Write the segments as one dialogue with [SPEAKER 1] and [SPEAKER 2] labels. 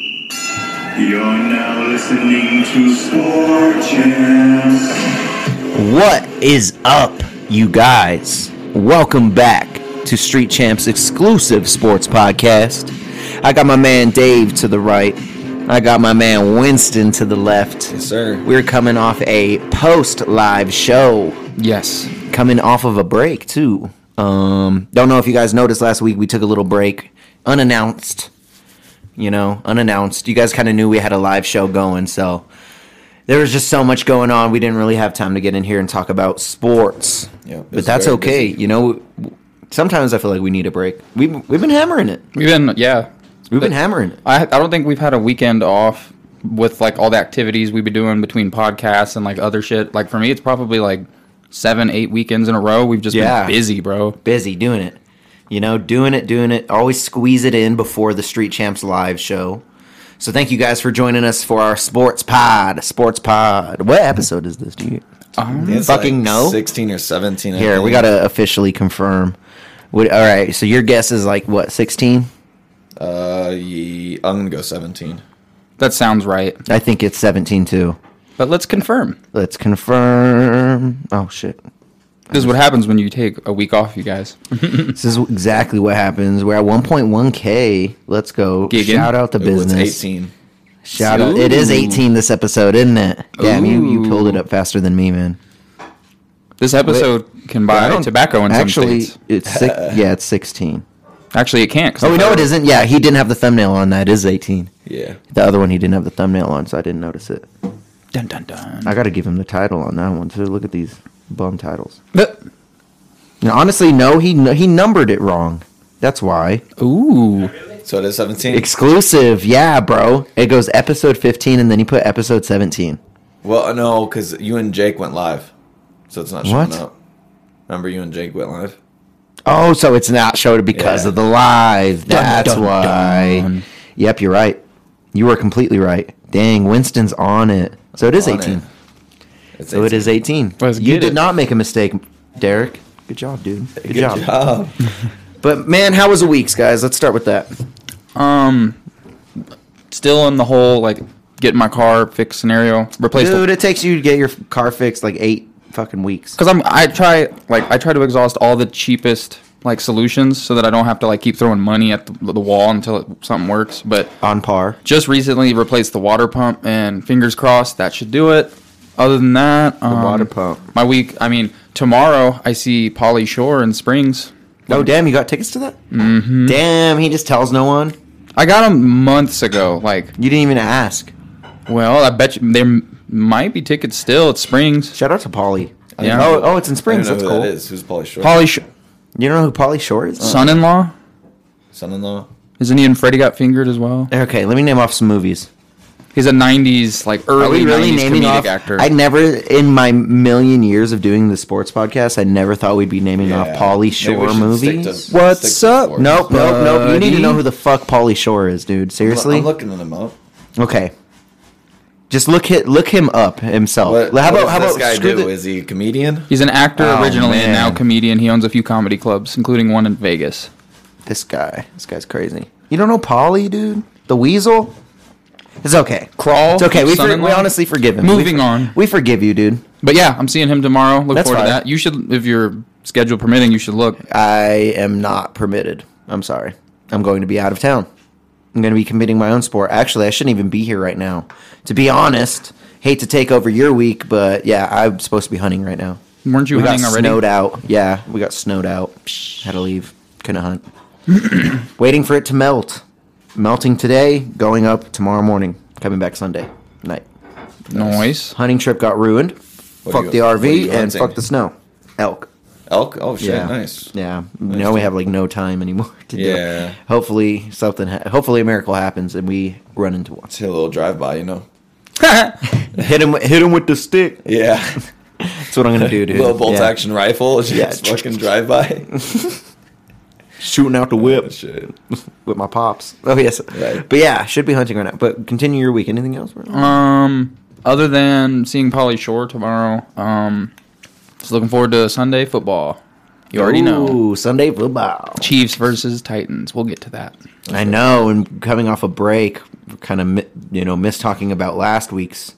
[SPEAKER 1] You're now listening to Sport Champs.
[SPEAKER 2] What is up, you guys? Welcome back to Street Champs exclusive sports podcast. I got my man Dave to the right. I got my man Winston to the left.
[SPEAKER 3] Yes, sir.
[SPEAKER 2] We're coming off a post live show,
[SPEAKER 3] Yes.
[SPEAKER 2] coming off of a break too. Um, don't know if you guys noticed last week we took a little break, unannounced. You know, unannounced. You guys kind of knew we had a live show going, so there was just so much going on. We didn't really have time to get in here and talk about sports.
[SPEAKER 3] Yeah, it
[SPEAKER 2] but
[SPEAKER 3] was
[SPEAKER 2] that's
[SPEAKER 3] very
[SPEAKER 2] okay. You know, sometimes I feel like we need a break. We have we've been hammering it.
[SPEAKER 4] We've been yeah.
[SPEAKER 2] We've been
[SPEAKER 4] But
[SPEAKER 2] hammering it.
[SPEAKER 4] I I don't think we've had a weekend off with like all the activities we've been doing between podcasts and like other shit. Like for me, it's probably like seven, eight weekends in a row. We've just
[SPEAKER 2] Yeah.
[SPEAKER 4] been busy, bro.
[SPEAKER 2] busy doing it. You know, doing it, doing it. Always squeeze it in before the Street Champs live show. So thank you guys for joining us for our sports pod. Sports pod. What episode is this? Do you
[SPEAKER 3] It's
[SPEAKER 2] fucking no?
[SPEAKER 3] Sixteen or seventeen. I
[SPEAKER 2] Here, we
[SPEAKER 3] think.
[SPEAKER 2] gotta officially confirm. What, all right, so your guess is like what, sixteen?
[SPEAKER 3] Uh, ye- I'm gonna go seventeen.
[SPEAKER 4] That sounds right.
[SPEAKER 2] I think it's seventeen too.
[SPEAKER 4] But let's confirm.
[SPEAKER 2] Let's confirm. Oh shit.
[SPEAKER 4] This is what happens when you take a week off, you guys.
[SPEAKER 2] This is exactly what happens. We're at 1.1k. Let's go.
[SPEAKER 4] Gigging.
[SPEAKER 2] Shout out the
[SPEAKER 3] Ooh, it's
[SPEAKER 2] business.
[SPEAKER 3] eighteen.
[SPEAKER 2] Shout out. It is
[SPEAKER 4] Ooh.
[SPEAKER 2] 18 this episode, isn't it? Damn, you, you
[SPEAKER 4] Ooh.
[SPEAKER 2] pulled it up faster than me, man.
[SPEAKER 4] This episode can
[SPEAKER 2] I
[SPEAKER 4] buy
[SPEAKER 2] don't-
[SPEAKER 4] tobacco in
[SPEAKER 2] Actually,
[SPEAKER 4] some states.
[SPEAKER 2] it's six, yeah, it's 16.
[SPEAKER 4] Actually, it can't. 'cause
[SPEAKER 2] Oh, we know
[SPEAKER 4] the-
[SPEAKER 2] it isn't. Yeah, he didn't have the thumbnail on. That is 18.
[SPEAKER 3] Yeah.
[SPEAKER 2] The other one he didn't have the thumbnail on, so I didn't notice it.
[SPEAKER 4] Dun dun dun.
[SPEAKER 2] I got to give him the title on that one too. Look at these bum titles.
[SPEAKER 4] But-
[SPEAKER 2] Now, honestly, no, he nu- he numbered it wrong. That's why.
[SPEAKER 4] Ooh,
[SPEAKER 3] So it is seventeen.
[SPEAKER 2] Exclusive, yeah, bro. It goes episode 15, and then he put episode 17.
[SPEAKER 3] well, no, because you and Jake went live, so it's not showing
[SPEAKER 2] What?
[SPEAKER 3] up. Remember, you and Jake went live.
[SPEAKER 2] Oh, so it's not showed because
[SPEAKER 3] Yeah.
[SPEAKER 2] of the live. That's
[SPEAKER 4] dun,
[SPEAKER 2] why.
[SPEAKER 4] dun.
[SPEAKER 2] Yep, you're right. You were completely right. Dang, Winston's on it. So it is
[SPEAKER 3] On
[SPEAKER 2] 18.
[SPEAKER 3] it. It's
[SPEAKER 2] So it is 18.
[SPEAKER 4] Let's
[SPEAKER 2] you
[SPEAKER 4] get
[SPEAKER 2] did
[SPEAKER 4] it.
[SPEAKER 2] not make a mistake, Derek. Good job, dude. Good,
[SPEAKER 3] Good
[SPEAKER 2] job.
[SPEAKER 3] job.
[SPEAKER 2] But man, how was the weeks, guys? Let's start with that.
[SPEAKER 4] um, still in the whole like get in my car fix scenario. Replace the
[SPEAKER 2] Dude, it takes you to get your car fixed like eight fucking weeks.
[SPEAKER 4] because I'm I try like I try to exhaust all the cheapest like solutions so that I don't have to like keep throwing money at the, the wall until it, something works. But
[SPEAKER 2] On par.
[SPEAKER 4] just recently replaced the water pump, and fingers crossed that should do it. Other than that, the
[SPEAKER 2] water pump.
[SPEAKER 4] My week. I mean, tomorrow I see Polly Shore in Springs.
[SPEAKER 2] Oh, damn, you got tickets to that? Mm-hmm. Damn, he just tells no one.
[SPEAKER 4] I got them months ago. Like,
[SPEAKER 2] You didn't even ask.
[SPEAKER 4] well, I bet you there m- might be tickets still at Springs.
[SPEAKER 2] Shout out to Polly.
[SPEAKER 4] Yeah.
[SPEAKER 2] Oh, oh, it's in
[SPEAKER 3] I don't
[SPEAKER 2] Springs.
[SPEAKER 3] know
[SPEAKER 2] That's
[SPEAKER 3] who
[SPEAKER 2] cool.
[SPEAKER 3] that is. Who's Polly Short?
[SPEAKER 4] Polly Sh-
[SPEAKER 2] You don't know who Polly Shore is?
[SPEAKER 4] son-in-law.
[SPEAKER 3] Son-in-law.
[SPEAKER 4] Isn't he in Freddy Got Fingered as well?
[SPEAKER 2] Okay, let me name off some movies.
[SPEAKER 4] He's a '90s like
[SPEAKER 2] Are
[SPEAKER 4] early
[SPEAKER 2] we really
[SPEAKER 4] '90s
[SPEAKER 2] naming
[SPEAKER 4] comedic
[SPEAKER 2] off?
[SPEAKER 4] actor.
[SPEAKER 2] I never, in my million years of doing the sports podcast, I never thought we'd be naming off
[SPEAKER 3] Yeah.
[SPEAKER 2] Pauly
[SPEAKER 3] Maybe we
[SPEAKER 2] Shore
[SPEAKER 3] should stick to-
[SPEAKER 2] movies.
[SPEAKER 3] stick to
[SPEAKER 4] What's
[SPEAKER 3] sports.
[SPEAKER 4] up?
[SPEAKER 2] Nope, nope, nope. You need to know
[SPEAKER 4] Buddy.
[SPEAKER 2] who the fuck Pauly Shore is, dude. Seriously?
[SPEAKER 3] I'm looking at them up.
[SPEAKER 2] okay. Just look hit, look him up himself.
[SPEAKER 3] What,
[SPEAKER 2] how about
[SPEAKER 3] what does
[SPEAKER 2] how
[SPEAKER 3] this
[SPEAKER 2] about
[SPEAKER 3] guy
[SPEAKER 2] screw
[SPEAKER 3] do?
[SPEAKER 2] the-
[SPEAKER 3] Is he a comedian?
[SPEAKER 4] He's an actor
[SPEAKER 2] Oh,
[SPEAKER 4] originally and now
[SPEAKER 2] man.
[SPEAKER 4] comedian. He owns a few comedy clubs, including one in Vegas.
[SPEAKER 2] this guy? This guy's crazy. You don't know Pauly, dude? The Weasel? It's okay.
[SPEAKER 4] Crawl,
[SPEAKER 2] It's okay. We, for,
[SPEAKER 4] Son-in-Law?
[SPEAKER 2] we honestly forgive him. We
[SPEAKER 4] Moving
[SPEAKER 2] for-
[SPEAKER 4] on.
[SPEAKER 2] We forgive you, dude.
[SPEAKER 4] But yeah, I'm seeing him tomorrow. Look
[SPEAKER 2] That's
[SPEAKER 4] forward to
[SPEAKER 2] fine.
[SPEAKER 4] that. You should, if your schedule permitting, you should look.
[SPEAKER 2] I am not permitted. I'm sorry. I'm going to be out of town. I'm going to be committing my own sport. Actually, I shouldn't even be here right now. To be honest, hate to take over your week, but yeah, I'm supposed to be hunting right now.
[SPEAKER 4] Weren't you
[SPEAKER 2] we
[SPEAKER 4] hunting
[SPEAKER 2] got
[SPEAKER 4] already?
[SPEAKER 2] snowed out. Yeah, we got snowed out. Had to leave. Couldn't hunt. Waiting for it to melt. Melting today, going up tomorrow morning, coming back Sunday night.
[SPEAKER 4] Noise.
[SPEAKER 2] Hunting trip got ruined.
[SPEAKER 3] What
[SPEAKER 2] fuck
[SPEAKER 3] are you-
[SPEAKER 2] the
[SPEAKER 3] what are you
[SPEAKER 2] RV and
[SPEAKER 3] hunting?
[SPEAKER 2] fuck the snow. Elk.
[SPEAKER 3] Elk. Oh shit,
[SPEAKER 2] Yeah.
[SPEAKER 3] nice.
[SPEAKER 2] Yeah. now we have like no time anymore to do it.
[SPEAKER 3] Yeah.
[SPEAKER 2] Hopefully something ha- hopefully a miracle happens and we run into one.
[SPEAKER 3] Hit a little drive by, you know.
[SPEAKER 2] hit him hit him with the stick.
[SPEAKER 3] Yeah.
[SPEAKER 2] That's what I'm going to do, dude.
[SPEAKER 3] little bolt
[SPEAKER 2] Yeah.
[SPEAKER 3] action rifle. Just
[SPEAKER 2] Yeah.
[SPEAKER 3] fucking drive by.
[SPEAKER 2] Shooting out the whip
[SPEAKER 3] shit.
[SPEAKER 2] with my pops. Oh yes.
[SPEAKER 3] Right.
[SPEAKER 2] But yeah, should be hunting right now. But continue your week. Anything else? bro?
[SPEAKER 4] Um, other than seeing Polly Shore tomorrow, um, just looking forward to Sunday football. You already know.
[SPEAKER 2] Ooh, Sunday football.
[SPEAKER 4] Chiefs versus Titans. We'll get to that.
[SPEAKER 2] I know, and coming off a break, kind of you know miss talking about last week's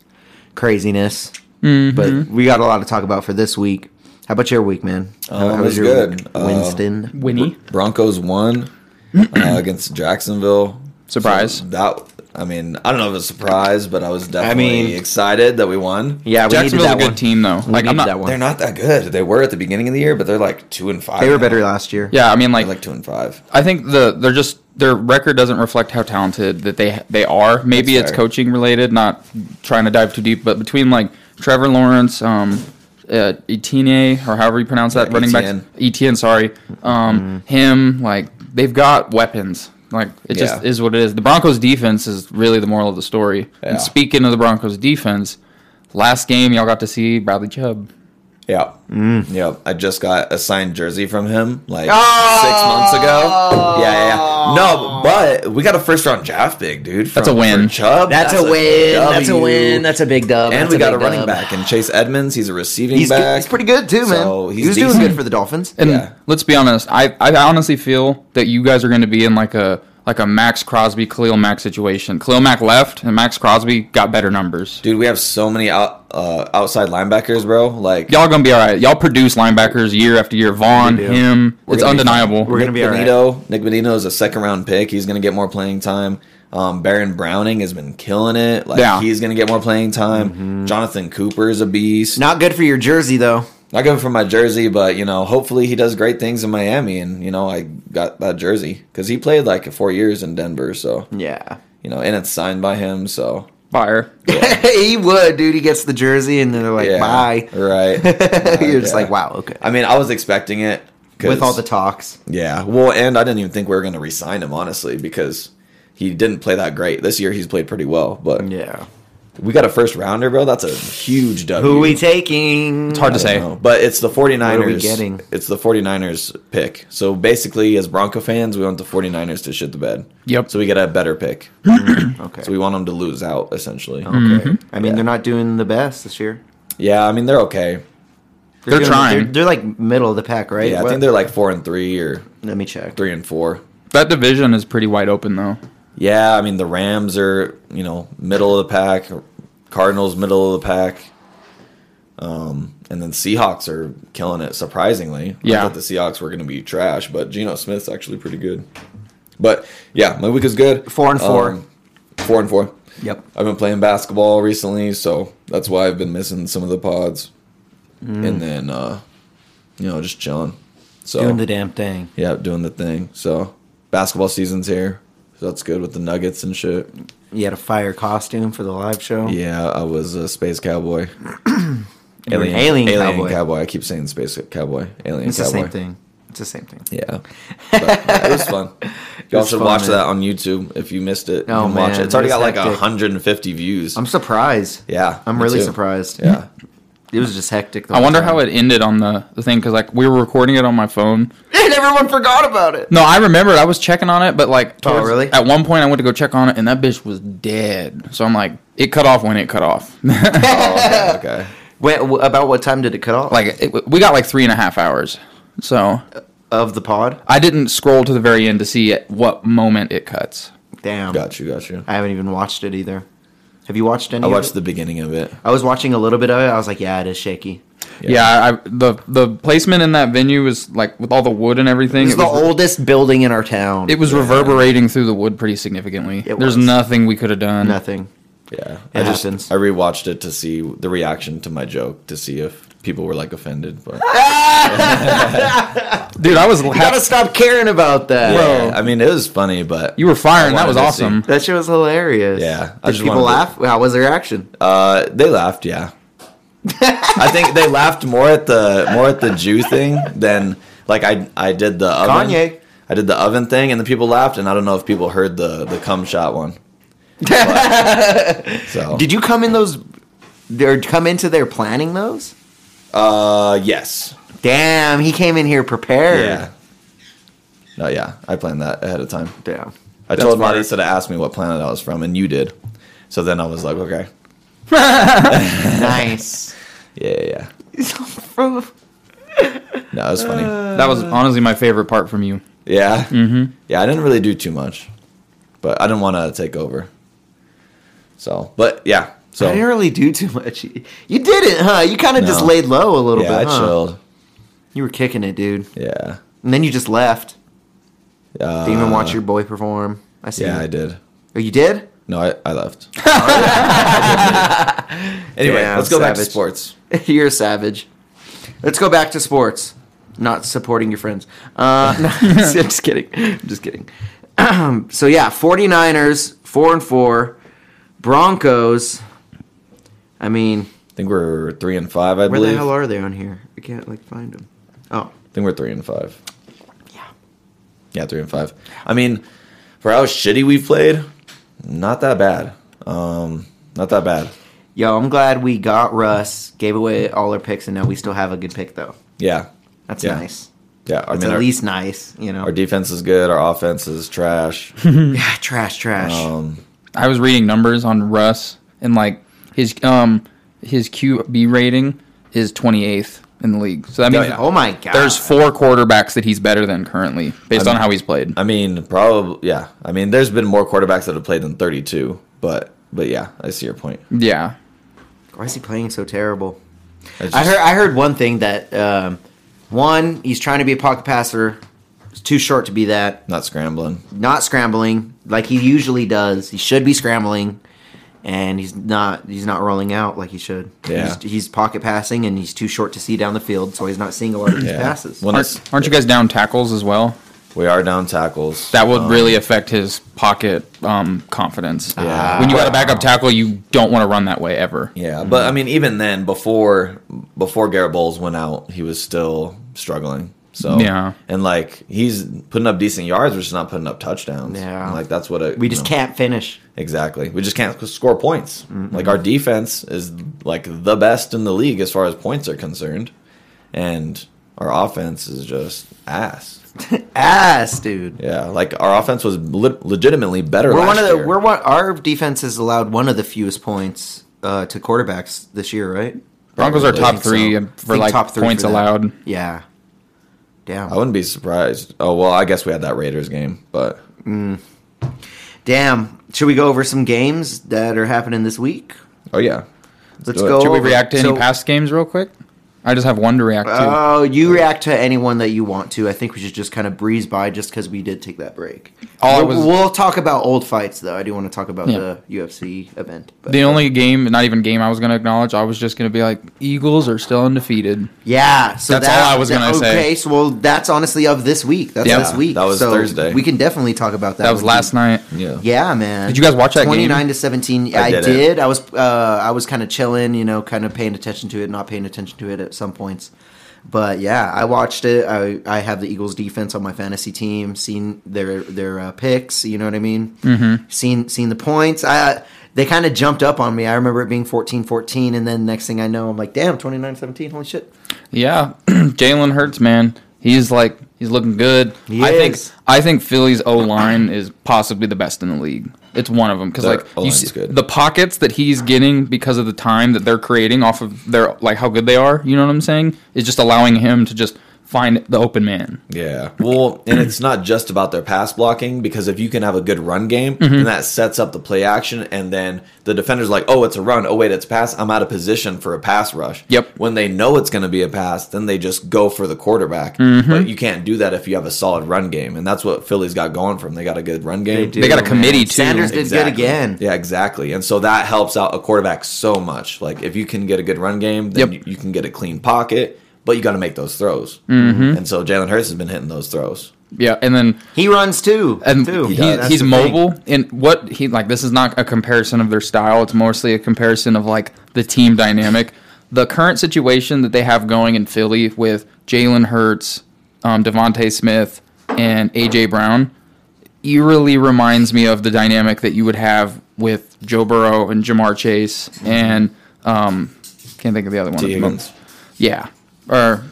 [SPEAKER 2] craziness, but we got a lot to talk about for this week. How about your week, man?
[SPEAKER 3] Um,
[SPEAKER 2] how
[SPEAKER 3] it was good.
[SPEAKER 2] week,
[SPEAKER 3] Uh,
[SPEAKER 2] Winston?
[SPEAKER 4] Winnie.
[SPEAKER 3] Broncos won uh, against Jacksonville.
[SPEAKER 4] Surprise.
[SPEAKER 3] So that I mean, I don't know if it's a surprise, but I was definitely
[SPEAKER 2] mean-
[SPEAKER 3] excited that we won.
[SPEAKER 2] yeah, we needed
[SPEAKER 4] Jacksonville's
[SPEAKER 2] that
[SPEAKER 4] a good
[SPEAKER 2] one.
[SPEAKER 4] team, though.
[SPEAKER 2] We
[SPEAKER 4] Like, I'm
[SPEAKER 2] needed
[SPEAKER 4] not-
[SPEAKER 2] that one.
[SPEAKER 3] They're not that good. They were at the beginning of the year, but they're like two and five.
[SPEAKER 2] They were
[SPEAKER 3] now.
[SPEAKER 2] better last year.
[SPEAKER 4] Yeah, I mean,
[SPEAKER 3] They're
[SPEAKER 4] like,
[SPEAKER 3] like two and five.
[SPEAKER 4] I think the they're just their record doesn't reflect how talented that they they are. Maybe
[SPEAKER 3] That's
[SPEAKER 4] it's
[SPEAKER 3] fair.
[SPEAKER 4] coaching related. Not trying to dive too deep, but between like Trevor Lawrence, um, uh, Etienne, or however you pronounce that
[SPEAKER 3] Yeah,
[SPEAKER 4] running back,
[SPEAKER 3] Etienne. Mm-hmm.
[SPEAKER 4] Etienne. Sorry, um, him. Like they've got weapons. Like it just
[SPEAKER 3] Yeah.
[SPEAKER 4] is what it is. The Broncos defense is really the moral of the story.
[SPEAKER 3] Yeah.
[SPEAKER 4] And speaking of the Broncos defense, last game y'all got to see Bradley Chubb.
[SPEAKER 3] Yeah. Yeah. I just got a signed jersey from him like
[SPEAKER 2] Oh!
[SPEAKER 3] six months ago. Yeah, yeah, yeah. No, but we got a first round draft pick, dude.
[SPEAKER 4] That's
[SPEAKER 3] from-
[SPEAKER 4] a win.
[SPEAKER 3] for Chubb.
[SPEAKER 2] That's, a win. That's a
[SPEAKER 3] W.
[SPEAKER 2] win. That's a big dub.
[SPEAKER 3] and
[SPEAKER 2] That's
[SPEAKER 3] we got a
[SPEAKER 2] big
[SPEAKER 3] running
[SPEAKER 2] dub.
[SPEAKER 3] back and Chase Edmonds. He's a receiving
[SPEAKER 2] He's, good.
[SPEAKER 3] back.
[SPEAKER 2] he's pretty good too, man.
[SPEAKER 3] So, he's
[SPEAKER 2] he was doing
[SPEAKER 3] decent.
[SPEAKER 2] good for the Dolphins.
[SPEAKER 4] And
[SPEAKER 3] Yeah.
[SPEAKER 4] let's be honest, I I honestly feel that you guys are going to be in like a like a Max Crosby Khalil Mack situation. Khalil Mack left, and Max Crosby got better numbers.
[SPEAKER 3] Dude, we have so many out, uh, outside linebackers, bro. Like
[SPEAKER 4] Y'all gonna be all right. Y'all produce linebackers year after year. Vaughn,
[SPEAKER 2] We do.
[SPEAKER 4] him, it's
[SPEAKER 3] gonna be
[SPEAKER 4] undeniable.
[SPEAKER 2] We're gonna be all right.
[SPEAKER 3] Benito. Nick Benito is a second round pick. He's going to get more playing time. Um, Baron Browning has been killing it. Like
[SPEAKER 4] Yeah.
[SPEAKER 3] he's going to get more playing time.
[SPEAKER 2] Mm-hmm.
[SPEAKER 3] Jonathan Cooper is a beast.
[SPEAKER 2] Not good for your jersey though.
[SPEAKER 3] Not good for my jersey, but you know, hopefully he does great things in Miami. And you know, I got that jersey because he played like four years in Denver. So
[SPEAKER 2] Yeah.
[SPEAKER 3] you know, and it's signed by him. So
[SPEAKER 4] fire.
[SPEAKER 2] he would, dude. He gets the jersey and they're like,
[SPEAKER 3] yeah,
[SPEAKER 2] bye.
[SPEAKER 3] right?
[SPEAKER 2] You're just
[SPEAKER 3] Yeah.
[SPEAKER 2] like, wow, okay.
[SPEAKER 3] I mean, I was expecting it 'cause-
[SPEAKER 2] With all the talks.
[SPEAKER 3] yeah. Well, and I didn't even think we were going to re-sign him honestly because he didn't play that great this year. He's played pretty well, but
[SPEAKER 2] Yeah.
[SPEAKER 3] we got a first rounder, bro. That's a huge W.
[SPEAKER 2] Who we taking?
[SPEAKER 4] It's hard to
[SPEAKER 3] I
[SPEAKER 4] say.
[SPEAKER 3] don't know. But it's the 49ers.
[SPEAKER 2] What are we getting?
[SPEAKER 3] It's the 49ers pick. So basically, as Bronco fans, we want the 49ers to shit the bed.
[SPEAKER 4] Yep.
[SPEAKER 3] So we get a better pick.
[SPEAKER 2] Okay.
[SPEAKER 3] So we want them to lose out, essentially.
[SPEAKER 2] Oh. okay. I mean, they're not doing the best this year.
[SPEAKER 3] Yeah, I mean, they're okay.
[SPEAKER 4] They're
[SPEAKER 2] doing-
[SPEAKER 4] trying.
[SPEAKER 2] They're, they're like middle of the pack, right?
[SPEAKER 3] Yeah, I
[SPEAKER 2] What-
[SPEAKER 3] think they're like four and three or
[SPEAKER 2] Let me check.
[SPEAKER 3] three and four.
[SPEAKER 4] That division is pretty wide open though.
[SPEAKER 3] Yeah, I mean, the Rams are, you know, middle of the pack, Cardinals, middle of the pack. Um, and then Seahawks are killing it, surprisingly.
[SPEAKER 4] Yeah.
[SPEAKER 3] I thought the Seahawks were going to be trash, but Geno Smith's actually pretty good. But yeah, my week is good. Um,
[SPEAKER 2] Four and four.
[SPEAKER 3] four and four.
[SPEAKER 2] Yep.
[SPEAKER 3] I've been playing basketball recently, so that's why I've been missing some of the pods.
[SPEAKER 2] Mm.
[SPEAKER 3] And then, uh, you know, just chilling. So
[SPEAKER 2] Doing the damn thing.
[SPEAKER 3] yeah, doing the thing. So basketball season's here. So that's good with the Nuggets and shit.
[SPEAKER 2] You had a fire costume for the live show.
[SPEAKER 3] Yeah, I was a space cowboy.
[SPEAKER 2] You were an alien cowboy.
[SPEAKER 3] I keep saying space cowboy. Alien
[SPEAKER 2] It's
[SPEAKER 3] cowboy.
[SPEAKER 2] the same thing. It's the same thing.
[SPEAKER 3] Yeah. But, yeah, it was fun. Y'all
[SPEAKER 2] was
[SPEAKER 3] should
[SPEAKER 2] fun,
[SPEAKER 3] watch
[SPEAKER 2] man.
[SPEAKER 3] that on YouTube if you missed it.
[SPEAKER 2] Oh,
[SPEAKER 3] you can watch
[SPEAKER 2] man,
[SPEAKER 3] it. It's already
[SPEAKER 2] it
[SPEAKER 3] got
[SPEAKER 2] was
[SPEAKER 3] like
[SPEAKER 2] hectic.
[SPEAKER 3] 150 views.
[SPEAKER 2] I'm surprised.
[SPEAKER 3] yeah.
[SPEAKER 2] I'm
[SPEAKER 3] me
[SPEAKER 2] really
[SPEAKER 3] too.
[SPEAKER 2] surprised.
[SPEAKER 3] Yeah.
[SPEAKER 2] It was just hectic. the
[SPEAKER 4] I
[SPEAKER 2] whole
[SPEAKER 4] wonder
[SPEAKER 2] time.
[SPEAKER 4] how it ended on the, the thing because like we were recording it on my phone.
[SPEAKER 2] And everyone forgot about it.
[SPEAKER 4] No, I remembered I was checking on it, but like
[SPEAKER 2] Oh, really?
[SPEAKER 4] at one point I went to go check on it and that bitch was dead. So I'm like, it cut off when it cut off.
[SPEAKER 3] Oh, okay, okay.
[SPEAKER 2] Wait, wh- about what time did it cut off?
[SPEAKER 4] like it, we got like three and a half hours so
[SPEAKER 2] of the pod?
[SPEAKER 4] i didn't scroll to the very end to see at what moment it cuts
[SPEAKER 2] Damn.
[SPEAKER 3] Got you, got you.
[SPEAKER 2] I haven't even watched it either. Have you watched any?
[SPEAKER 3] I
[SPEAKER 2] of
[SPEAKER 3] watched
[SPEAKER 2] it?
[SPEAKER 3] the beginning of it.
[SPEAKER 2] I was watching a little bit of it. I was like, yeah, it is shaky.
[SPEAKER 4] yeah, I, the the placement in that venue was like with all the wood and everything
[SPEAKER 2] It's
[SPEAKER 4] it
[SPEAKER 2] the
[SPEAKER 4] was,
[SPEAKER 2] oldest building in our town.
[SPEAKER 4] it was reverberating through the wood pretty significantly
[SPEAKER 2] It
[SPEAKER 4] there's
[SPEAKER 2] was.
[SPEAKER 4] nothing we could have done
[SPEAKER 2] nothing.
[SPEAKER 3] Yeah.
[SPEAKER 2] It
[SPEAKER 3] I just
[SPEAKER 2] happens.
[SPEAKER 3] I rewatched it to see the reaction to my joke to see if people were like offended, but
[SPEAKER 4] dude i was
[SPEAKER 2] You gotta
[SPEAKER 4] happy.
[SPEAKER 2] stop caring about that.
[SPEAKER 4] Bro.
[SPEAKER 3] Yeah, I mean it was funny, but
[SPEAKER 4] you were
[SPEAKER 2] Oh,
[SPEAKER 4] firing that
[SPEAKER 3] I
[SPEAKER 4] was
[SPEAKER 3] wanted to see.
[SPEAKER 4] awesome
[SPEAKER 2] That shit was hilarious.
[SPEAKER 3] Yeah, I
[SPEAKER 2] Did
[SPEAKER 3] just
[SPEAKER 2] people
[SPEAKER 3] wanted to-
[SPEAKER 2] laugh? How was their action?
[SPEAKER 3] Uh, they laughed. Yeah, I think they laughed more at the more at the Jew thing than like I I did the oven.
[SPEAKER 2] Kanye.
[SPEAKER 3] I did the oven thing, and the people laughed, and I don't know if people heard the the cum shot one. But- so
[SPEAKER 2] Did you come in those? Or come into their planning those?
[SPEAKER 3] uh yes
[SPEAKER 2] Damn, he came in here prepared.
[SPEAKER 3] yeah no yeah I planned that ahead of time.
[SPEAKER 2] Damn.
[SPEAKER 3] I
[SPEAKER 4] That's
[SPEAKER 3] told
[SPEAKER 4] smart.
[SPEAKER 3] Marisa to ask me what planet I was from, and you did. So then I was like, okay,
[SPEAKER 2] Nice.
[SPEAKER 3] yeah, yeah, yeah.
[SPEAKER 2] He's from-
[SPEAKER 3] No, it was funny.
[SPEAKER 4] That was honestly my favorite part from you.
[SPEAKER 3] yeah. Mm-hmm. Yeah, I didn't really do too much, but I didn't want to take over. So, but yeah. So,
[SPEAKER 2] I didn't really do too much. You didn't, huh? You kind of just
[SPEAKER 3] No.
[SPEAKER 2] laid low a little
[SPEAKER 3] yeah,
[SPEAKER 2] bit.
[SPEAKER 3] I
[SPEAKER 2] huh?
[SPEAKER 3] chilled.
[SPEAKER 2] You were kicking it, dude.
[SPEAKER 3] Yeah.
[SPEAKER 2] And then you just left.
[SPEAKER 3] Uh,
[SPEAKER 2] Didn't even watch your boy perform. I see.
[SPEAKER 3] Yeah, I
[SPEAKER 2] it.
[SPEAKER 3] did.
[SPEAKER 2] Oh, you did?
[SPEAKER 3] No, I, I left. anyway,
[SPEAKER 2] Damn,
[SPEAKER 3] let's go back to
[SPEAKER 2] savage.
[SPEAKER 3] sports.
[SPEAKER 2] You're a savage. Let's go back to sports. Not supporting your friends. Uh, no, I'm just kidding. I'm just kidding. so yeah, 49ers, four and four. Broncos. I mean,
[SPEAKER 3] I think we're three and five, I
[SPEAKER 2] where
[SPEAKER 3] believe.
[SPEAKER 2] the hell are they on here? I can't like find them. Oh,
[SPEAKER 3] I think we're three and five.
[SPEAKER 2] yeah.
[SPEAKER 3] Yeah, three and five. I mean, for how shitty we've played, not that bad. Um, not that bad.
[SPEAKER 2] Yo, I'm glad we got Russ, gave away all our picks, and now we still have a good pick though.
[SPEAKER 3] Yeah,
[SPEAKER 2] That's
[SPEAKER 3] Yeah.
[SPEAKER 2] nice.
[SPEAKER 3] yeah. I
[SPEAKER 2] That's
[SPEAKER 3] mean,
[SPEAKER 2] at
[SPEAKER 3] our,
[SPEAKER 2] least nice, you know.
[SPEAKER 3] our defense is good. Our offense is trash.
[SPEAKER 2] yeah, trash, trash.
[SPEAKER 3] Um,
[SPEAKER 4] I was reading numbers on Russ and like his um his QB rating is 28th in the league. So that means
[SPEAKER 2] oh my god.
[SPEAKER 4] there's four quarterbacks that he's better than currently based
[SPEAKER 2] Um,
[SPEAKER 4] on how he's
[SPEAKER 2] uh,
[SPEAKER 4] played.
[SPEAKER 3] I mean, probably. Yeah. I mean, there's been more quarterbacks that have played than 32, but but yeah, I see your point.
[SPEAKER 4] yeah.
[SPEAKER 2] Why is he playing so terrible?
[SPEAKER 3] It's
[SPEAKER 2] I
[SPEAKER 3] just-
[SPEAKER 2] heard. I heard one thing that um, one, he's trying to be a pocket passer. It's too short to be that.
[SPEAKER 3] not scrambling.
[SPEAKER 2] Not scrambling like he usually does. He should be scrambling, and he's not. He's not rolling out like he should.
[SPEAKER 3] Yeah.
[SPEAKER 2] He's, he's pocket passing, and he's too short to see down the field, so he's not seeing a lot of these
[SPEAKER 3] Yeah.
[SPEAKER 2] passes.
[SPEAKER 3] When it's-
[SPEAKER 4] Aren't, aren't you guys down tackles as well?
[SPEAKER 3] we are down tackles.
[SPEAKER 4] That would
[SPEAKER 3] Um,
[SPEAKER 4] really affect his pocket um, confidence.
[SPEAKER 3] Yeah.
[SPEAKER 4] When you got a backup tackle, you don't want to run that way ever.
[SPEAKER 3] Yeah,
[SPEAKER 2] Mm-hmm.
[SPEAKER 3] but I mean, even then, before before Garrett Bowles went out, he was still struggling. So
[SPEAKER 4] Yeah.
[SPEAKER 3] and like he's putting up decent yards, we're just not putting up touchdowns.
[SPEAKER 2] Yeah.
[SPEAKER 3] And, like that's what it,
[SPEAKER 2] we
[SPEAKER 3] you
[SPEAKER 2] just
[SPEAKER 3] know,
[SPEAKER 2] can't finish.
[SPEAKER 3] exactly. We just can't score points. Like our defense is like the best in the league as far as points are concerned, and our offense is just ass.
[SPEAKER 2] Ass, dude.
[SPEAKER 3] Yeah, like our offense was le- legitimately better.
[SPEAKER 2] We're
[SPEAKER 3] last
[SPEAKER 2] one of the.
[SPEAKER 3] year.
[SPEAKER 2] We're one. Our defense has allowed one of the fewest points uh, to quarterbacks this year, right?
[SPEAKER 4] Broncos are
[SPEAKER 3] Probably.
[SPEAKER 4] top
[SPEAKER 2] think so.
[SPEAKER 4] three um,
[SPEAKER 2] I
[SPEAKER 4] for
[SPEAKER 2] think
[SPEAKER 4] like
[SPEAKER 2] top three
[SPEAKER 4] points
[SPEAKER 2] for that.
[SPEAKER 4] allowed. Oh.
[SPEAKER 2] Yeah. Damn.
[SPEAKER 3] I wouldn't be surprised. Oh well, I guess we had that Raiders game, but
[SPEAKER 2] Damn. Should we go over some games that are happening this week?
[SPEAKER 3] oh yeah,
[SPEAKER 2] Let's
[SPEAKER 3] do it.
[SPEAKER 2] go.
[SPEAKER 4] Should we
[SPEAKER 2] over-
[SPEAKER 4] react to any
[SPEAKER 2] Oh, so-
[SPEAKER 4] past games real quick? I just have one to react to.
[SPEAKER 2] Oh, you react to anyone that you want to. I think we should just kind of breeze by just because we did take that break.
[SPEAKER 4] All Oh, I
[SPEAKER 2] we'll,
[SPEAKER 4] was-
[SPEAKER 2] we'll talk about old fights, though. I do want to talk about
[SPEAKER 4] Yeah.
[SPEAKER 2] the UFC event. But
[SPEAKER 4] the only game, not even game, I was going to acknowledge. I was just going to be like, Eagles are still undefeted.
[SPEAKER 2] yeah, so
[SPEAKER 4] That's
[SPEAKER 2] that-
[SPEAKER 4] all I was gonna
[SPEAKER 2] that-
[SPEAKER 4] say.
[SPEAKER 2] Okay, so well, that's honestly of this week. That's
[SPEAKER 4] Yeah,
[SPEAKER 2] this week.
[SPEAKER 3] that was
[SPEAKER 2] So
[SPEAKER 3] Thursday.
[SPEAKER 2] We can definitely talk about that.
[SPEAKER 4] That was
[SPEAKER 2] when you-
[SPEAKER 4] last night.
[SPEAKER 3] yeah,
[SPEAKER 2] Yeah, man.
[SPEAKER 4] Did you guys watch that game?
[SPEAKER 2] Twenty nine to seventeen. Yeah, I,
[SPEAKER 3] I
[SPEAKER 2] did.
[SPEAKER 3] did
[SPEAKER 2] I,
[SPEAKER 3] it.
[SPEAKER 2] was uh, I was kind of chilling, you know, kind of paying attention to it, not paying attention to it at some points. But yeah, I watched it. I I have the Eagles defense on my fantasy team. Seen their their uh, picks. You know what I mean. Mm-hmm. Seen seen the points. I. They kind of jumped up on me. I remember it being 14-14, and then next thing I know, I'm like, damn, 29-17, holy shit.
[SPEAKER 4] Yeah, Jalen Hurts, man, he's like he's looking good.
[SPEAKER 2] He
[SPEAKER 4] I
[SPEAKER 2] is.
[SPEAKER 4] think I think Philly's O line is possibly the best in the league. It's one of them because
[SPEAKER 3] Their
[SPEAKER 4] like you
[SPEAKER 3] O-line's
[SPEAKER 4] see,
[SPEAKER 3] good.
[SPEAKER 4] the pockets that he's getting because of the time that they're creating off of their like how good they are. You know what I'm saying? Is just allowing him to just find the open man.
[SPEAKER 3] Yeah. Well, and it's not just about their pass blocking because if you can have a good run game,
[SPEAKER 4] Mm-hmm.
[SPEAKER 3] then that sets up the play action, and then the defender's like, oh, it's a run. Oh, wait, it's a pass. I'm out of position for a pass rush.
[SPEAKER 4] Yep.
[SPEAKER 3] When they know it's going to be a pass, then they just go for the quarterback.
[SPEAKER 4] Mm-hmm.
[SPEAKER 3] But you can't do that if you have a solid run game. And that's what Philly's got going for them. They got a good run game.
[SPEAKER 4] They got a
[SPEAKER 2] Dude,
[SPEAKER 4] committee
[SPEAKER 2] man.
[SPEAKER 4] too.
[SPEAKER 2] Sanders did good again.
[SPEAKER 3] Yeah, exactly. And so that helps out a quarterback so much. Like if you can get a good run game, then
[SPEAKER 4] Yep.
[SPEAKER 3] you, you can get a clean pocket, but you got to make those throws.
[SPEAKER 2] Mm-hmm.
[SPEAKER 3] And so Jalen Hurts has been hitting those throws.
[SPEAKER 4] Yeah, and then
[SPEAKER 2] He runs too.
[SPEAKER 4] and
[SPEAKER 2] too.
[SPEAKER 4] he,
[SPEAKER 2] That's
[SPEAKER 4] he's
[SPEAKER 2] the thing.
[SPEAKER 4] mobile and what he like this is not a comparison of their style it's mostly a comparison of like the team dynamic the current situation that they have going in philly with jalen hurts um, devonte smith and aj brown eerily reminds me of the dynamic that you would have with joe burrow and jamar chase and um, can't think of the other one at the moment.
[SPEAKER 3] Higgins.
[SPEAKER 4] yeah or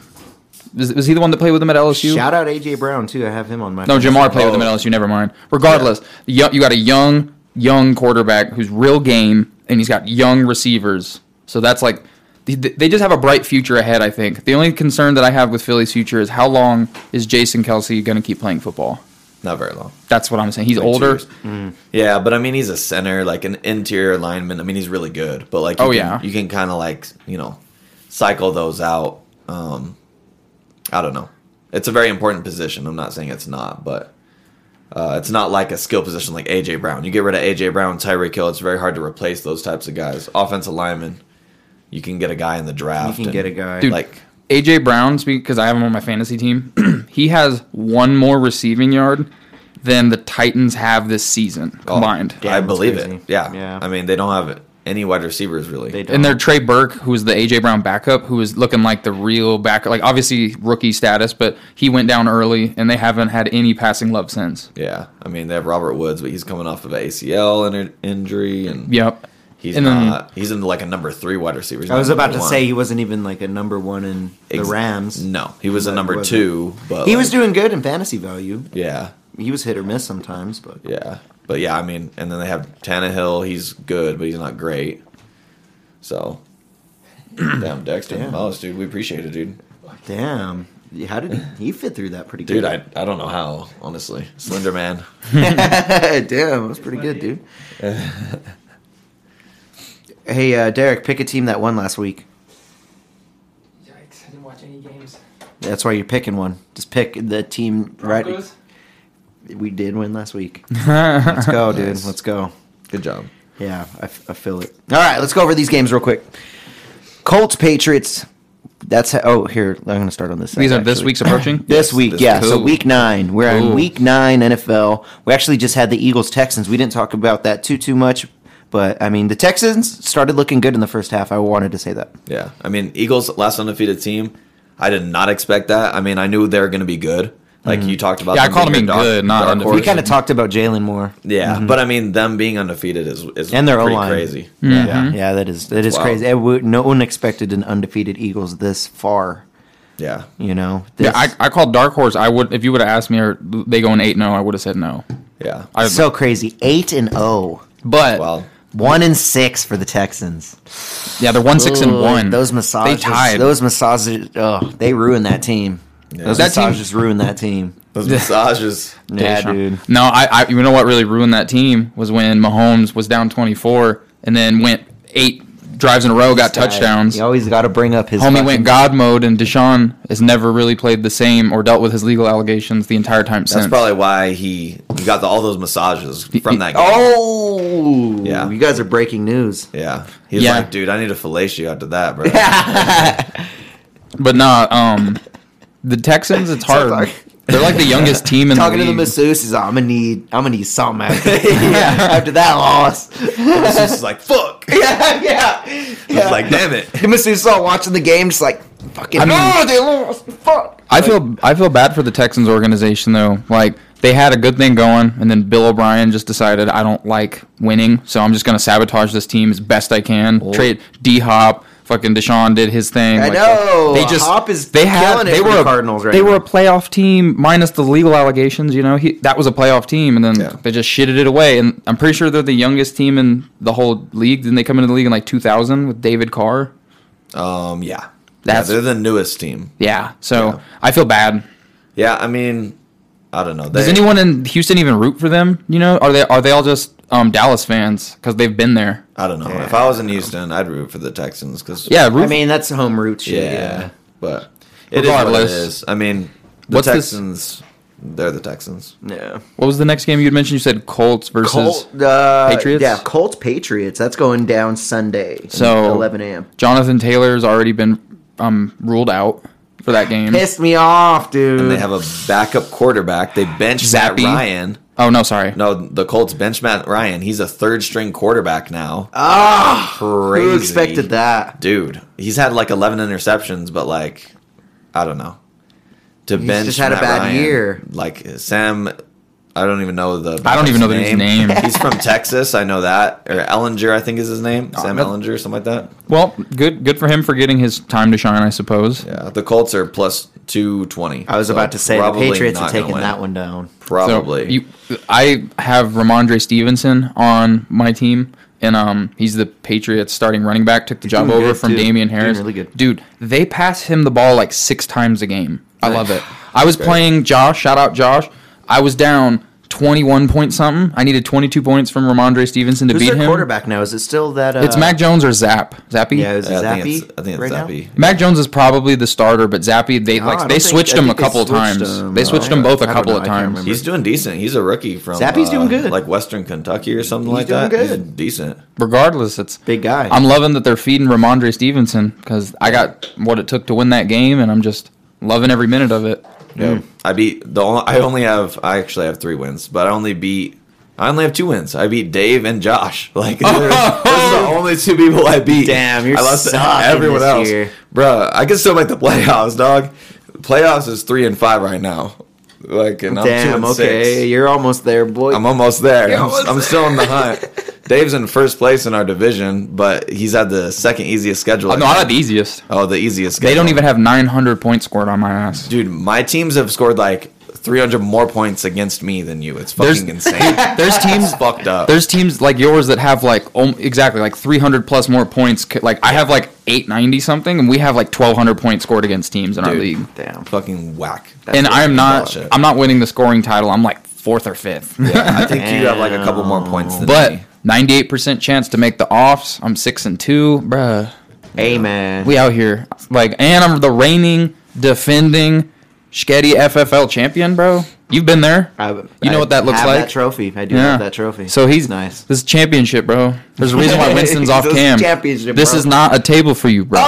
[SPEAKER 4] was, was he the one that played with them at lsu
[SPEAKER 2] Shout out AJ Brown too. I have him on my.
[SPEAKER 4] no, Jamar played with
[SPEAKER 3] Oh.
[SPEAKER 4] them at LSU. Never mind. Regardless, yo- you got a young, young quarterback who's real game, and he's got young receivers. So that's like they- they just have a bright future ahead. I think the only concern that I have with Philly's future is how long is Jason Kelsey going to keep playing football?
[SPEAKER 3] Not very long.
[SPEAKER 4] That's what I'm saying. He's
[SPEAKER 3] Like,
[SPEAKER 4] older.
[SPEAKER 3] cheers.
[SPEAKER 2] Mm.
[SPEAKER 3] Yeah, but I mean, he's a center, like an interior lineman. I mean, he's really good. But like, you
[SPEAKER 4] Oh,
[SPEAKER 3] can-
[SPEAKER 4] yeah.
[SPEAKER 3] you can kind of like you know cycle those out. Um, I don't know. It's a very important position. I'm not saying it's not, but uh, it's not like a skill position like AJ Brown. You get rid of AJ Brown, Tyreek Hill. It's very hard to replace those types of guys. Offensive lineman, you can get a guy in the draft.
[SPEAKER 2] You can
[SPEAKER 3] and,
[SPEAKER 2] get a guy.
[SPEAKER 4] Dude,
[SPEAKER 3] like
[SPEAKER 4] AJ Brown, because I have him on my fantasy team, he has one more receiving yard than the Titans have this season
[SPEAKER 3] oh,
[SPEAKER 4] combined.
[SPEAKER 2] damn.
[SPEAKER 3] I
[SPEAKER 2] that's
[SPEAKER 3] believe
[SPEAKER 2] crazy.
[SPEAKER 3] it. Yeah.
[SPEAKER 2] Yeah.
[SPEAKER 3] I mean, they don't have any wide receivers really.
[SPEAKER 2] They don't.
[SPEAKER 4] And they're Trey Burke, who was the AJ Brown backup, who is looking like the real back, like obviously rookie status, but he went down early, and they haven't had any passing love since.
[SPEAKER 3] Yeah, I mean they have Robert Woods, but he's coming off of an ACL in- injury, and
[SPEAKER 4] Yep.
[SPEAKER 3] he's
[SPEAKER 4] and then-
[SPEAKER 3] not. he's in like a number three wide receiver. He's
[SPEAKER 2] I
[SPEAKER 3] not
[SPEAKER 2] was
[SPEAKER 3] number
[SPEAKER 2] about to
[SPEAKER 3] one.
[SPEAKER 2] say he wasn't even like a number one in the
[SPEAKER 3] Ex-
[SPEAKER 2] Rams.
[SPEAKER 3] no, he was a
[SPEAKER 2] But
[SPEAKER 3] number
[SPEAKER 2] wasn't.
[SPEAKER 3] two, but
[SPEAKER 2] He was
[SPEAKER 3] like,
[SPEAKER 2] doing good in fantasy value.
[SPEAKER 3] yeah,
[SPEAKER 2] He was hit or miss sometimes, but
[SPEAKER 3] yeah, but yeah, I mean, and then they have Tannehill. He's good, but he's not great. So, damn Dexter
[SPEAKER 2] Damn.
[SPEAKER 3] Morales, dude, we appreciate it, dude.
[SPEAKER 2] damn, how did he fit through that pretty
[SPEAKER 3] Dude, I
[SPEAKER 2] good?
[SPEAKER 3] I don't know how honestly, Slender Man.
[SPEAKER 2] Dude, damn, that's pretty good, dude. hey, uh, Derek, pick a team that won last week.
[SPEAKER 5] Yikes! I didn't watch any games.
[SPEAKER 2] That's why you're picking one. Just pick the team
[SPEAKER 5] Broncos.
[SPEAKER 2] right. We did win last week. Let's go, dude.
[SPEAKER 3] Nice.
[SPEAKER 2] Let's go.
[SPEAKER 3] Good job.
[SPEAKER 2] Yeah, I, f- I feel it. All right, let's go over these games real quick. Colts, Patriots. That's how, oh here. I'm going to start on this.
[SPEAKER 4] These are
[SPEAKER 2] side,
[SPEAKER 4] this
[SPEAKER 2] actually.
[SPEAKER 4] week's approaching?
[SPEAKER 2] This week,
[SPEAKER 3] this
[SPEAKER 2] yeah.
[SPEAKER 4] week.
[SPEAKER 2] So
[SPEAKER 4] Cool.
[SPEAKER 2] week nine, we're on
[SPEAKER 4] Cool.
[SPEAKER 2] week nine NFL. We actually just had the Eagles Texans. We didn't talk about that too too much, but I mean the Texans started looking good in the first half. I wanted to say that.
[SPEAKER 3] Yeah, I mean Eagles last undefeated team. I did not expect that. I mean, I knew they were going to be good. Like you talked about.
[SPEAKER 4] Mm-hmm. Yeah, I
[SPEAKER 3] them
[SPEAKER 4] called
[SPEAKER 3] being
[SPEAKER 4] them
[SPEAKER 3] your dark-
[SPEAKER 4] good, not
[SPEAKER 3] dark
[SPEAKER 4] undefeated. Mm-hmm.
[SPEAKER 3] horse.
[SPEAKER 2] We kind of talked about Jalen Moore.
[SPEAKER 3] Yeah, but I mean, them being undefeated is is
[SPEAKER 2] And their
[SPEAKER 3] pretty
[SPEAKER 2] O-line.
[SPEAKER 3] crazy.
[SPEAKER 4] Mm-hmm.
[SPEAKER 2] Yeah, yeah, that is that is
[SPEAKER 3] wild.
[SPEAKER 2] crazy. It would- no one expected an undefeated Eagles this far.
[SPEAKER 3] Yeah,
[SPEAKER 2] You know,
[SPEAKER 4] Yeah,
[SPEAKER 2] This-
[SPEAKER 4] I, I called Dark Horse. I would if you would have asked me, are they going eight? No, I would have said no.
[SPEAKER 3] yeah.
[SPEAKER 4] I,
[SPEAKER 2] so crazy. Eight and oh. zero.
[SPEAKER 4] but
[SPEAKER 3] Well,
[SPEAKER 2] One and six for the Texans.
[SPEAKER 4] yeah, they're one six and
[SPEAKER 2] Ooh,
[SPEAKER 4] one.
[SPEAKER 2] Those massages.
[SPEAKER 4] They tied.
[SPEAKER 2] Those massages. Oh, they ruined that team. Those
[SPEAKER 4] That team-
[SPEAKER 2] massages ruined that team.
[SPEAKER 3] those massages.
[SPEAKER 2] Yeah,
[SPEAKER 4] Deshaun.
[SPEAKER 2] dude.
[SPEAKER 4] No, I, I. You know what really ruined that team was when Mahomes was down 24 and then went eight drives in a row, got
[SPEAKER 2] This guy,
[SPEAKER 4] touchdowns.
[SPEAKER 2] You always got to bring up his.
[SPEAKER 4] Homie
[SPEAKER 2] fucking-
[SPEAKER 4] went God mode, and Deshaun has never really played the same or dealt with his legal allegations the entire time
[SPEAKER 3] That's
[SPEAKER 4] since.
[SPEAKER 3] probably why he he got the, all those massages from that. Game.
[SPEAKER 2] Oh,
[SPEAKER 3] Yeah.
[SPEAKER 2] You guys are breaking news.
[SPEAKER 3] yeah. He's
[SPEAKER 4] Yeah.
[SPEAKER 3] like, dude, I need to fellatio you after that, bro.
[SPEAKER 4] but nah, um, the Texans. It's hard.
[SPEAKER 2] sorry.
[SPEAKER 4] They're like the youngest team in
[SPEAKER 2] Talking
[SPEAKER 4] the
[SPEAKER 2] to the
[SPEAKER 4] league.
[SPEAKER 2] masseuse is, I'm gonna need, I'm gonna need something after, after that loss.
[SPEAKER 3] He's just like, fuck. He's
[SPEAKER 2] yeah, yeah.
[SPEAKER 3] like, damn it.
[SPEAKER 2] The masseuse all watching the game, just like fucking.
[SPEAKER 4] I mean-
[SPEAKER 2] oh, they lost. Fuck.
[SPEAKER 4] I feel I feel bad for the Texans organization though. Like they had a good thing going, and then Bill O'Brien just decided I don't like winning, so I'm just gonna sabotage this team as best I can. Trade D Hop, fucking Deshaun did his thing.
[SPEAKER 2] Oh. I
[SPEAKER 4] Like,
[SPEAKER 2] know. Hop is killing it for the
[SPEAKER 4] were a-
[SPEAKER 2] Cardinals right
[SPEAKER 4] they were
[SPEAKER 2] now.
[SPEAKER 4] a playoff team minus the legal allegations. You know, he, that was a playoff team, and then
[SPEAKER 3] Yeah.
[SPEAKER 4] they just shitted it away. And I'm pretty sure they're the youngest team in the whole league. Didn't they come into the league in like 2000 with David Carr?
[SPEAKER 3] Um, yeah.
[SPEAKER 4] That's-
[SPEAKER 3] yeah, they're the newest team.
[SPEAKER 4] Yeah. So
[SPEAKER 3] Yeah.
[SPEAKER 4] I feel bad.
[SPEAKER 3] Yeah, I mean, I don't know.
[SPEAKER 4] Does
[SPEAKER 3] They-
[SPEAKER 4] anyone in Houston even root for them? You know, are they are they all just um, Dallas fans because they've been there?
[SPEAKER 3] I don't know. If I was in Houston, I'd root for the Texans because
[SPEAKER 4] Yeah, root
[SPEAKER 2] I mean, that's home root shit.
[SPEAKER 3] yeah,
[SPEAKER 2] yeah.
[SPEAKER 3] But it is what it
[SPEAKER 4] Regardless.
[SPEAKER 3] is. I mean, the
[SPEAKER 4] What's this-
[SPEAKER 3] Texans. They're the Texans.
[SPEAKER 2] Yeah.
[SPEAKER 4] what was the next game you had mentioned? You said Colts versus.
[SPEAKER 2] Colt, uh,
[SPEAKER 4] Patriots?
[SPEAKER 2] Yeah, Colts Patriots. That's going down Sunday.
[SPEAKER 4] So
[SPEAKER 2] 11 a.m.
[SPEAKER 4] Jonathan Taylor's already been um, ruled out for that game.
[SPEAKER 2] Pissed me off, dude.
[SPEAKER 3] And they have a backup quarterback. They bench
[SPEAKER 4] Mm. Zappy?
[SPEAKER 3] Matt Ryan.
[SPEAKER 4] Oh no, sorry.
[SPEAKER 3] No, the Colts bench Matt Ryan. He's a third string quarterback now.
[SPEAKER 2] Ah,
[SPEAKER 3] Crazy.
[SPEAKER 2] who expected that?
[SPEAKER 3] Dude, he's had like 11 interceptions, but like, I don't know. To
[SPEAKER 2] He's
[SPEAKER 3] bench
[SPEAKER 2] just had a
[SPEAKER 3] Matt
[SPEAKER 2] bad
[SPEAKER 3] Ryan,
[SPEAKER 2] year.
[SPEAKER 3] Like, Sam, I don't even know the.
[SPEAKER 4] I don't even know the
[SPEAKER 3] his
[SPEAKER 4] dude's name.
[SPEAKER 3] he's from Texas. I know that. Or Ellinger, I think is his name. Sam
[SPEAKER 4] that-
[SPEAKER 3] Ellinger, something like that.
[SPEAKER 4] Well, good good for him for getting his time to shine, I suppose.
[SPEAKER 3] Yeah, the Colts are plus 220.
[SPEAKER 2] I was
[SPEAKER 3] so
[SPEAKER 2] about to say the
[SPEAKER 3] probably
[SPEAKER 2] Patriots are
[SPEAKER 3] not gonna
[SPEAKER 2] taking
[SPEAKER 3] win.
[SPEAKER 2] that one down.
[SPEAKER 4] So
[SPEAKER 3] Probably.
[SPEAKER 4] you, I have Ramondre Stevenson on my team, and um, he's the Patriots starting running back. Took the job
[SPEAKER 2] doing
[SPEAKER 4] over
[SPEAKER 2] good,
[SPEAKER 4] from
[SPEAKER 2] too.
[SPEAKER 4] Damian
[SPEAKER 2] Doing
[SPEAKER 4] Harris.
[SPEAKER 2] really good.
[SPEAKER 4] Dude, they pass him the ball like six times a game. I
[SPEAKER 2] Nice.
[SPEAKER 4] love it. I was playing Josh. Shout out Josh. I was down twenty-one point something. I needed twenty-two points from Ramondre Stevenson to
[SPEAKER 2] Who's
[SPEAKER 4] beat
[SPEAKER 2] their
[SPEAKER 4] him.
[SPEAKER 2] quarterback now? Is it still that? Uh,
[SPEAKER 4] It's Mac Jones or Zap. Zappy.
[SPEAKER 2] Yeah, is it
[SPEAKER 3] Yeah, I
[SPEAKER 2] Zappy?
[SPEAKER 3] think it's, I think it's
[SPEAKER 2] right now?
[SPEAKER 3] Zappy.
[SPEAKER 4] Mac Jones is probably the starter, but Zappy they
[SPEAKER 2] No, I
[SPEAKER 4] like
[SPEAKER 2] don't
[SPEAKER 4] they
[SPEAKER 2] think-
[SPEAKER 4] switched
[SPEAKER 2] I
[SPEAKER 4] him a
[SPEAKER 2] think they
[SPEAKER 4] couple of
[SPEAKER 2] switched
[SPEAKER 4] times.
[SPEAKER 2] him.
[SPEAKER 4] They
[SPEAKER 2] Oh,
[SPEAKER 4] switched
[SPEAKER 2] I
[SPEAKER 4] them
[SPEAKER 2] don't-
[SPEAKER 4] both a
[SPEAKER 2] I don't
[SPEAKER 4] couple
[SPEAKER 2] know.
[SPEAKER 4] of
[SPEAKER 2] I can't
[SPEAKER 4] times.
[SPEAKER 2] remember.
[SPEAKER 3] He's doing decent. He's a rookie from uh,
[SPEAKER 2] Zappy's doing good.
[SPEAKER 3] like Western Kentucky or something like
[SPEAKER 2] He's doing
[SPEAKER 3] that. He's
[SPEAKER 2] good.
[SPEAKER 3] decent.
[SPEAKER 4] Regardless, it's
[SPEAKER 2] Big guy.
[SPEAKER 4] I'm loving that they're feeding Ramondre Stevenson because I got what it took to win that game, and I'm just loving every minute of it.
[SPEAKER 3] Yeah, I beat the. Only, I only have. I actually have three wins, but I only beat. I only have two wins. I beat Dave and Josh. Like those are the only two people I beat.
[SPEAKER 2] Damn, you're
[SPEAKER 3] I lost to
[SPEAKER 2] sucking this year.
[SPEAKER 3] Bruh, I can still make the playoffs, dog. Playoffs is three and five right now. Like, and I'm two
[SPEAKER 2] Damn.
[SPEAKER 3] and
[SPEAKER 2] Okay,
[SPEAKER 3] six.
[SPEAKER 2] you're almost there, boy.
[SPEAKER 3] I'm almost there. I'm,
[SPEAKER 2] almost
[SPEAKER 3] I'm still in the hunt. Dave's in first place in our division, but he's had the second easiest schedule.
[SPEAKER 4] Oh, no, I had the easiest.
[SPEAKER 3] Oh, the easiest. Schedule.
[SPEAKER 4] They don't even have 900 points scored on my ass.
[SPEAKER 3] Dude, my teams have scored like 300 more points against me than you. It's fucking
[SPEAKER 4] There's-
[SPEAKER 3] insane.
[SPEAKER 4] There's teams.
[SPEAKER 3] It's fucked up.
[SPEAKER 4] There's teams like yours that have like om- exactly like 300 plus more points. c- Like I have like 890 something, and we have like 1200 points scored against teams in our
[SPEAKER 3] Dude.
[SPEAKER 4] league.
[SPEAKER 2] Damn.
[SPEAKER 3] fucking whack.
[SPEAKER 4] and
[SPEAKER 2] what
[SPEAKER 4] I am not.
[SPEAKER 3] bullshit.
[SPEAKER 4] I'm not winning the scoring title. I'm like fourth or fifth.
[SPEAKER 3] Yeah, I think you have like a couple more points than
[SPEAKER 4] but
[SPEAKER 3] me.
[SPEAKER 4] 98 percent chance to make the offs. I'm six and two, bruh.
[SPEAKER 2] Hey man.
[SPEAKER 4] We out here like, and I'm the reigning defending Sketty FFL champion, bro. You've been there.
[SPEAKER 2] I-
[SPEAKER 4] you know
[SPEAKER 2] I
[SPEAKER 4] what that looks
[SPEAKER 2] have
[SPEAKER 4] like?
[SPEAKER 2] That trophy. I do have that trophy.
[SPEAKER 4] So he's
[SPEAKER 2] nice.
[SPEAKER 4] This is championship, bro. There's a reason why Winston's off
[SPEAKER 2] This is
[SPEAKER 4] cam.
[SPEAKER 2] championship,
[SPEAKER 4] this
[SPEAKER 2] bro.
[SPEAKER 4] is not a table for you, bro.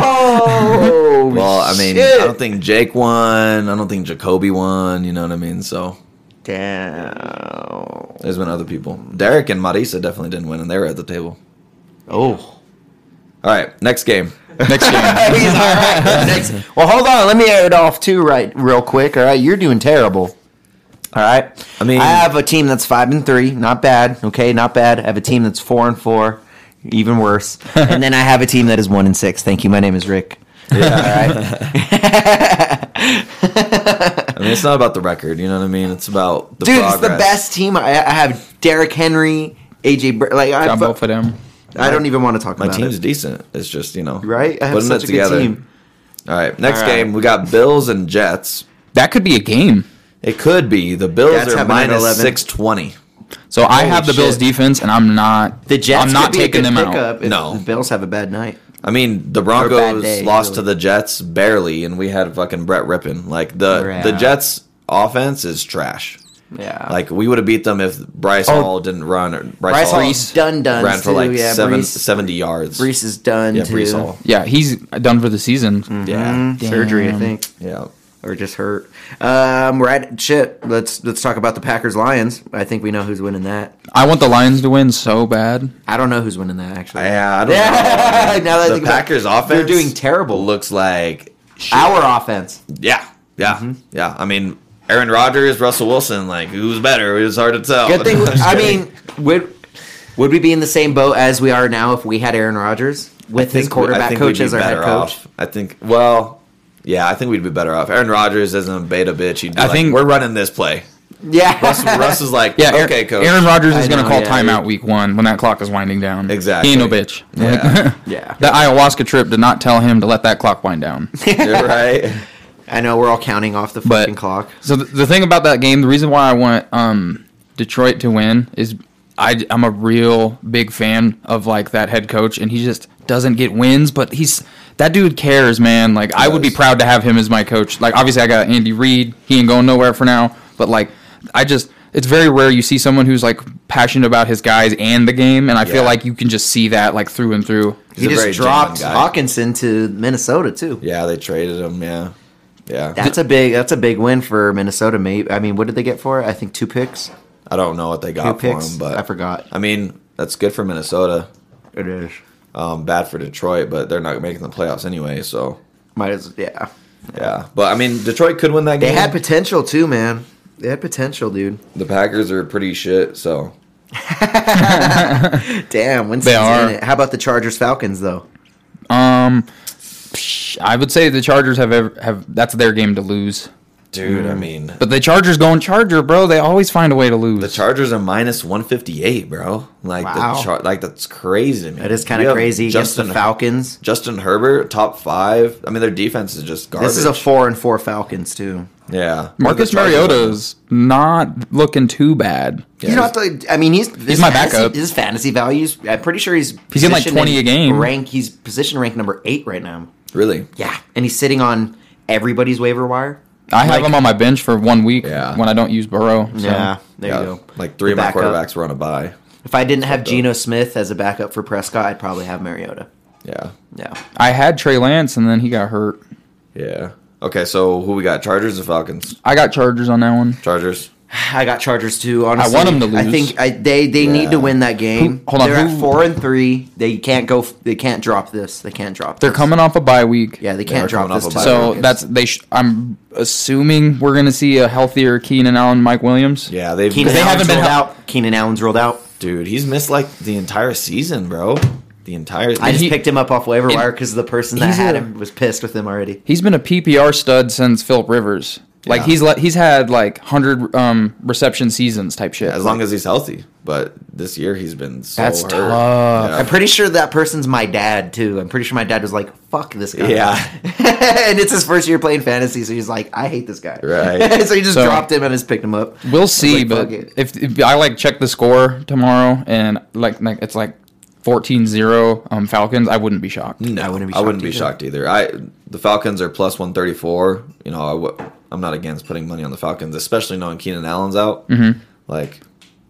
[SPEAKER 2] Oh,
[SPEAKER 3] Well, I mean,
[SPEAKER 2] shit.
[SPEAKER 3] I don't think Jake won. I don't think Jacoby won. You know what I mean? So
[SPEAKER 2] Damn.
[SPEAKER 3] there's been other people. Derek and Marisa definitely didn't win, and they were at the table.
[SPEAKER 2] Oh.
[SPEAKER 3] All right, next game.
[SPEAKER 4] Next game.
[SPEAKER 2] He's all right. Next- Well, hold on. Let me air it off too, right, real quick. All right, you're doing terrible. All right.
[SPEAKER 3] I mean-
[SPEAKER 2] I have a team that's five and three. Not bad. Okay, not bad. I have a team that's four and four. Even worse. and then I have a team that is one and six. Thank you. My name is Rick. All right.
[SPEAKER 3] I mean, it's not about the record. You know what I mean? It's about the
[SPEAKER 2] Dude,
[SPEAKER 3] progress.
[SPEAKER 2] it's the best team. I, I have Derrick Henry, AJ. Br- like I,
[SPEAKER 4] Got both of them.
[SPEAKER 2] I don't even want to talk
[SPEAKER 3] My
[SPEAKER 2] about
[SPEAKER 3] team's
[SPEAKER 2] it.
[SPEAKER 3] decent. It's just you know,
[SPEAKER 2] Right? I have
[SPEAKER 3] putting
[SPEAKER 2] such
[SPEAKER 3] it
[SPEAKER 2] a good
[SPEAKER 3] together.
[SPEAKER 2] team.
[SPEAKER 3] All right, next
[SPEAKER 2] All right.
[SPEAKER 3] game we got Bills and Jets.
[SPEAKER 4] That could be a game.
[SPEAKER 3] It could be the Bills
[SPEAKER 2] Jets
[SPEAKER 3] are
[SPEAKER 2] have another
[SPEAKER 3] minus
[SPEAKER 2] 11.
[SPEAKER 3] six twenty.
[SPEAKER 4] So I have the
[SPEAKER 2] shit.
[SPEAKER 4] Bills defense, and I'm not.
[SPEAKER 2] The Jets.
[SPEAKER 4] I'm
[SPEAKER 2] could
[SPEAKER 4] not
[SPEAKER 2] be a
[SPEAKER 4] taking
[SPEAKER 2] good
[SPEAKER 4] them out.
[SPEAKER 2] pickup If
[SPEAKER 3] No.
[SPEAKER 2] the Bills have a bad night.
[SPEAKER 3] I mean, the
[SPEAKER 2] bad
[SPEAKER 3] Broncos
[SPEAKER 2] day,
[SPEAKER 3] lost
[SPEAKER 2] really.
[SPEAKER 3] to the Jets barely, and we had fucking Brett Rippin. Like the
[SPEAKER 2] Yeah.
[SPEAKER 3] the Jets offense is trash.
[SPEAKER 2] Yeah.
[SPEAKER 3] Like we would have beat them if Bryce Hall didn't run. Or Bryce,
[SPEAKER 2] Oh. Bryce
[SPEAKER 3] Hall
[SPEAKER 2] Hall's done done
[SPEAKER 3] ran for
[SPEAKER 2] too.
[SPEAKER 3] like
[SPEAKER 2] yeah,
[SPEAKER 3] seven,
[SPEAKER 2] Brees,
[SPEAKER 3] 70 yards.
[SPEAKER 2] Brees is done
[SPEAKER 3] yeah,
[SPEAKER 2] too.
[SPEAKER 3] Bryce Hall.
[SPEAKER 4] Yeah, he's done for the season.
[SPEAKER 3] Yeah,
[SPEAKER 2] Mhm. Surgery, I
[SPEAKER 4] Damn.
[SPEAKER 2] think,
[SPEAKER 3] yeah.
[SPEAKER 2] or just hurt. Um, we're at shit. Let's let's talk about the Packers Lions. I think we know who's winning that.
[SPEAKER 4] I want the Lions to win so bad.
[SPEAKER 2] I don't know who's winning that actually.
[SPEAKER 3] Yeah, I don't
[SPEAKER 2] Yeah,
[SPEAKER 3] know.
[SPEAKER 2] now that I
[SPEAKER 3] the
[SPEAKER 2] think about it,
[SPEAKER 3] Packers offense
[SPEAKER 2] they're doing terrible.
[SPEAKER 3] Looks like shit.
[SPEAKER 2] Our offense.
[SPEAKER 3] Yeah, yeah,
[SPEAKER 2] Mm-hmm.
[SPEAKER 3] yeah. I mean, Aaron Rodgers, Russell Wilson, like who's better? It's hard to tell.
[SPEAKER 2] Good thing.
[SPEAKER 3] Just
[SPEAKER 2] I
[SPEAKER 3] kidding.
[SPEAKER 2] mean, would would we be in the same boat as we are now if we had Aaron Rodgers with
[SPEAKER 3] I think
[SPEAKER 2] his quarterback
[SPEAKER 3] we- I think
[SPEAKER 2] coach
[SPEAKER 3] we'd be
[SPEAKER 2] as our head
[SPEAKER 3] better
[SPEAKER 2] coach?
[SPEAKER 3] Off. I think. Well, yeah, I think we'd be better off. Aaron Rodgers isn't a beta bitch. He'd be
[SPEAKER 4] I
[SPEAKER 3] like,
[SPEAKER 4] think-
[SPEAKER 3] we're running this play.
[SPEAKER 2] Yeah,
[SPEAKER 3] Russ, Russ is like,
[SPEAKER 4] Yeah, Aaron,
[SPEAKER 3] okay, coach.
[SPEAKER 4] Aaron Rodgers
[SPEAKER 2] I
[SPEAKER 4] is going to
[SPEAKER 2] know,
[SPEAKER 4] call
[SPEAKER 2] yeah.
[SPEAKER 4] timeout week one when that clock is winding down.
[SPEAKER 3] Exactly.
[SPEAKER 4] He ain't no bitch.
[SPEAKER 3] Yeah.
[SPEAKER 2] yeah.
[SPEAKER 4] That ayahuasca trip did not tell him to let that clock wind down.
[SPEAKER 3] You're right.
[SPEAKER 2] I know we're all counting off the
[SPEAKER 4] But-
[SPEAKER 2] fucking clock.
[SPEAKER 4] So the, the thing about that game, the reason why I want um, Detroit to win is I, am a real big fan of like that head coach, and he just doesn't get wins, but he's that dude cares, man. Like I would be
[SPEAKER 3] does.
[SPEAKER 4] proud to have him as my coach. Like obviously I got Andy Reid, he ain't going nowhere for now, but like I just. It's very rare you see someone who's like passionate about his guys and the game, and I
[SPEAKER 3] Yeah.
[SPEAKER 4] feel like you can just see that like through and through.
[SPEAKER 2] He
[SPEAKER 3] a very
[SPEAKER 2] just dropped
[SPEAKER 3] genuine guy.
[SPEAKER 2] Hawkinson to Minnesota too.
[SPEAKER 3] Yeah, they traded him. Yeah, yeah.
[SPEAKER 2] That's a big. That's a big win for Minnesota. Maybe I mean, what did they get for it? I think two picks. Two
[SPEAKER 3] I don't know what they got for
[SPEAKER 2] picks.
[SPEAKER 3] him, but
[SPEAKER 2] I forgot.
[SPEAKER 3] I mean, that's good for Minnesota.
[SPEAKER 2] It is.
[SPEAKER 3] Um, bad for Detroit, but they're not making the playoffs anyway. So
[SPEAKER 2] Might as yeah.
[SPEAKER 3] yeah, but I mean, Detroit could win that game.
[SPEAKER 2] They had potential too, man. They had potential, dude.
[SPEAKER 3] the Packers are pretty shit. So
[SPEAKER 2] Damn, Winston's
[SPEAKER 4] They are.
[SPEAKER 2] in it. How about the Chargers Falcons though?
[SPEAKER 4] Um, I would say the Chargers have ever, have that's their game to lose.
[SPEAKER 3] Dude, I mean,
[SPEAKER 4] But the Chargers going Charger, bro. They always find a way to lose.
[SPEAKER 3] the Chargers are minus 158, bro. Like
[SPEAKER 2] Wow.
[SPEAKER 3] the char- like that's crazy to me.
[SPEAKER 2] That is
[SPEAKER 3] You
[SPEAKER 2] kind of
[SPEAKER 3] have
[SPEAKER 2] crazy against the
[SPEAKER 3] Justin-
[SPEAKER 2] Falcons.
[SPEAKER 3] Justin Herbert, top five. I mean, their defense is just garbage.
[SPEAKER 2] This is a four and four Falcons too.
[SPEAKER 3] yeah.
[SPEAKER 4] Marcus
[SPEAKER 3] The Chargers-
[SPEAKER 4] Mariota's not looking too bad.
[SPEAKER 2] You don't have to. I mean, he's he's
[SPEAKER 4] my
[SPEAKER 2] fantasy,
[SPEAKER 4] backup.
[SPEAKER 2] His fantasy values. I'm pretty sure he's
[SPEAKER 4] He's getting, like,
[SPEAKER 2] position
[SPEAKER 4] 20 a game.
[SPEAKER 2] Rank. He's position rank number eight right now.
[SPEAKER 3] Really?
[SPEAKER 2] Yeah, and he's sitting on everybody's waiver wire.
[SPEAKER 4] I have him on my bench for one week
[SPEAKER 3] Yeah.
[SPEAKER 4] when I don't use Burrow. So.
[SPEAKER 2] yeah, there
[SPEAKER 3] yeah,
[SPEAKER 2] you go.
[SPEAKER 3] Like three
[SPEAKER 2] The
[SPEAKER 3] of my
[SPEAKER 2] backup.
[SPEAKER 3] quarterbacks were on a bye.
[SPEAKER 2] If I didn't have Geno Smith as a backup for Prescott, I'd probably have Mariota.
[SPEAKER 3] Yeah.
[SPEAKER 2] Yeah,
[SPEAKER 4] I had Trey Lance and then he got hurt.
[SPEAKER 3] Yeah. Okay, so who we got? Chargers or Falcons?
[SPEAKER 4] I got Chargers on that one.
[SPEAKER 3] Chargers.
[SPEAKER 2] I got Chargers too. Honestly,
[SPEAKER 4] want 'em to
[SPEAKER 2] I
[SPEAKER 4] lose.
[SPEAKER 2] think I, they they need to
[SPEAKER 3] Yeah.
[SPEAKER 2] win that game.
[SPEAKER 4] Who- hold on,
[SPEAKER 2] they're
[SPEAKER 4] who-
[SPEAKER 2] at four and three. They can't go. f- They can't drop this. They can't drop.
[SPEAKER 4] They're
[SPEAKER 2] this.
[SPEAKER 4] coming off a bye week.
[SPEAKER 2] Yeah, they
[SPEAKER 3] They are
[SPEAKER 2] can't drop
[SPEAKER 3] coming off
[SPEAKER 2] this.
[SPEAKER 3] a bye
[SPEAKER 2] to the
[SPEAKER 4] So
[SPEAKER 2] Falcons.
[SPEAKER 4] that's they. Sh- I'm assuming we're gonna see a healthier Keenan Allen, Mike Williams.
[SPEAKER 3] Yeah, they've
[SPEAKER 2] Keenan
[SPEAKER 4] they
[SPEAKER 2] Allen's
[SPEAKER 4] haven't been
[SPEAKER 2] rolled
[SPEAKER 4] hel-
[SPEAKER 2] out. Keenan Allen's rolled out.
[SPEAKER 3] dude, he's missed like the entire season, bro. The entire
[SPEAKER 2] I just
[SPEAKER 4] he-
[SPEAKER 2] picked him up off waiver
[SPEAKER 4] and-
[SPEAKER 2] wire because the person that
[SPEAKER 4] he's
[SPEAKER 2] had
[SPEAKER 4] a-
[SPEAKER 2] him was pissed with him already.
[SPEAKER 4] He's been a PPR stud since Philip Rivers. Like
[SPEAKER 3] Yeah.
[SPEAKER 4] he's le- he's had like hundred um, reception seasons type shit.
[SPEAKER 3] as long as he's healthy. But this year he's been so
[SPEAKER 4] That's
[SPEAKER 3] hurt.
[SPEAKER 4] tough.
[SPEAKER 3] Yeah.
[SPEAKER 2] I'm pretty sure that person's my dad too. I'm pretty sure my dad was like, "Fuck this guy."
[SPEAKER 3] Yeah.
[SPEAKER 2] and it's his first year playing fantasy, so he's like, "I hate this guy."
[SPEAKER 3] Right.
[SPEAKER 2] so he just
[SPEAKER 4] So-
[SPEAKER 2] dropped him and just picked him up.
[SPEAKER 4] We'll see,
[SPEAKER 2] like,
[SPEAKER 4] but
[SPEAKER 2] fuck it.
[SPEAKER 4] if, if I like check the score tomorrow and like, like it's like 14-0 um, Falcons, I wouldn't be shocked.
[SPEAKER 3] No,
[SPEAKER 2] I wouldn't be
[SPEAKER 3] I wouldn't
[SPEAKER 2] shocked
[SPEAKER 3] be
[SPEAKER 2] either.
[SPEAKER 3] shocked either. I the Falcons are plus one thirty four. You know, I w- I'm not against putting money on the Falcons, especially knowing Keenan Allen's out. Mm-hmm. Like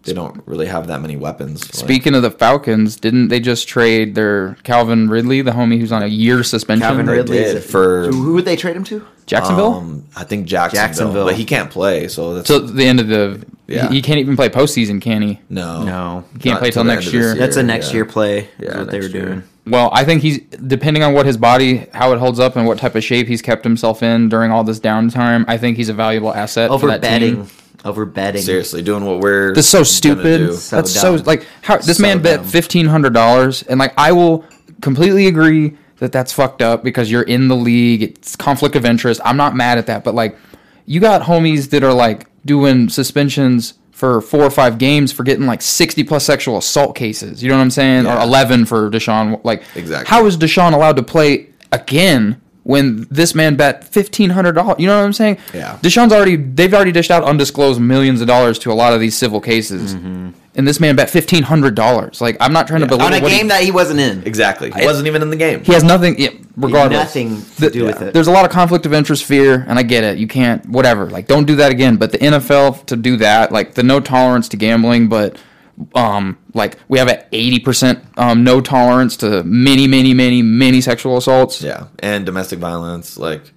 [SPEAKER 3] they don't really have that many weapons. Like,
[SPEAKER 4] Speaking of the Falcons, didn't they just trade their Calvin Ridley, the homie who's on a year suspension?
[SPEAKER 2] Calvin
[SPEAKER 3] they
[SPEAKER 2] Ridley
[SPEAKER 3] did for
[SPEAKER 2] Who would they trade him to?
[SPEAKER 4] Jacksonville.
[SPEAKER 3] Um, I think Jacksonville,
[SPEAKER 2] Jacksonville.
[SPEAKER 3] but he can't play, so that's
[SPEAKER 4] so the end of the
[SPEAKER 3] Yeah.
[SPEAKER 4] he, he can't even play postseason, can he?
[SPEAKER 3] no,
[SPEAKER 4] He can't
[SPEAKER 3] Not
[SPEAKER 4] play
[SPEAKER 3] till
[SPEAKER 4] till
[SPEAKER 3] the
[SPEAKER 4] next
[SPEAKER 3] end of this
[SPEAKER 4] year.
[SPEAKER 3] year.
[SPEAKER 2] That's a next
[SPEAKER 3] yeah.
[SPEAKER 2] year play. is
[SPEAKER 3] Yeah,
[SPEAKER 2] what they were
[SPEAKER 3] next year.
[SPEAKER 2] doing.
[SPEAKER 4] Well, I think he's depending on what his body, how it holds up, and what type of shape he's kept himself in during all this downtime. I think he's a valuable asset for
[SPEAKER 2] Over
[SPEAKER 4] that
[SPEAKER 2] Oh, betting.
[SPEAKER 4] team.
[SPEAKER 2] Over betting.
[SPEAKER 3] Seriously, doing what we're
[SPEAKER 4] That's so
[SPEAKER 3] gonna
[SPEAKER 4] stupid.
[SPEAKER 3] do.
[SPEAKER 2] So
[SPEAKER 4] That's so
[SPEAKER 2] dumb.
[SPEAKER 4] like how this
[SPEAKER 2] So
[SPEAKER 4] man bet
[SPEAKER 2] dumb.
[SPEAKER 4] fifteen hundred dollars, and like I will completely agree that that's fucked up because you're in the league. It's conflict of interest. I'm not mad at that, but like you got homies that are like doing suspensions for four or five games for getting like sixty plus sexual assault cases. You know what I'm saying? Or
[SPEAKER 3] Yeah.
[SPEAKER 4] eleven for Deshaun. Like
[SPEAKER 3] Exactly.
[SPEAKER 4] How is Deshaun allowed to play again? When this man bet fifteen hundred dollars, you know what I'm saying?
[SPEAKER 3] Yeah.
[SPEAKER 4] Deshaun's already they've already dished out undisclosed millions of dollars to a lot of these civil cases, and this man bet fifteen hundred dollars. Like I'm not trying to believe
[SPEAKER 2] Mm-hmm. On a
[SPEAKER 4] what he-
[SPEAKER 2] game that he wasn't in.
[SPEAKER 3] Exactly, he wasn't even in the game.
[SPEAKER 4] he has nothing. Yeah, regardless,
[SPEAKER 2] Nothing to do with it.
[SPEAKER 4] There's a lot of conflict of interest, fear, and I get it. You can't, whatever. Like don't do that again. But the NFL to do that, like the no tolerance to gambling, but um, like we have an eighty percent um no tolerance to many, many, many, many sexual assaults.
[SPEAKER 3] Yeah, and domestic violence. Like,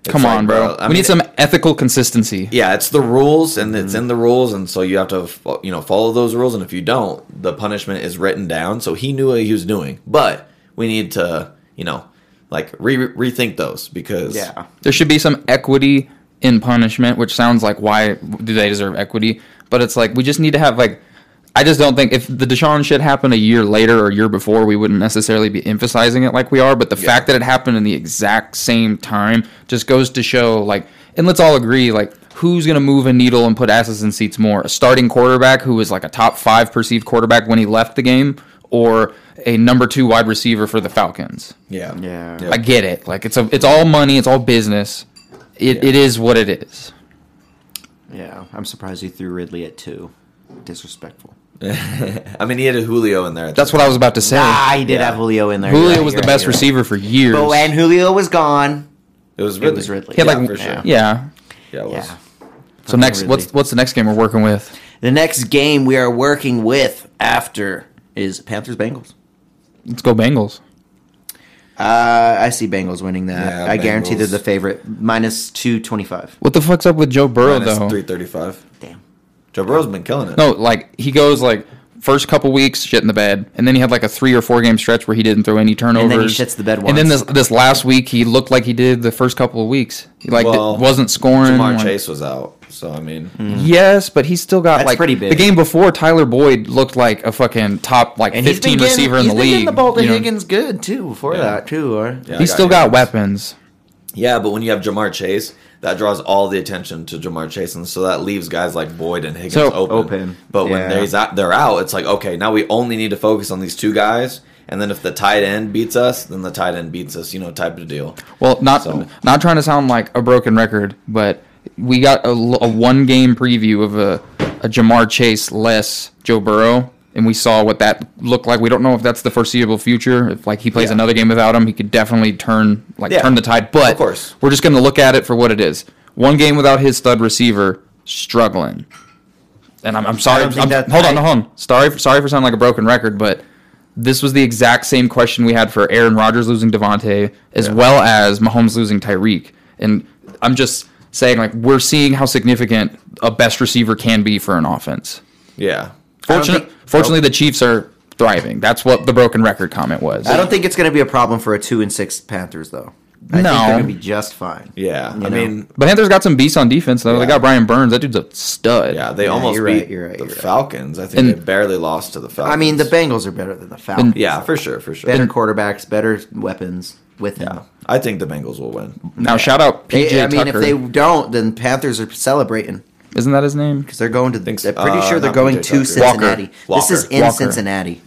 [SPEAKER 3] it's
[SPEAKER 4] Come
[SPEAKER 3] like,
[SPEAKER 4] on, bro.
[SPEAKER 3] I
[SPEAKER 4] we
[SPEAKER 3] mean,
[SPEAKER 4] need some ethical consistency.
[SPEAKER 3] Yeah, it's the rules, and
[SPEAKER 2] Mm-hmm.
[SPEAKER 3] it's in the rules, and so you have to, fo- you know, follow those rules. And if you don't, the punishment is written down. So he knew what he was doing, but we need to, you know, like re- rethink those because
[SPEAKER 2] Yeah.
[SPEAKER 4] There should be some equity in punishment, which sounds like why do they deserve equity? But it's like we just need to have like I just don't think if the Deshaun shit happened a year later or a year before, we wouldn't necessarily be emphasizing it like we are. But the fact that it happened in the exact same time just goes to show like and let's all agree like who's gonna move a needle and put asses in seats more? A starting quarterback who was like a top five perceived quarterback when he left the game, or a number two wide receiver for the Falcons.
[SPEAKER 3] yeah,
[SPEAKER 2] Yeah.
[SPEAKER 4] I get it. Like it's a, it's all money. It's all business. It, it is what it is.
[SPEAKER 2] Yeah. I'm surprised you threw Ridley at two. Disrespectful.
[SPEAKER 3] I mean, he had a Julio in there.
[SPEAKER 4] That's what I was about to say.
[SPEAKER 2] Ah, he did
[SPEAKER 3] Yeah.
[SPEAKER 2] have Julio in there. You're
[SPEAKER 4] Julio
[SPEAKER 2] right,
[SPEAKER 4] was the
[SPEAKER 2] you're right,
[SPEAKER 4] best
[SPEAKER 2] you're right.
[SPEAKER 4] receiver for years.
[SPEAKER 2] But when Julio was gone,
[SPEAKER 3] it was
[SPEAKER 2] it
[SPEAKER 3] Ridley.
[SPEAKER 2] was Ridley.
[SPEAKER 4] he had
[SPEAKER 3] Yeah,
[SPEAKER 4] like
[SPEAKER 3] for sure.
[SPEAKER 4] yeah.
[SPEAKER 3] Yeah, it was.
[SPEAKER 2] Yeah.
[SPEAKER 4] So next,
[SPEAKER 2] Ridley.
[SPEAKER 4] what's what's the next game we're working with?
[SPEAKER 2] The next game we are working with after is Panthers Bengals.
[SPEAKER 4] Let's go Bengals.
[SPEAKER 2] Uh, I see Bengals winning that.
[SPEAKER 3] Yeah,
[SPEAKER 2] I guarantee they're
[SPEAKER 3] Bengals.
[SPEAKER 2] the favorite. Minus 225.
[SPEAKER 4] What the fuck's up with Joe Burrow though?
[SPEAKER 3] three thirty-five.
[SPEAKER 2] Damn.
[SPEAKER 3] Joe Burrow's been killing it.
[SPEAKER 4] No, like he goes like first couple weeks shit in the bed, and then he had like a three or four game stretch where he didn't throw any turnovers.
[SPEAKER 2] shits the bed
[SPEAKER 4] And then this
[SPEAKER 2] once.
[SPEAKER 4] this last week he looked like he did the first couple of weeks. He like
[SPEAKER 3] Well,
[SPEAKER 4] wasn't scoring.
[SPEAKER 3] Jamar
[SPEAKER 4] like-
[SPEAKER 3] Chase was out, so I mean,
[SPEAKER 2] Hmm.
[SPEAKER 4] Yes, but he's still got
[SPEAKER 2] Mm. That's
[SPEAKER 4] like
[SPEAKER 2] pretty big.
[SPEAKER 4] the game before Tyler Boyd looked like a fucking top like
[SPEAKER 2] And he's been
[SPEAKER 4] fifteen
[SPEAKER 2] getting-
[SPEAKER 4] receiver in
[SPEAKER 2] he's
[SPEAKER 4] the
[SPEAKER 2] been
[SPEAKER 4] league.
[SPEAKER 2] getting the ball to
[SPEAKER 4] you know?
[SPEAKER 2] Higgins good, too, before
[SPEAKER 3] Yeah.
[SPEAKER 2] that, too. Or,
[SPEAKER 3] Yeah, I
[SPEAKER 4] he's still got
[SPEAKER 3] Higgins.
[SPEAKER 4] weapons.
[SPEAKER 3] Yeah, but when you have Jamar Chase, That draws all the attention to Jamar Chase, and so that leaves guys like Boyd and Higgins
[SPEAKER 4] So-
[SPEAKER 3] open.
[SPEAKER 2] Open.
[SPEAKER 3] But when
[SPEAKER 2] Yeah.
[SPEAKER 3] there's out, they're out, it's like okay, now we only need to focus on these two guys, and then if the tight end beats us, then the tight end beats us, you know, type of deal.
[SPEAKER 4] Well, not
[SPEAKER 3] So-
[SPEAKER 4] not trying to sound like a broken record, but we got a, one game preview of a, a Jamar Chase less Joe Burrow, and we saw what that looked like. We don't know if that's the foreseeable future. If like he plays
[SPEAKER 3] Yeah.
[SPEAKER 4] another game without him, he could definitely turn like
[SPEAKER 3] Yeah.
[SPEAKER 4] turn the tide. But
[SPEAKER 3] Of course.
[SPEAKER 4] we're just going to look at it for what it is. One game without his stud receiver struggling, and I'm, I'm sorry.
[SPEAKER 2] I don't think
[SPEAKER 4] I'm-
[SPEAKER 2] that-
[SPEAKER 4] hold on,
[SPEAKER 2] I-
[SPEAKER 4] hold on. Sorry, sorry for sounding like a broken record, but this was the exact same question we had for Aaron Rodgers losing Devontae, as well as Mahomes losing Tyreek. And I'm just saying, like, we're seeing how significant a best receiver can be for an offense.
[SPEAKER 3] Yeah,
[SPEAKER 2] don't
[SPEAKER 4] Fortunately,
[SPEAKER 2] think-
[SPEAKER 4] fortunately, the Chiefs are thriving. That's what the broken record comment was.
[SPEAKER 2] I don't think it's going to be a problem for a two and six Panthers though. I think
[SPEAKER 4] No.
[SPEAKER 2] they're going to be just fine.
[SPEAKER 3] yeah.
[SPEAKER 2] You
[SPEAKER 3] I
[SPEAKER 2] know?
[SPEAKER 3] mean,
[SPEAKER 4] But Panthers got some beasts on defense, though. They
[SPEAKER 3] Yeah.
[SPEAKER 4] got Brian Burns. That dude's a stud.
[SPEAKER 3] yeah, they
[SPEAKER 2] Yeah,
[SPEAKER 3] almost beat
[SPEAKER 2] you're right, you're right,
[SPEAKER 3] the
[SPEAKER 2] you're right.
[SPEAKER 3] Falcons. I think
[SPEAKER 4] And-
[SPEAKER 3] they barely lost to the Falcons.
[SPEAKER 2] I mean, the Bengals are better than the Falcons.
[SPEAKER 3] yeah, for sure, for sure.
[SPEAKER 2] better quarterbacks, better weapons with him.
[SPEAKER 3] yeah, I think the Bengals will win.
[SPEAKER 4] Now, shout out PJ
[SPEAKER 2] They- I mean,
[SPEAKER 4] Tucker.
[SPEAKER 2] if they don't, then Panthers are celebrating
[SPEAKER 4] Isn't that his name?
[SPEAKER 2] because they're going to.
[SPEAKER 3] Think so.
[SPEAKER 2] they're pretty
[SPEAKER 3] Uh,
[SPEAKER 2] sure they're
[SPEAKER 3] not
[SPEAKER 2] going
[SPEAKER 3] PJ
[SPEAKER 2] to
[SPEAKER 3] Tucker.
[SPEAKER 2] Cincinnati.
[SPEAKER 3] Walker.
[SPEAKER 2] This is in
[SPEAKER 4] Walker.
[SPEAKER 2] Cincinnati,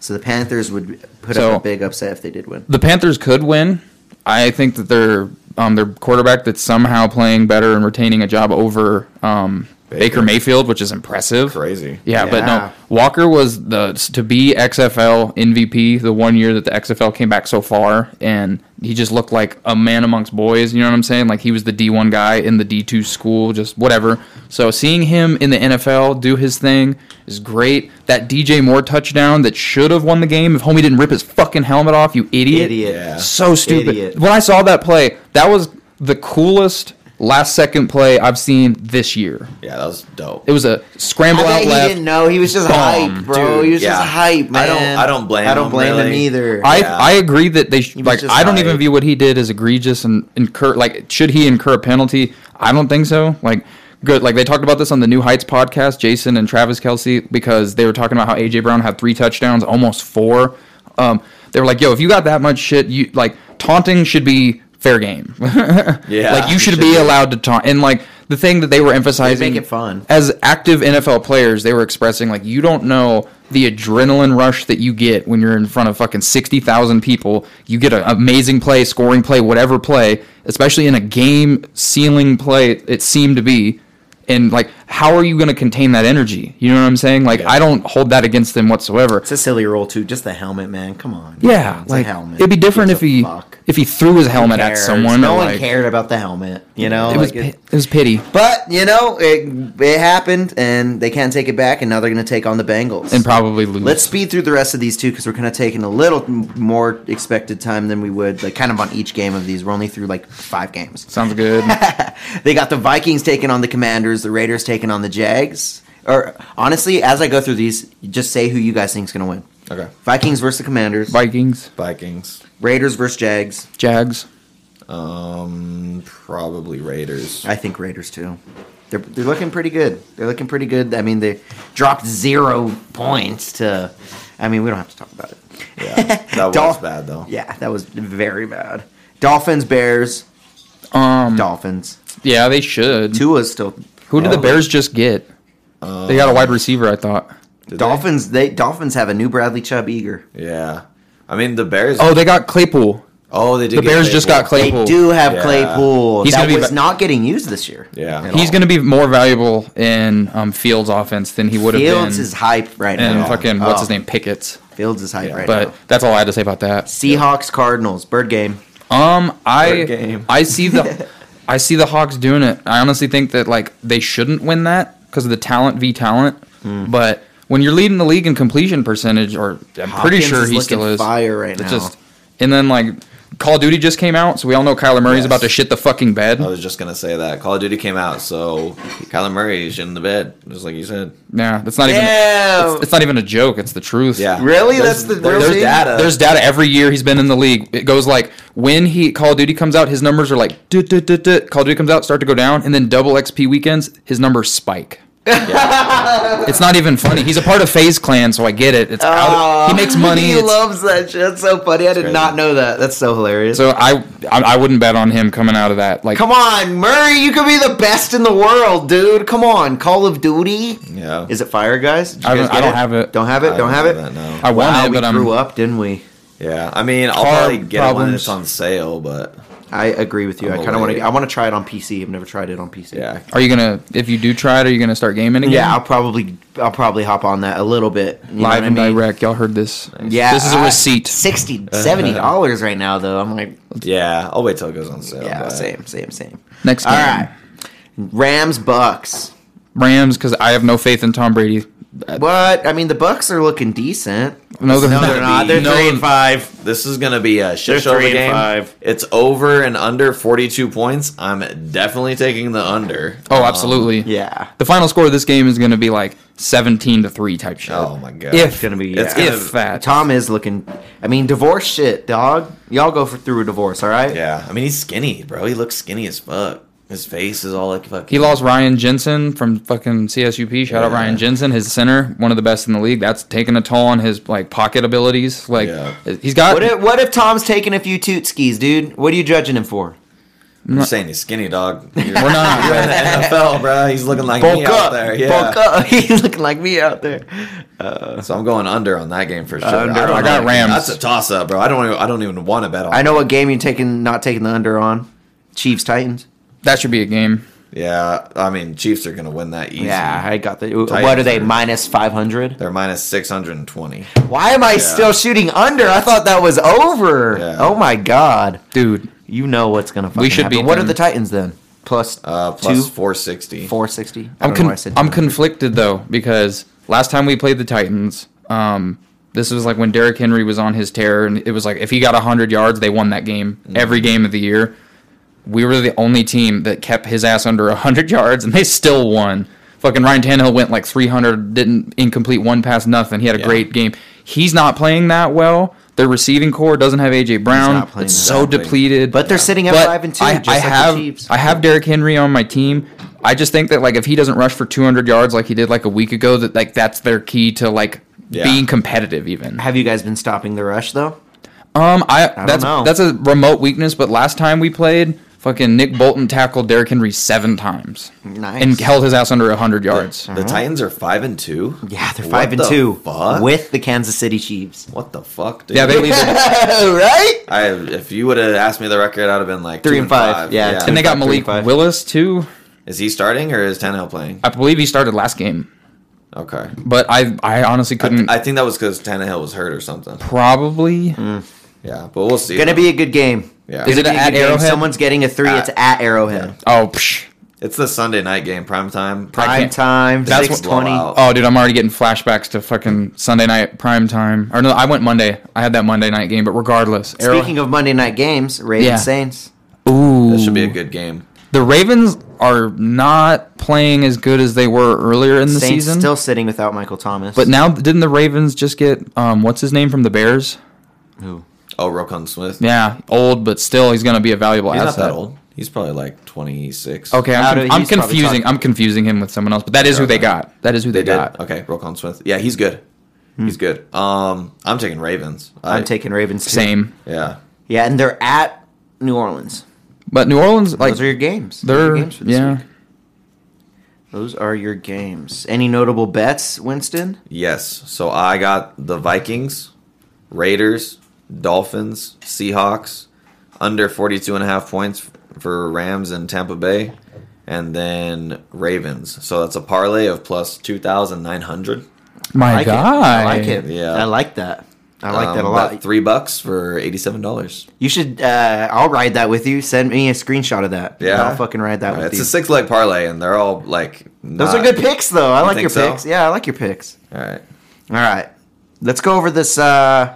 [SPEAKER 2] so the Panthers would put
[SPEAKER 4] So-
[SPEAKER 2] up a big upset if they did win.
[SPEAKER 4] the Panthers could win. I think that their um, their quarterback that's somehow playing better and retaining a job over um, Baker.
[SPEAKER 3] Baker.
[SPEAKER 4] Mayfield, which is impressive.
[SPEAKER 3] Crazy.
[SPEAKER 4] Yeah, but
[SPEAKER 2] Yeah.
[SPEAKER 4] no, Walker was the to be XFL MVP the one year that the XFL came back so far, and he just looked like a man amongst boys. You know what I'm saying? Like he was the D1 guy in the D2 school, just whatever. So seeing him in the NFL do his thing is great. That DJ Moore touchdown that should have won the game if Homie didn't rip his fucking helmet off, you idiot.
[SPEAKER 2] Idiot.
[SPEAKER 3] Yeah.
[SPEAKER 4] So stupid.
[SPEAKER 2] Idiot.
[SPEAKER 4] When I saw that play, that was the coolest last second play I've seen this year.
[SPEAKER 3] Yeah, that was dope.
[SPEAKER 4] It was a
[SPEAKER 2] I
[SPEAKER 4] scramble
[SPEAKER 2] bet
[SPEAKER 4] out
[SPEAKER 2] he
[SPEAKER 4] left.
[SPEAKER 2] didn't know. He was just
[SPEAKER 4] Bomb,
[SPEAKER 2] hype, bro.
[SPEAKER 3] dude.
[SPEAKER 2] he was
[SPEAKER 3] Yeah.
[SPEAKER 2] just hype,
[SPEAKER 3] I
[SPEAKER 2] man.
[SPEAKER 3] don't- I don't blame
[SPEAKER 2] I don't
[SPEAKER 3] him,
[SPEAKER 2] blame him
[SPEAKER 3] really.
[SPEAKER 2] either.
[SPEAKER 4] I
[SPEAKER 3] Yeah.
[SPEAKER 4] I agree that they sh-
[SPEAKER 2] was
[SPEAKER 4] like
[SPEAKER 2] just
[SPEAKER 4] I don't even
[SPEAKER 2] hype.
[SPEAKER 4] view what he did as egregious and incur like should he incur a penalty? I don't think so. Like good like they talked about this on the New Heights podcast, Jason and Travis Kelsey, because they were talking about how AJ Brown had three touchdowns, almost four. Um, they were like, "Yo, if you got that much shit, you like taunting should be fair game.
[SPEAKER 3] Yeah,
[SPEAKER 4] like you
[SPEAKER 3] it
[SPEAKER 4] should,
[SPEAKER 3] should
[SPEAKER 4] be,
[SPEAKER 3] be.
[SPEAKER 4] allowed to taunt." And like the thing that they were emphasizing,
[SPEAKER 2] They make it fun.
[SPEAKER 4] as active NFL players, they were expressing like you don't know the adrenaline rush that you get when you're in front of fucking sixty thousand people. You get an amazing play, scoring play, whatever play, especially in a game ceiling play. It seemed to be, and like how are you going to contain that energy? You know what I'm saying? Like I don't hold that against them whatsoever.
[SPEAKER 2] It's a silly rule too. Just the helmet, man. Come on.
[SPEAKER 4] Yeah,
[SPEAKER 2] it's
[SPEAKER 4] like
[SPEAKER 2] a helmet.
[SPEAKER 4] it'd be different
[SPEAKER 2] Who
[SPEAKER 4] if he
[SPEAKER 2] gives a fuck?
[SPEAKER 4] if he threw his helmet
[SPEAKER 2] Who
[SPEAKER 4] at
[SPEAKER 2] cares?
[SPEAKER 4] someone.
[SPEAKER 2] No
[SPEAKER 4] or,
[SPEAKER 2] one
[SPEAKER 4] like,
[SPEAKER 2] cared about the helmet. You know,
[SPEAKER 4] It was
[SPEAKER 2] Like,
[SPEAKER 4] pi- it was pity.
[SPEAKER 2] But you know, it it happened, and they can't take it back, and now they're going to take on the Bengals
[SPEAKER 4] And probably lose.
[SPEAKER 2] Let's speed through the rest of these two because we're kind of taking a little m- more expected time than we would, like kind of on each game of these. We're only through like five games.
[SPEAKER 4] Sounds good.
[SPEAKER 2] They got the Vikings taking on the Commanders, the Raiders taking on the Jags. Or honestly, as I go through these, just say who you guys think's going to win.
[SPEAKER 3] okay,
[SPEAKER 2] Vikings versus the Commanders.
[SPEAKER 4] Vikings,
[SPEAKER 3] Vikings.
[SPEAKER 2] Raiders versus Jags.
[SPEAKER 4] Jags.
[SPEAKER 3] Um, probably Raiders.
[SPEAKER 2] I think Raiders too. They're they're looking pretty good. They're looking pretty good. I mean, they dropped zero points to. I mean, we don't have to talk about it.
[SPEAKER 3] Yeah, that was
[SPEAKER 2] Dolph-
[SPEAKER 3] bad though.
[SPEAKER 2] Yeah, that was very bad. Dolphins, Bears,
[SPEAKER 4] Um,
[SPEAKER 2] Dolphins.
[SPEAKER 4] yeah, they should.
[SPEAKER 2] Tua's still.
[SPEAKER 4] Who did the
[SPEAKER 2] Oh.
[SPEAKER 4] Bears just get? they got a wide receiver, I thought.
[SPEAKER 3] Did they?
[SPEAKER 2] Dolphins. They? Dolphins have a new Bradley Chubb eager.
[SPEAKER 3] Yeah, I mean the Bears.
[SPEAKER 4] Oh, they got Claypool.
[SPEAKER 3] oh, they did.
[SPEAKER 4] The
[SPEAKER 3] get
[SPEAKER 4] Bears just got
[SPEAKER 2] They
[SPEAKER 3] Claypool.
[SPEAKER 2] do
[SPEAKER 4] Claypool.
[SPEAKER 2] have
[SPEAKER 3] Yeah.
[SPEAKER 2] Claypool.
[SPEAKER 4] He's
[SPEAKER 2] that
[SPEAKER 4] gonna be
[SPEAKER 2] was
[SPEAKER 4] ba-
[SPEAKER 2] not getting used this year.
[SPEAKER 3] Yeah.
[SPEAKER 2] at
[SPEAKER 4] He's
[SPEAKER 2] all.
[SPEAKER 4] going to be more valuable in um, Fields' offense than he would have
[SPEAKER 2] Fields
[SPEAKER 4] been.
[SPEAKER 2] is hype right
[SPEAKER 4] and
[SPEAKER 2] now.
[SPEAKER 4] fucking what's
[SPEAKER 2] Oh,
[SPEAKER 4] his name, Pickett's.
[SPEAKER 2] Fields is hype
[SPEAKER 3] Yeah.
[SPEAKER 2] right
[SPEAKER 4] But
[SPEAKER 2] now.
[SPEAKER 4] that's all I had to say about that.
[SPEAKER 2] Seahawks, Cardinals, bird game.
[SPEAKER 4] Um, I
[SPEAKER 3] Third game.
[SPEAKER 4] I see the I see the Hawks doing it. I honestly think that like they shouldn't win that because of the talent v talent.
[SPEAKER 2] Hmm.
[SPEAKER 4] But when you're leading the league in completion percentage, or I'm pretty
[SPEAKER 2] Hopkins
[SPEAKER 4] sure
[SPEAKER 2] is
[SPEAKER 4] he
[SPEAKER 2] looking
[SPEAKER 4] still is
[SPEAKER 2] fire right now.
[SPEAKER 4] It's just and then like Call of Duty just came out, so we all know Kyler Murray's
[SPEAKER 3] Yes.
[SPEAKER 4] about to shit the fucking bed.
[SPEAKER 2] Uh,
[SPEAKER 3] I was just gonna say that Call of Duty came out, so Kyler Murray's in the bed, just like you said.
[SPEAKER 4] Yeah, that's not even
[SPEAKER 2] Yeah.
[SPEAKER 4] it's, it's not even a joke. It's the truth.
[SPEAKER 3] Yeah.
[SPEAKER 2] Really?
[SPEAKER 3] There's-
[SPEAKER 2] That's the
[SPEAKER 3] there's
[SPEAKER 2] real thing?
[SPEAKER 3] data.
[SPEAKER 4] There's data every year he's been in the league. It goes like when he Call of Duty comes out, his numbers are like duh, duh, duh, duh. Call of Duty comes out, start to go down, and then double XP weekends, his numbers spike. It's not even funny. He's a part of Phase Clan, so I get it. It's out. He makes money.
[SPEAKER 2] Oh, He
[SPEAKER 4] It's-
[SPEAKER 2] loves that shit. That's so funny. I did
[SPEAKER 3] crazy.
[SPEAKER 2] not know that. That's so hilarious.
[SPEAKER 4] so I, I I wouldn't bet on him coming out of that. Like
[SPEAKER 2] Come on, Murray, you could be the best in the world, dude. Come on, Call of Duty.
[SPEAKER 3] Yeah.
[SPEAKER 2] Is it Fire Guys? Did you
[SPEAKER 4] I
[SPEAKER 2] guys
[SPEAKER 4] don't- I
[SPEAKER 2] get
[SPEAKER 4] don't have it.
[SPEAKER 2] Don't have it.
[SPEAKER 3] I
[SPEAKER 2] Don't, have it.
[SPEAKER 3] that, no.
[SPEAKER 4] I want
[SPEAKER 2] wow,
[SPEAKER 4] it,
[SPEAKER 2] we
[SPEAKER 4] but I'm
[SPEAKER 2] grew up, didn't we?
[SPEAKER 3] Yeah, I mean, I'll
[SPEAKER 4] Car
[SPEAKER 3] probably get it when
[SPEAKER 4] problems.
[SPEAKER 3] it's on sale, but
[SPEAKER 2] I agree with you.
[SPEAKER 3] I'm
[SPEAKER 2] I kind of want to.
[SPEAKER 3] away.
[SPEAKER 2] I want to try it on PC. I've never tried it on PC.
[SPEAKER 3] yeah,
[SPEAKER 4] Are you gonna if you do try it? Are you gonna start gaming again?
[SPEAKER 2] yeah. I'll probably. I'll probably hop on that a little bit. you know what
[SPEAKER 4] live
[SPEAKER 2] I
[SPEAKER 4] and
[SPEAKER 2] mean?
[SPEAKER 4] direct. Y'all heard this?
[SPEAKER 2] Yeah,
[SPEAKER 4] this is a
[SPEAKER 2] I-
[SPEAKER 4] receipt.
[SPEAKER 2] Sixty, seventy dollars right now, though. I'm like,
[SPEAKER 3] yeah. I'll wait till it goes on sale.
[SPEAKER 2] yeah,
[SPEAKER 3] but-
[SPEAKER 2] same, same, same.
[SPEAKER 4] Next game,
[SPEAKER 2] All right, Rams, Bucks.
[SPEAKER 4] Rams, because I have no faith in Tom Brady.
[SPEAKER 2] What? I mean, the Bucks are looking decent.
[SPEAKER 4] No, they're
[SPEAKER 2] no,
[SPEAKER 4] not.
[SPEAKER 2] they're not. They're
[SPEAKER 4] No.
[SPEAKER 2] three and five.
[SPEAKER 3] This is gonna be a shit
[SPEAKER 2] They're
[SPEAKER 3] show of a
[SPEAKER 2] three and
[SPEAKER 3] game.
[SPEAKER 2] five.
[SPEAKER 3] It's over and under forty-two points. I'm definitely taking the under.
[SPEAKER 4] Oh,
[SPEAKER 3] Um,
[SPEAKER 4] absolutely.
[SPEAKER 2] Yeah,
[SPEAKER 4] The final score of this game is gonna be like seventeen to three type shit.
[SPEAKER 3] Oh my god.
[SPEAKER 4] If
[SPEAKER 2] it's gonna be.
[SPEAKER 3] It's
[SPEAKER 2] yeah.
[SPEAKER 3] gonna-
[SPEAKER 4] if that.
[SPEAKER 2] Tom is looking. I mean, divorce shit, dog. Y'all go for through a divorce, all right?
[SPEAKER 3] yeah, I mean he's skinny, bro. He looks skinny as fuck. His face is all like fucking.
[SPEAKER 4] He lost Ryan Jensen from fucking CSUP. Shout out
[SPEAKER 3] Yeah.
[SPEAKER 4] Ryan Jensen, his center, one of the best in the league. That's taking a toll on his like pocket abilities. Like
[SPEAKER 3] Yeah.
[SPEAKER 4] he's got.
[SPEAKER 2] What if What if Tom's taking a few toot skis, dude? What are you judging him for?
[SPEAKER 3] I'm just saying he's skinny, dog. You're,
[SPEAKER 4] We're not.
[SPEAKER 3] you're in the NFL, bro. He's looking like me
[SPEAKER 2] Bulk
[SPEAKER 3] out
[SPEAKER 2] up,
[SPEAKER 3] there. Yeah.
[SPEAKER 2] bulk up. He's looking like me out there.
[SPEAKER 3] So I'm going under on that game for sure.
[SPEAKER 2] Under.
[SPEAKER 3] don't
[SPEAKER 2] I
[SPEAKER 3] know.
[SPEAKER 4] got Rams.
[SPEAKER 3] That's a toss up, bro. I don't. Even, I don't even want to bet on.
[SPEAKER 2] I know what game you're taking, not taking the under on. Chiefs Titans.
[SPEAKER 4] that should be a game.
[SPEAKER 3] Yeah, I mean Chiefs are gonna win that easy.
[SPEAKER 2] Yeah, I got the. what are they?
[SPEAKER 3] are-
[SPEAKER 2] Minus five hundred.
[SPEAKER 3] They're minus six hundred and twenty.
[SPEAKER 2] Why am I still shooting under? I thought that was over.
[SPEAKER 3] Yeah.
[SPEAKER 2] Oh my god!
[SPEAKER 4] Dude,
[SPEAKER 2] You know what's gonna. Fucking
[SPEAKER 4] should
[SPEAKER 2] happen.
[SPEAKER 4] beat
[SPEAKER 2] What
[SPEAKER 4] them.
[SPEAKER 2] are the Titans then? Plus,
[SPEAKER 3] Uh,
[SPEAKER 2] two,
[SPEAKER 3] plus four sixty.
[SPEAKER 2] four sixty.
[SPEAKER 4] I'm con- I'm conflicted though because last time we played the Titans, um, this was like when Derrick Henry was on his tear, and it was like if he got hundred yards, they won that game
[SPEAKER 2] Mm.
[SPEAKER 4] every game of the year. We were the only team that kept his ass under hundred yards, and they still won. Fucking Ryan Tannehill went like 300, didn't incomplete one pass, nothing. He had a
[SPEAKER 3] Yeah.
[SPEAKER 4] great game. He's not playing that well. Their receiving core doesn't have AJ Brown.
[SPEAKER 2] not playing
[SPEAKER 4] It's
[SPEAKER 2] that
[SPEAKER 4] so
[SPEAKER 3] well.
[SPEAKER 4] depleted.
[SPEAKER 2] But they're sitting at
[SPEAKER 4] But
[SPEAKER 2] five and two.
[SPEAKER 4] I,
[SPEAKER 2] just
[SPEAKER 4] I
[SPEAKER 2] like
[SPEAKER 4] have
[SPEAKER 2] The Chiefs.
[SPEAKER 4] I have Derrick Henry on my team. I just think that like if he doesn't rush for 200 yards like he did like a week ago, that like that's their key to like
[SPEAKER 3] Yeah.
[SPEAKER 4] being competitive. Even
[SPEAKER 2] Have you guys been stopping the rush though?
[SPEAKER 4] um, I,
[SPEAKER 2] don't
[SPEAKER 4] that's
[SPEAKER 2] know.
[SPEAKER 4] that's a remote weakness. But last time we played, fucking Nick Bolton tackled Derrick Henry seven times
[SPEAKER 2] Nice.
[SPEAKER 4] and held his ass under 100 yards.
[SPEAKER 3] The Titans are five and two.
[SPEAKER 2] Yeah, they're
[SPEAKER 3] What
[SPEAKER 2] five and
[SPEAKER 3] the
[SPEAKER 2] two
[SPEAKER 3] Fuck?
[SPEAKER 2] with the Kansas City Chiefs.
[SPEAKER 3] what the fuck, dude?
[SPEAKER 4] Yeah, they lead the-
[SPEAKER 2] right?
[SPEAKER 3] I if you would have asked me the record, I'd have been like
[SPEAKER 2] Three
[SPEAKER 3] two
[SPEAKER 2] and five. Yeah, two
[SPEAKER 4] and they got
[SPEAKER 2] Three,
[SPEAKER 4] Malik
[SPEAKER 2] five.
[SPEAKER 4] Willis too.
[SPEAKER 3] is he starting or is Tannehill playing?
[SPEAKER 4] I believe he started last game,
[SPEAKER 3] Okay.
[SPEAKER 4] but I I honestly
[SPEAKER 3] I,
[SPEAKER 4] couldn't.
[SPEAKER 3] I Mm. think that was because Tannehill was hurt or something.
[SPEAKER 4] probably
[SPEAKER 3] Yeah, but we'll see.
[SPEAKER 2] Gonna be a good game.
[SPEAKER 3] Yeah.
[SPEAKER 2] It's
[SPEAKER 4] Is it
[SPEAKER 2] gonna be a
[SPEAKER 4] at
[SPEAKER 2] good game.
[SPEAKER 4] Arrowhead?
[SPEAKER 2] Someone's getting a three.
[SPEAKER 3] At-
[SPEAKER 2] it's at Arrowhead.
[SPEAKER 4] oh. Psh.
[SPEAKER 3] It's the Sunday night game, prime time.
[SPEAKER 2] Prime
[SPEAKER 4] can't-
[SPEAKER 2] time.
[SPEAKER 4] That's
[SPEAKER 2] Six
[SPEAKER 4] what-
[SPEAKER 2] twenty.
[SPEAKER 3] Blowout.
[SPEAKER 4] Oh, dude, I'm already getting flashbacks to fucking Sunday night prime time. Or no, I went Monday. I had that Monday night game, but regardless, Arrow-
[SPEAKER 2] Speaking of Monday night games, Ravens
[SPEAKER 4] Yeah.
[SPEAKER 2] Saints.
[SPEAKER 4] ooh,
[SPEAKER 3] This should be a good game.
[SPEAKER 4] The Ravens are not playing as good as they were earlier in the
[SPEAKER 2] Saints
[SPEAKER 4] season.
[SPEAKER 2] still sitting without Michael Thomas.
[SPEAKER 4] but now, didn't the Ravens just get um, what's his name from the Bears?
[SPEAKER 2] Who?
[SPEAKER 3] Oh, Rokon Smith.
[SPEAKER 4] Yeah, old, but still, he's gonna be a valuable
[SPEAKER 3] he's not
[SPEAKER 4] asset.
[SPEAKER 3] that old. He's probably like twenty six.
[SPEAKER 4] Okay,
[SPEAKER 2] No,
[SPEAKER 4] I'm, con-
[SPEAKER 2] dude,
[SPEAKER 4] I'm
[SPEAKER 2] he's probably
[SPEAKER 4] confusing.
[SPEAKER 2] talking-
[SPEAKER 4] I'm confusing him with someone else, but that is who they got. That is who they,
[SPEAKER 3] They did.
[SPEAKER 4] got. Hmm.
[SPEAKER 3] Okay, Rokon Smith. Yeah, he's good. He's good. Um, I'm taking Ravens. I,
[SPEAKER 2] I'm taking Ravens. too.
[SPEAKER 4] Same,
[SPEAKER 3] Yeah,
[SPEAKER 2] Yeah, and they're at New Orleans.
[SPEAKER 4] but New Orleans, like
[SPEAKER 2] Those are your games. Those are
[SPEAKER 4] they're
[SPEAKER 2] your games for this
[SPEAKER 4] yeah.
[SPEAKER 2] week. Those are your games. Any notable bets, Winston?
[SPEAKER 3] Yes. So I got the Vikings, Raiders, Dolphins, Seahawks, under 42 and a half points for Rams and Tampa Bay, and then Ravens. So that's a parlay of plus 2,900.
[SPEAKER 4] My
[SPEAKER 2] like
[SPEAKER 4] God,
[SPEAKER 2] It. I like it.
[SPEAKER 3] Yeah.
[SPEAKER 2] I like that. I like
[SPEAKER 3] Um,
[SPEAKER 2] that a
[SPEAKER 3] about
[SPEAKER 2] lot.
[SPEAKER 3] Three bucks for $87.
[SPEAKER 2] You should. Uh, I'll ride that with you. Send me a screenshot of that.
[SPEAKER 3] Yeah.
[SPEAKER 2] I'll fucking ride that
[SPEAKER 3] Uh,
[SPEAKER 2] with
[SPEAKER 3] it's
[SPEAKER 2] you.
[SPEAKER 3] a six leg parlay, and they're all like.
[SPEAKER 2] Those
[SPEAKER 3] not-
[SPEAKER 2] are good picks, though. I like your
[SPEAKER 3] think so?
[SPEAKER 2] picks. Yeah, I like your picks.
[SPEAKER 3] All right.
[SPEAKER 2] All right, let's go over this. Uh,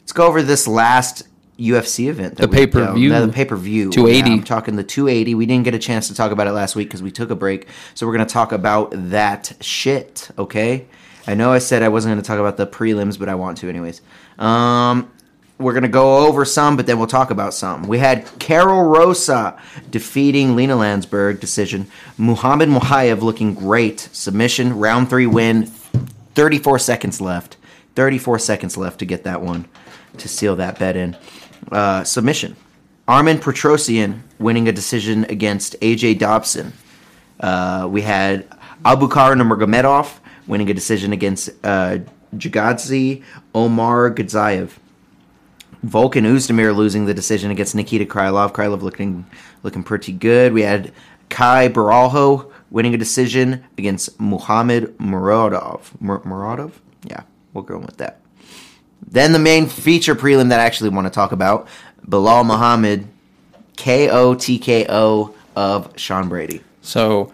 [SPEAKER 2] let's go over this last UFC event. that
[SPEAKER 4] The
[SPEAKER 2] we-
[SPEAKER 4] pay-per-view.
[SPEAKER 2] yeah, the pay per view.
[SPEAKER 4] 280.
[SPEAKER 2] I'm talking the 280. We didn't get a chance to talk about it last week because we took a break. So we're gonna talk about that shit. Okay. I know I said I wasn't gonna talk about the prelims, but I want to anyways. Um, We're gonna go over some, but then we'll talk about some. We had Carol Rosa defeating Lena Landsberg decision. Muhammad Muhayev looking great. Submission round three win. Thirty-four seconds left. Thirty-four seconds left to get that one to seal that bet in. Uh, submission. Armin Petrosian winning a decision against AJ Dobson. Uh, we had Abukar Nurmagomedov winning a decision against uh, Jagadzi Omar Gadzayev. Volkan Uzdemir losing the decision against Nikita Krylov. Krylov looking looking pretty good. We had Kai Baralho winning a decision against Muhammad Muradov. Mur- Muradov? Yeah, we'll go with that. Then the main feature prelim that I actually want to talk about Bilal Muhammad, KO TKO of Sean Brady.
[SPEAKER 4] So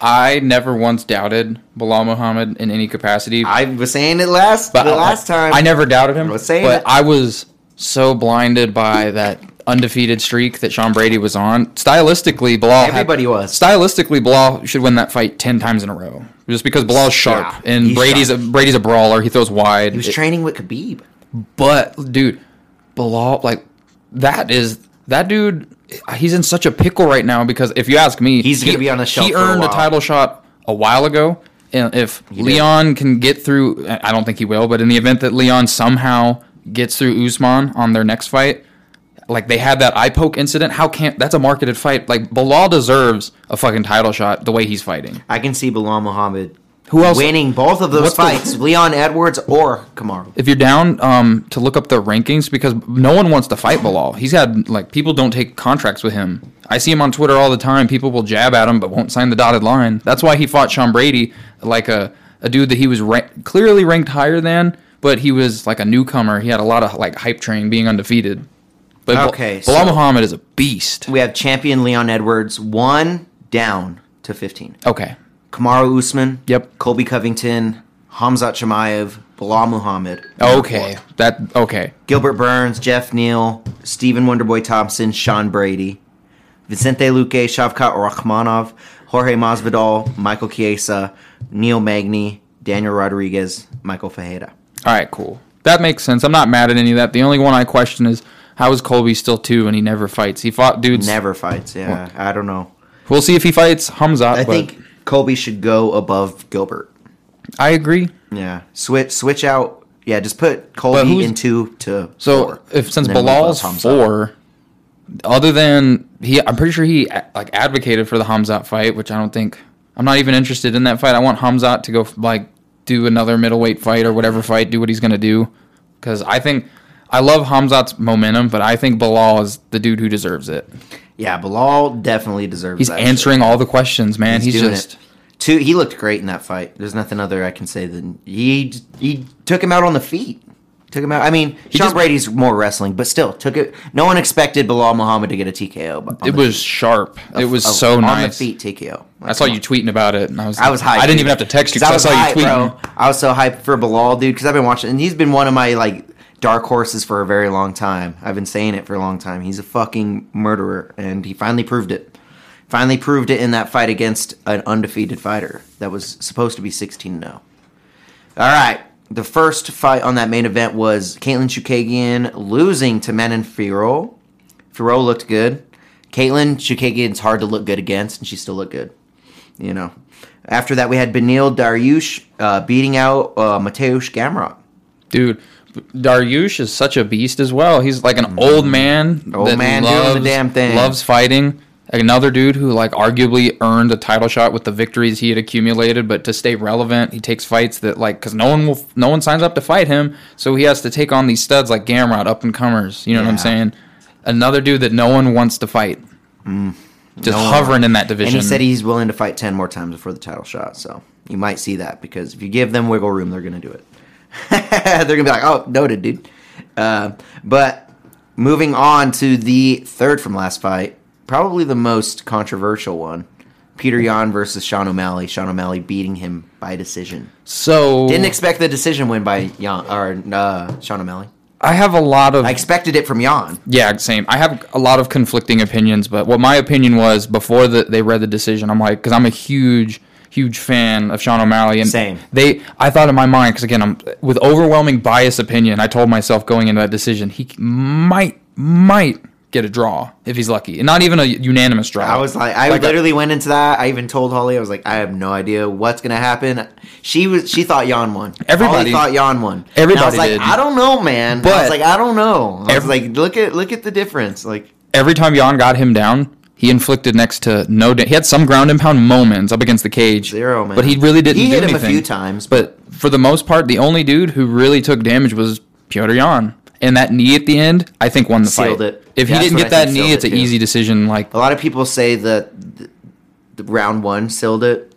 [SPEAKER 4] I never once doubted Bilal Muhammad in any capacity.
[SPEAKER 2] I was saying it last
[SPEAKER 4] but
[SPEAKER 2] the
[SPEAKER 4] I-
[SPEAKER 2] last time.
[SPEAKER 4] I never doubted him.
[SPEAKER 2] I was saying
[SPEAKER 4] but
[SPEAKER 2] it.
[SPEAKER 4] I was so blinded by that undefeated streak that Sean Brady was on. Stylistically, Bilal had-
[SPEAKER 2] Everybody was.
[SPEAKER 4] Stylistically, Bilal should win that fight ten times in a row, just because Bilal's sharp
[SPEAKER 2] Yeah,
[SPEAKER 4] and
[SPEAKER 2] he's
[SPEAKER 4] Brady's a,
[SPEAKER 2] sharp.
[SPEAKER 4] Brady's a brawler. He throws wide.
[SPEAKER 2] He was
[SPEAKER 4] It-
[SPEAKER 2] training with Khabib.
[SPEAKER 4] but dude, Bilal, like that is that dude. He's in such a pickle right now because if you ask me,
[SPEAKER 2] He's
[SPEAKER 4] he-
[SPEAKER 2] gonna be on the shelf
[SPEAKER 4] He
[SPEAKER 2] for a
[SPEAKER 4] earned a,
[SPEAKER 2] while.
[SPEAKER 4] title shot a while ago, and if Leon can get through, I I don't think he will. But in the event that Leon somehow gets through Usman on their next fight, like they had that eye poke incident. How can't that's a marketed fight? Like Bilal deserves a fucking title shot the way he's fighting.
[SPEAKER 2] I can see Bilal Muhammad
[SPEAKER 4] Who else-
[SPEAKER 2] winning both of those
[SPEAKER 4] What's the-
[SPEAKER 2] fights, Leon Edwards or Kamaru.
[SPEAKER 4] if you're down um, to look up the rankings because no one wants to fight Bilal. He's had like people don't take contracts with him. I see him on Twitter all the time. People will jab at him but won't sign the dotted line. That's why he fought Sean Brady, like a a dude that he was ra- clearly ranked higher than, but he was like a newcomer. He had a lot of like hype train being undefeated. But Bil-
[SPEAKER 2] Okay,
[SPEAKER 4] Bilal
[SPEAKER 2] so-
[SPEAKER 4] Muhammad is a beast.
[SPEAKER 2] We have champion Leon Edwards one down to fifteen.
[SPEAKER 4] Okay,
[SPEAKER 2] Kamaru Usman.
[SPEAKER 4] Yep.
[SPEAKER 2] Colby Covington, Hamzat Shamayev, Bilal Muhammad.
[SPEAKER 4] okay, that okay.
[SPEAKER 2] Gilbert Burns, Jeff Neal, Stephen Wonderboy Thompson, Sean Brady, Vicente Luque, Shavkat Rachmanov, Jorge Masvidal, Michael Chiesa, Neil Magny, Daniel Rodriguez, Michael Fajeda.
[SPEAKER 4] All right, cool. That makes sense. I'm not mad at any of that. The only one I question is how is Colby still two and he never fights? He fought dudes.
[SPEAKER 2] Never fights. Yeah, I don't know.
[SPEAKER 4] We'll see if he fights Hamza.
[SPEAKER 2] I think Colby should go above Gilbert.
[SPEAKER 4] I agree.
[SPEAKER 2] Yeah, switch switch out. Yeah, just put
[SPEAKER 4] But
[SPEAKER 2] Colby
[SPEAKER 4] who's-
[SPEAKER 2] in two to
[SPEAKER 4] So
[SPEAKER 2] four,
[SPEAKER 4] if since
[SPEAKER 2] and then move
[SPEAKER 4] Bilal's
[SPEAKER 2] up Hamzat.
[SPEAKER 4] four, other than he, I'm pretty sure he a- like advocated for the Hamzat fight, which I don't think I'm not even interested in that fight. I want Hamzat to go like do another middleweight fight or whatever fight, do what he's gonna do, because I think I love Hamzat's momentum, but I think Bilal is the dude who deserves it.
[SPEAKER 2] yeah, Bilal definitely deserves.
[SPEAKER 4] He's
[SPEAKER 2] that shit.
[SPEAKER 4] answering all the questions, man. He's,
[SPEAKER 2] doing
[SPEAKER 4] just
[SPEAKER 2] it. Two, he looked great in that fight. There's nothing other I can say than he he took him out on the feet. Took him out. I mean, Sean
[SPEAKER 4] just-
[SPEAKER 2] Brady's more wrestling, but still took it. No one expected Bilal Muhammad to get a TKO. But on
[SPEAKER 4] it
[SPEAKER 2] the
[SPEAKER 4] was
[SPEAKER 2] feet.
[SPEAKER 4] sharp. It was
[SPEAKER 2] Oh,
[SPEAKER 4] so
[SPEAKER 2] on
[SPEAKER 4] nice.
[SPEAKER 2] the feet TKO.
[SPEAKER 4] I saw you tweeting about it, and I was
[SPEAKER 2] I was hyped.
[SPEAKER 4] I didn't
[SPEAKER 2] dude.
[SPEAKER 4] even have to text you
[SPEAKER 2] 'Cause
[SPEAKER 4] because I, saw
[SPEAKER 2] was
[SPEAKER 4] you
[SPEAKER 2] hyped,
[SPEAKER 4] tweeting.
[SPEAKER 2] Bro. I was so hyped for Bilal, dude, because I've been watching, and he's been one of my like dark horses for a very long time. I've been saying it for a long time. He's a fucking murderer, and he finally proved it. Finally proved it in that fight against an undefeated fighter that was supposed to be 16 0. All right. The first fight on that main event was Caitlin Chukagian losing to Manon Firo. Firo looked good. Caitlin Chukagian's hard to look good against, and she still looked good. You know. After that, we had Benil Dariush uh, beating out uh, Mateusz Gamrot.
[SPEAKER 4] Dude, Daryush is such a beast as well. He's like an old man.
[SPEAKER 2] Mm-hmm. Old man doing the damn thing.
[SPEAKER 4] Loves fighting. Another dude who like arguably earned a title shot with the victories he had accumulated, but to stay relevant, he takes fights that like because no one will, no one signs up to fight him, so he has to take on these studs like Gamrot, up and comers. You know what I'm
[SPEAKER 2] Yeah.
[SPEAKER 4] saying? Another dude that no one wants to fight, just
[SPEAKER 2] Mm. No one.
[SPEAKER 4] hovering in that division.
[SPEAKER 2] And he said he's willing to fight 10 more times before the title shot. So you might see that because if you give them wiggle room, they're going to do it. they're going to be like, oh, noted, dude. Uh, but moving on to the third from last fight, probably the most controversial one Peter Yan versus Sean O'Malley. Sean O'Malley beating him by decision.
[SPEAKER 4] so
[SPEAKER 2] Didn't expect the decision win by Yan or uh, Sean O'Malley.
[SPEAKER 4] I have a lot of
[SPEAKER 2] I expected it from Yan.
[SPEAKER 4] Yeah, same. I have a lot of conflicting opinions, but what my opinion was before that they read the decision, I'm like, because I'm a huge, huge fan of Sean O'Malley, and
[SPEAKER 2] Same.
[SPEAKER 4] They, I thought in my mind because again, I'm with overwhelming bias opinion. I told myself going into that decision, he might might get a draw if he's lucky, and not even a unanimous draw.
[SPEAKER 2] I was like, I
[SPEAKER 4] Oh. Like a-
[SPEAKER 2] literally went into that. I even told Holly, I was like, I have no idea what's gonna happen. She was, she thought Jan won. Holly
[SPEAKER 4] Everybody-
[SPEAKER 2] thought Jan won. And I
[SPEAKER 4] everybody
[SPEAKER 2] was like,
[SPEAKER 4] did.
[SPEAKER 2] I don't know, man. I
[SPEAKER 4] But-
[SPEAKER 2] was like, I don't know. I
[SPEAKER 4] Every-
[SPEAKER 2] was like, look at look at the difference. Like,
[SPEAKER 4] every time Jan got him down, he inflicted next to no. Da- he had some ground and pound moments up against the cage,
[SPEAKER 2] Zero, man.
[SPEAKER 4] But he really didn't.
[SPEAKER 2] He
[SPEAKER 4] do
[SPEAKER 2] hit him a
[SPEAKER 4] anything.
[SPEAKER 2] few times,
[SPEAKER 4] but for the most part, the only dude who really took damage was Piotr Jan, and that knee at the end, I think, won the
[SPEAKER 2] Sealed
[SPEAKER 4] fight.
[SPEAKER 2] it.
[SPEAKER 4] If he
[SPEAKER 2] That's
[SPEAKER 4] didn't
[SPEAKER 2] what
[SPEAKER 4] get
[SPEAKER 2] I
[SPEAKER 4] that
[SPEAKER 2] think
[SPEAKER 4] knee,
[SPEAKER 2] sealed
[SPEAKER 4] it's
[SPEAKER 2] it,
[SPEAKER 4] an
[SPEAKER 2] too.
[SPEAKER 4] easy decision. Like
[SPEAKER 2] a lot of people say that the, the round one sealed it.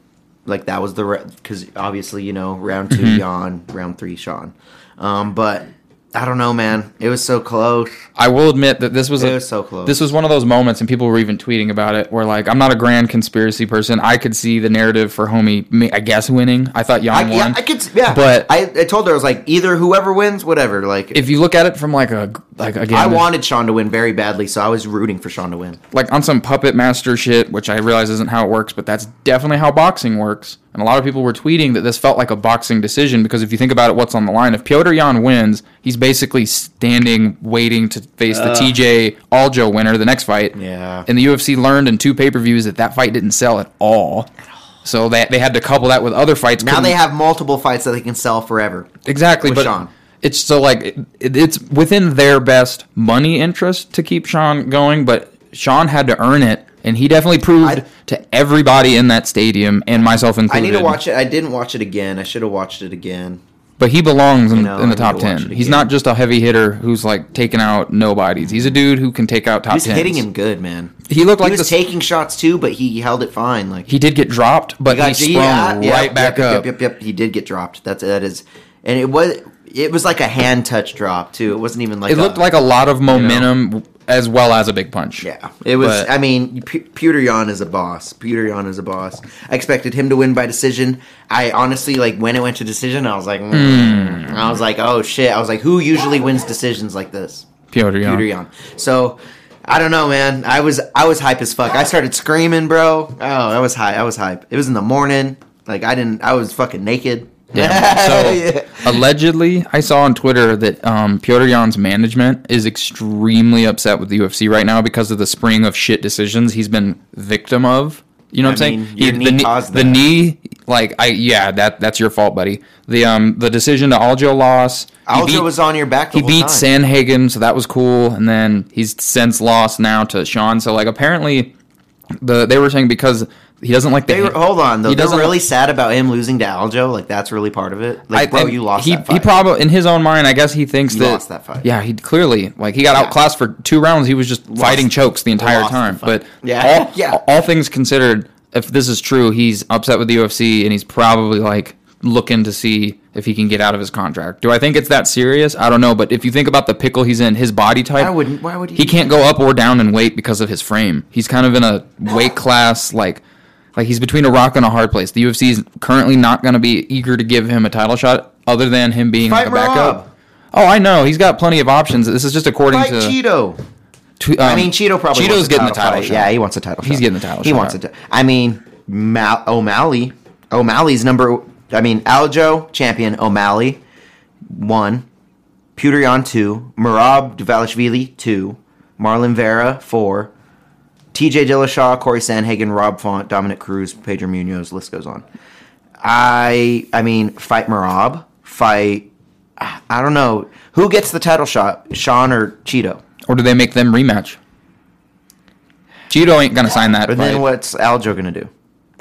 [SPEAKER 2] Like that was the because obviously you know round 2
[SPEAKER 4] Mm-hmm.
[SPEAKER 2] Jan, round three Sean. Um, but I don't know, man. It was so close.
[SPEAKER 4] I will admit that this was
[SPEAKER 2] It
[SPEAKER 4] a,
[SPEAKER 2] was so close.
[SPEAKER 4] This was one of those moments, and people were even tweeting about it. Where like, I'm not a grand conspiracy person. I could see the narrative for homie, me- I guess, winning. I thought Jan
[SPEAKER 2] I,
[SPEAKER 4] won.
[SPEAKER 2] yeah, I could, s- yeah.
[SPEAKER 4] But-
[SPEAKER 2] I, I told her I was like, either whoever wins, whatever. Like,
[SPEAKER 4] if you look at it from like a like again,
[SPEAKER 2] I wanted Sean to win very badly, so I was rooting for Sean to win.
[SPEAKER 4] like on some puppet master shit, which I realize isn't how it works, but that's definitely how boxing works. And a lot of people were tweeting that this felt like a boxing decision because if you think about it, what's on the line? If Piotr Jan wins, he's basically standing, waiting to face the TJ Aljo winner the next fight.
[SPEAKER 2] Yeah.
[SPEAKER 4] And the UFC learned in two pay per views that that fight didn't sell at all. So they, they had to couple that with other fights.
[SPEAKER 2] Now
[SPEAKER 4] Couldn't-
[SPEAKER 2] they have multiple fights that they can sell forever.
[SPEAKER 4] Exactly,
[SPEAKER 2] with
[SPEAKER 4] but
[SPEAKER 2] Sean.
[SPEAKER 4] it's so like it, it's within their best money interest to keep Sean going, but Sean had to earn it, and he definitely proved
[SPEAKER 2] I-
[SPEAKER 4] to everybody in that stadium and myself
[SPEAKER 2] I
[SPEAKER 4] included.
[SPEAKER 2] need to watch it. I didn't watch it again. I should have watched it again.
[SPEAKER 4] but he belongs in,
[SPEAKER 2] You know,
[SPEAKER 4] in the
[SPEAKER 2] I need
[SPEAKER 4] top
[SPEAKER 2] to watch
[SPEAKER 4] ten.
[SPEAKER 2] it
[SPEAKER 4] He's
[SPEAKER 2] again.
[SPEAKER 4] not just a heavy hitter who's like taking out nobodies. He's a dude who can take out top
[SPEAKER 2] He was
[SPEAKER 4] ten.
[SPEAKER 2] hitting him good, man.
[SPEAKER 4] He looked
[SPEAKER 2] he
[SPEAKER 4] like
[SPEAKER 2] was
[SPEAKER 4] this-
[SPEAKER 2] taking shots too, but he held it fine. Like
[SPEAKER 4] He did get dropped, but he, sprung
[SPEAKER 2] yeah, yeah,
[SPEAKER 4] right
[SPEAKER 2] yep,
[SPEAKER 4] back
[SPEAKER 2] yep,
[SPEAKER 4] up.
[SPEAKER 2] Yep, yep, yep. He did get dropped. That's that is, and it was it was like a hand touch drop too. It wasn't even like
[SPEAKER 4] It looked like a lot of momentum as well as a big punch.
[SPEAKER 2] Yeah, it was.
[SPEAKER 4] But-
[SPEAKER 2] I mean, P- Pewter Yan is a boss. Pewter Yan is a boss. I expected him to win by decision. I honestly like when it went to decision, I was like, mm.
[SPEAKER 4] Hmm.
[SPEAKER 2] I was like, oh shit. I was like, who usually wins decisions like this?
[SPEAKER 4] Piotr Jan.
[SPEAKER 2] Pewter Yan. So I don't know, man. I was I was hype as fuck. I started screaming, bro. Oh, I was hype. I was hype. It was in the morning. Like I didn't. I was fucking naked.
[SPEAKER 4] Damn. So
[SPEAKER 2] Yeah.
[SPEAKER 4] allegedly, I saw on Twitter that um, Piotr Jan's management is extremely upset with the UFC right now because of the spring of shit decisions he's been victim of. You know what
[SPEAKER 2] I
[SPEAKER 4] I'm
[SPEAKER 2] mean,
[SPEAKER 4] saying?
[SPEAKER 2] your
[SPEAKER 4] He-
[SPEAKER 2] knee
[SPEAKER 4] the,
[SPEAKER 2] caused
[SPEAKER 4] the
[SPEAKER 2] that.
[SPEAKER 4] knee, like I yeah, that that's your fault, buddy. The um the decision to Aljo loss. he
[SPEAKER 2] Aljo
[SPEAKER 4] beat-
[SPEAKER 2] was on your back. The
[SPEAKER 4] he
[SPEAKER 2] whole
[SPEAKER 4] beat
[SPEAKER 2] time.
[SPEAKER 4] Sanhagen, so that was cool. And then he's since lost now to Sean. So like apparently, the they were saying because he doesn't like the
[SPEAKER 2] They were, oh,
[SPEAKER 4] ha-
[SPEAKER 2] hold on though.
[SPEAKER 4] he
[SPEAKER 2] They're
[SPEAKER 4] doesn't-
[SPEAKER 2] really sad about him losing to Aljo. Like that's really part of it. Like,
[SPEAKER 4] I-
[SPEAKER 2] bro,
[SPEAKER 4] and
[SPEAKER 2] you lost.
[SPEAKER 4] He
[SPEAKER 2] that
[SPEAKER 4] he
[SPEAKER 2] fight.
[SPEAKER 4] probably in his own mind, I guess he thinks
[SPEAKER 2] You
[SPEAKER 4] that
[SPEAKER 2] lost that fight.
[SPEAKER 4] Yeah, he clearly like he got
[SPEAKER 2] Yeah.
[SPEAKER 4] outclassed for two rounds. He was just fighting chokes the entire
[SPEAKER 2] Lost the
[SPEAKER 4] time.
[SPEAKER 2] fight.
[SPEAKER 4] but
[SPEAKER 2] Yeah.
[SPEAKER 4] all,
[SPEAKER 2] Yeah.
[SPEAKER 4] all things considered, if this is true, he's upset with the UFC and he's probably like looking to see if he can get out of his contract. Do I think it's that serious? I don't know, but if you think about the pickle he's in, his body type,
[SPEAKER 2] Why wouldn't- why would he
[SPEAKER 4] He
[SPEAKER 2] do
[SPEAKER 4] can't go up or down in weight because of his frame. He's kind of in a weight class like like he's between a rock and a hard place. The UFC is currently not going to be eager to give him a title shot other than him being like
[SPEAKER 2] Fight
[SPEAKER 4] a backup.
[SPEAKER 2] Rob.
[SPEAKER 4] Oh, I know. He's got plenty of options. This is just according
[SPEAKER 2] Fight
[SPEAKER 4] to.
[SPEAKER 2] Cheeto.
[SPEAKER 4] to-
[SPEAKER 2] I
[SPEAKER 4] um,
[SPEAKER 2] mean, Cheeto probably.
[SPEAKER 4] Cheeto's
[SPEAKER 2] wants a
[SPEAKER 4] getting the title
[SPEAKER 2] fight.
[SPEAKER 4] shot.
[SPEAKER 2] Yeah, he wants a title.
[SPEAKER 4] He's
[SPEAKER 2] shot.
[SPEAKER 4] getting the title
[SPEAKER 2] He
[SPEAKER 4] shot.
[SPEAKER 2] wants it. To, I mean, Mal- O'Malley. O'Malley's number. I mean, Aljo champion O'Malley one, Pewterion two, Marab Dvalishvili two, Marlon Vera four, T.J. Dillashaw, Corey Sanhagen, Rob Font, Dominic Cruz, Pedro Munoz. List goes on. I I mean, fight Marab. Fight. I don't know who gets the title shot, Sean or Cheeto.
[SPEAKER 4] Or do they make them rematch? Cheeto ain't gonna sign that.
[SPEAKER 2] But
[SPEAKER 4] fight.
[SPEAKER 2] then what's Aljo gonna do?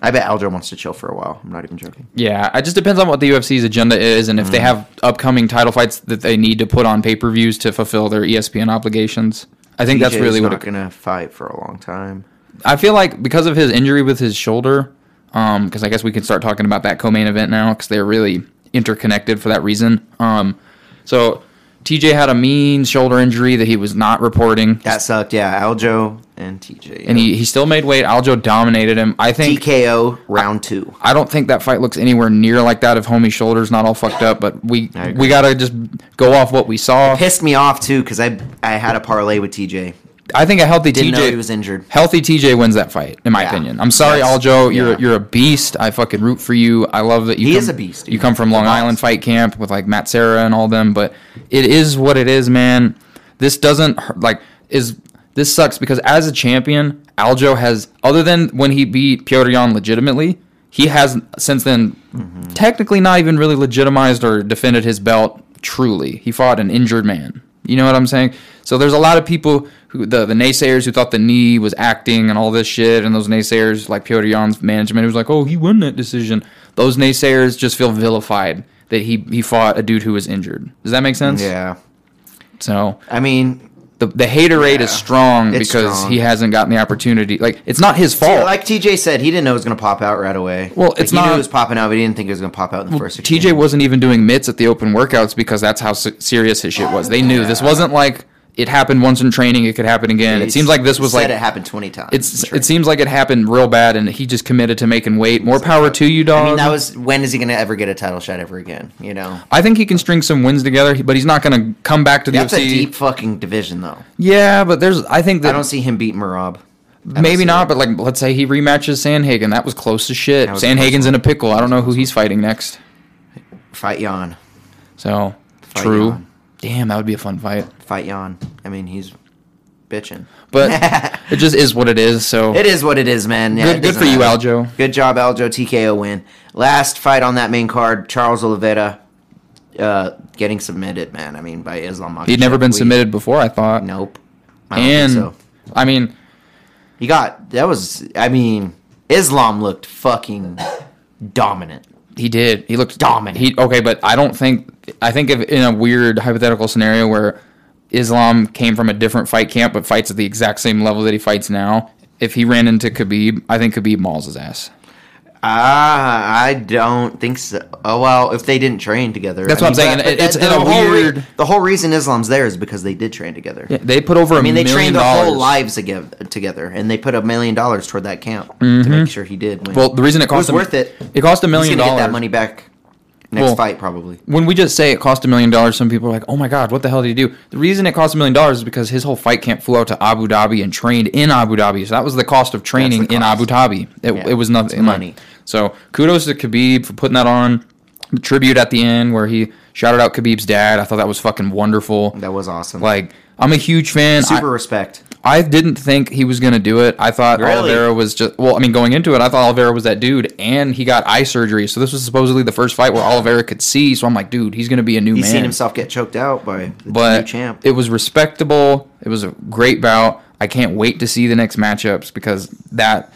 [SPEAKER 2] I bet Aljo wants to chill for a while. I'm not even joking.
[SPEAKER 4] Yeah, it just depends on what the UFC's agenda is and if
[SPEAKER 2] Mm.
[SPEAKER 4] they have upcoming title fights that they need to put on pay per views to fulfill their E ESPN obligations. I think that's
[SPEAKER 2] TJ 's
[SPEAKER 4] really what
[SPEAKER 2] not
[SPEAKER 4] it,
[SPEAKER 2] gonna fight for a long time.
[SPEAKER 4] I feel like because of his injury with his shoulder, because I guess we can start talking about that co-main event now because they're really interconnected for that reason. Um, so TJ had a mean shoulder injury that he was not reporting,
[SPEAKER 2] That sucked. Yeah, Aljo and TJ.
[SPEAKER 4] and he, he still made weight. Aljo dominated him. I think
[SPEAKER 2] TKO round two.
[SPEAKER 4] I don't think that fight looks anywhere near like that if homie's shoulder's not all fucked up. But we
[SPEAKER 2] I agree.
[SPEAKER 4] we gotta just go off what we saw.
[SPEAKER 2] Pissed me off too because I I had a parlay with TJ
[SPEAKER 4] I think a healthy
[SPEAKER 2] Didn't
[SPEAKER 4] TJ
[SPEAKER 2] know he was injured.
[SPEAKER 4] Healthy TJ wins that fight, in my
[SPEAKER 2] Yeah.
[SPEAKER 4] opinion. I'm sorry,
[SPEAKER 2] Yes.
[SPEAKER 4] Aljo. You're
[SPEAKER 2] Yeah.
[SPEAKER 4] you're a beast. I fucking root for you. I love that you.
[SPEAKER 2] He
[SPEAKER 4] come,
[SPEAKER 2] is a beast, dude.
[SPEAKER 4] You come from Long
[SPEAKER 2] He's a
[SPEAKER 4] Island
[SPEAKER 2] boss.
[SPEAKER 4] fight camp with like Matt Serra and all them, but it is what it is, man. This doesn't hurt- like is this sucks because as a champion, Aljo has other than when he beat Piotr Jan legitimately, he has since then technically not even really legitimized or defended his belt truly. He fought an injured man. You know what I'm saying? So there's a lot of people who the, the naysayers who thought the knee was acting and all this shit, and those naysayers like Piotr Jan's management who was like, oh, he won that decision. Those naysayers just feel vilified that he he fought a dude who was injured. Does that make sense?
[SPEAKER 2] Yeah.
[SPEAKER 4] So
[SPEAKER 2] I mean,
[SPEAKER 4] the the hater rate is strong
[SPEAKER 2] It's
[SPEAKER 4] because
[SPEAKER 2] strong.
[SPEAKER 4] he hasn't gotten the opportunity. Like it's not his fault.
[SPEAKER 2] like TJ said, he didn't know it was going to pop out right away.
[SPEAKER 4] Well,
[SPEAKER 2] Like,
[SPEAKER 4] it's
[SPEAKER 2] he knew
[SPEAKER 4] not-
[SPEAKER 2] it was popping out, but he didn't think it was going to pop out in the first.
[SPEAKER 4] TJ wasn't even doing mitts at the open workouts because that's how se- serious his shit was. They knew this wasn't like it happened once in training; it could happen again. It seems like this was
[SPEAKER 2] said
[SPEAKER 4] like
[SPEAKER 2] it happened twenty times.
[SPEAKER 4] it's.
[SPEAKER 2] in training.
[SPEAKER 4] It seems like it happened real bad, and he just committed to making weight. More power to you, dog.
[SPEAKER 2] I mean, that was when is he going to ever get a title shot ever again? You know,
[SPEAKER 4] I think he can string some wins together, but he's not going to come back to the
[SPEAKER 2] that's
[SPEAKER 4] UFC.
[SPEAKER 2] a deep fucking division, though.
[SPEAKER 4] Yeah, but there's. I think that
[SPEAKER 2] I don't see him beat Marab.
[SPEAKER 4] Maybe
[SPEAKER 2] see
[SPEAKER 4] not,
[SPEAKER 2] that.
[SPEAKER 4] but like let's say he rematches Sandhagen. That was close as shit.
[SPEAKER 2] That was a close
[SPEAKER 4] Sandhagen's in a pickle. I don't know who he's fighting next.
[SPEAKER 2] Fight Jan.
[SPEAKER 4] So
[SPEAKER 2] Fight
[SPEAKER 4] true.
[SPEAKER 2] on.
[SPEAKER 4] Damn, that would be a fun fight.
[SPEAKER 2] Fight Jan. I mean, he's bitching.
[SPEAKER 4] But it just is what it is. So
[SPEAKER 2] It is what it is, man. Yeah,
[SPEAKER 4] Good-
[SPEAKER 2] it
[SPEAKER 4] good
[SPEAKER 2] doesn't
[SPEAKER 4] for you,
[SPEAKER 2] matter.
[SPEAKER 4] Aljo.
[SPEAKER 2] Good job, Aljo. TKO win. Last fight on that main card, Charles Oliveira uh, getting submitted, man. I mean, by Islam Makhachev.
[SPEAKER 4] he'd never been
[SPEAKER 2] We-
[SPEAKER 4] submitted before. I thought.
[SPEAKER 2] Nope. I don't
[SPEAKER 4] and
[SPEAKER 2] think so.
[SPEAKER 4] I mean,
[SPEAKER 2] He got that was I mean Islam looked fucking dominant.
[SPEAKER 4] He did. He looked
[SPEAKER 2] Dominant.
[SPEAKER 4] He okay, but I don't think. I think if in a weird hypothetical scenario where Islam came from a different fight camp but fights at the exact same level that he fights now, if he ran into Khabib, I think Khabib mauls his ass.
[SPEAKER 2] Ah, I don't think so. Oh well, if they didn't train together,
[SPEAKER 4] That's
[SPEAKER 2] I
[SPEAKER 4] what I'm saying. It- it's in a
[SPEAKER 2] whole re-
[SPEAKER 4] weird-
[SPEAKER 2] the whole reason Islam's there is because they did train together.
[SPEAKER 4] They put over.
[SPEAKER 2] I mean, they
[SPEAKER 4] million
[SPEAKER 2] trained their
[SPEAKER 4] dollars.
[SPEAKER 2] whole lives together, together, and they put a million dollars toward that camp to make sure he did. Win.
[SPEAKER 4] Mm-hmm. Well, the reason it cost
[SPEAKER 2] was
[SPEAKER 4] him,
[SPEAKER 2] worth it.
[SPEAKER 4] It cost a
[SPEAKER 2] He's
[SPEAKER 4] million
[SPEAKER 2] gonna
[SPEAKER 4] dollars.
[SPEAKER 2] get that money back next
[SPEAKER 4] Well,
[SPEAKER 2] fight, probably.
[SPEAKER 4] when we just say it cost a million dollars, some people are like, "Oh my god, what the hell did he do?" The reason it cost a million dollars is because his whole fight camp flew out to Abu Dhabi and trained in Abu Dhabi, so that was the cost of training
[SPEAKER 2] That's the
[SPEAKER 4] in Abu
[SPEAKER 2] cost.
[SPEAKER 4] Dhabi. It,
[SPEAKER 2] Yeah,
[SPEAKER 4] it was nothing
[SPEAKER 2] it's money.
[SPEAKER 4] So kudos to Khabib for putting that on. The tribute at the end where he shouted out Khabib's dad, I thought that was fucking wonderful.
[SPEAKER 2] That was awesome.
[SPEAKER 4] Like, I'm a huge fan. I-
[SPEAKER 2] super respect.
[SPEAKER 4] I didn't think he was going to do it. I thought
[SPEAKER 2] Really?
[SPEAKER 4] Oliveira was just well. I mean, going into it, I thought Oliveira was that dude, and he got eye surgery. So this was supposedly the first fight where Oliveira could see. So I'm like, dude, he's going to be a new
[SPEAKER 2] He's
[SPEAKER 4] man.
[SPEAKER 2] seen himself get choked out by the
[SPEAKER 4] but
[SPEAKER 2] new champ.
[SPEAKER 4] it was respectable. It was a great bout. I can't wait to see the next matchups because that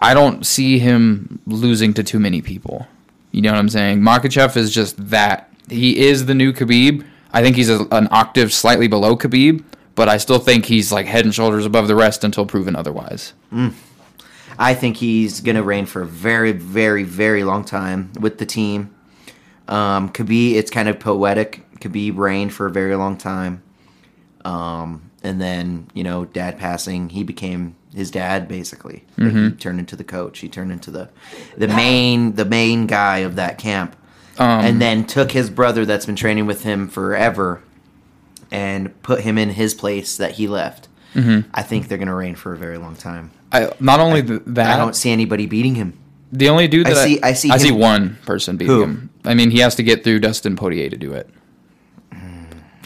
[SPEAKER 4] I don't see him losing to too many people. You know what I'm saying? Makachev is just that. He is the new Khabib. I think he's a, an octave slightly below Khabib, but I still think he's like head and shoulders above the rest until proven otherwise.
[SPEAKER 2] I think he's going to reign for a very, very, very long time with the team. Um, Khabib, it's kind of poetic. Khabib reigned for a very long time. Um, and then, you know, dad passing, he became his dad basically. Like, he turned into the coach. He turned into the the main the main guy of that camp.
[SPEAKER 4] Um,
[SPEAKER 2] and then took his brother that's been training with him forever and put him in his place that he left. I think they're going to reign for a very long time.
[SPEAKER 4] I, not only th- that,
[SPEAKER 2] I don't see anybody beating him.
[SPEAKER 4] the only dude
[SPEAKER 2] I
[SPEAKER 4] that I
[SPEAKER 2] see- I see
[SPEAKER 4] I see
[SPEAKER 2] him-
[SPEAKER 4] one person beating
[SPEAKER 2] Who?
[SPEAKER 4] him. I mean, he has to get through Dustin Poitier to do it.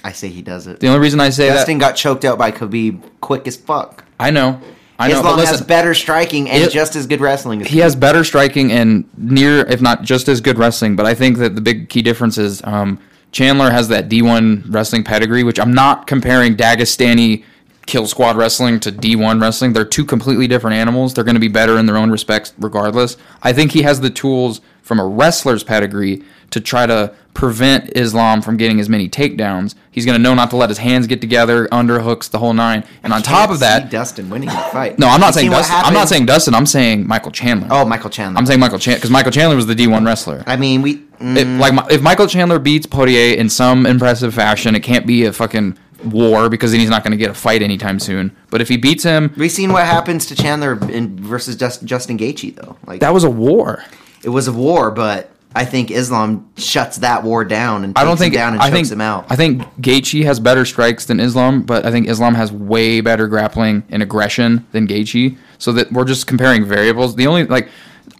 [SPEAKER 2] I say he does it.
[SPEAKER 4] The only reason I say that
[SPEAKER 2] Dustin got choked out by Khabib quick as fuck.
[SPEAKER 4] I know. I know.
[SPEAKER 2] Islam
[SPEAKER 4] but
[SPEAKER 2] has
[SPEAKER 4] listen,
[SPEAKER 2] better striking and
[SPEAKER 4] It-
[SPEAKER 2] just as good wrestling. As
[SPEAKER 4] he has better striking and near, if not just as good wrestling. But I think that the big key difference is um, Chandler has that D1 wrestling pedigree, which I'm not comparing Dagestani kill squad wrestling to D1 wrestling. They're two completely different animals. They're going to be better in their own respects, regardless. I think he has the tools from a wrestler's pedigree to try to prevent Islam from getting as many takedowns. He's going to know not to let his hands get together, underhooks, the whole nine. And on top of that,
[SPEAKER 2] see Dustin winning the fight.
[SPEAKER 4] No, I'm
[SPEAKER 2] You
[SPEAKER 4] not saying
[SPEAKER 2] seen what
[SPEAKER 4] Dustin. I'm
[SPEAKER 2] happened-
[SPEAKER 4] not saying Dustin. I'm saying Michael Chandler.
[SPEAKER 2] Oh, Michael Chandler.
[SPEAKER 4] I'm saying Michael Chandler because Michael Chandler was the D1 wrestler.
[SPEAKER 2] I mean, we. mm,
[SPEAKER 4] If, like, my- if Michael Chandler beats Poirier in some impressive fashion, it can't be a fucking war because then he's not going to get a fight anytime soon. But if he beats him,
[SPEAKER 2] we seen what happens to Chandler in, versus Just, Justin Gaethje though. Like
[SPEAKER 4] that was a war.
[SPEAKER 2] it was a war, but I think Islam shuts that war down and takes
[SPEAKER 4] I don't think
[SPEAKER 2] him down and
[SPEAKER 4] I
[SPEAKER 2] chokes
[SPEAKER 4] think
[SPEAKER 2] him out.
[SPEAKER 4] I think Gaethje has better strikes than Islam, but I think Islam has way better grappling and aggression than Gaethje. So that we're just comparing variables. The only like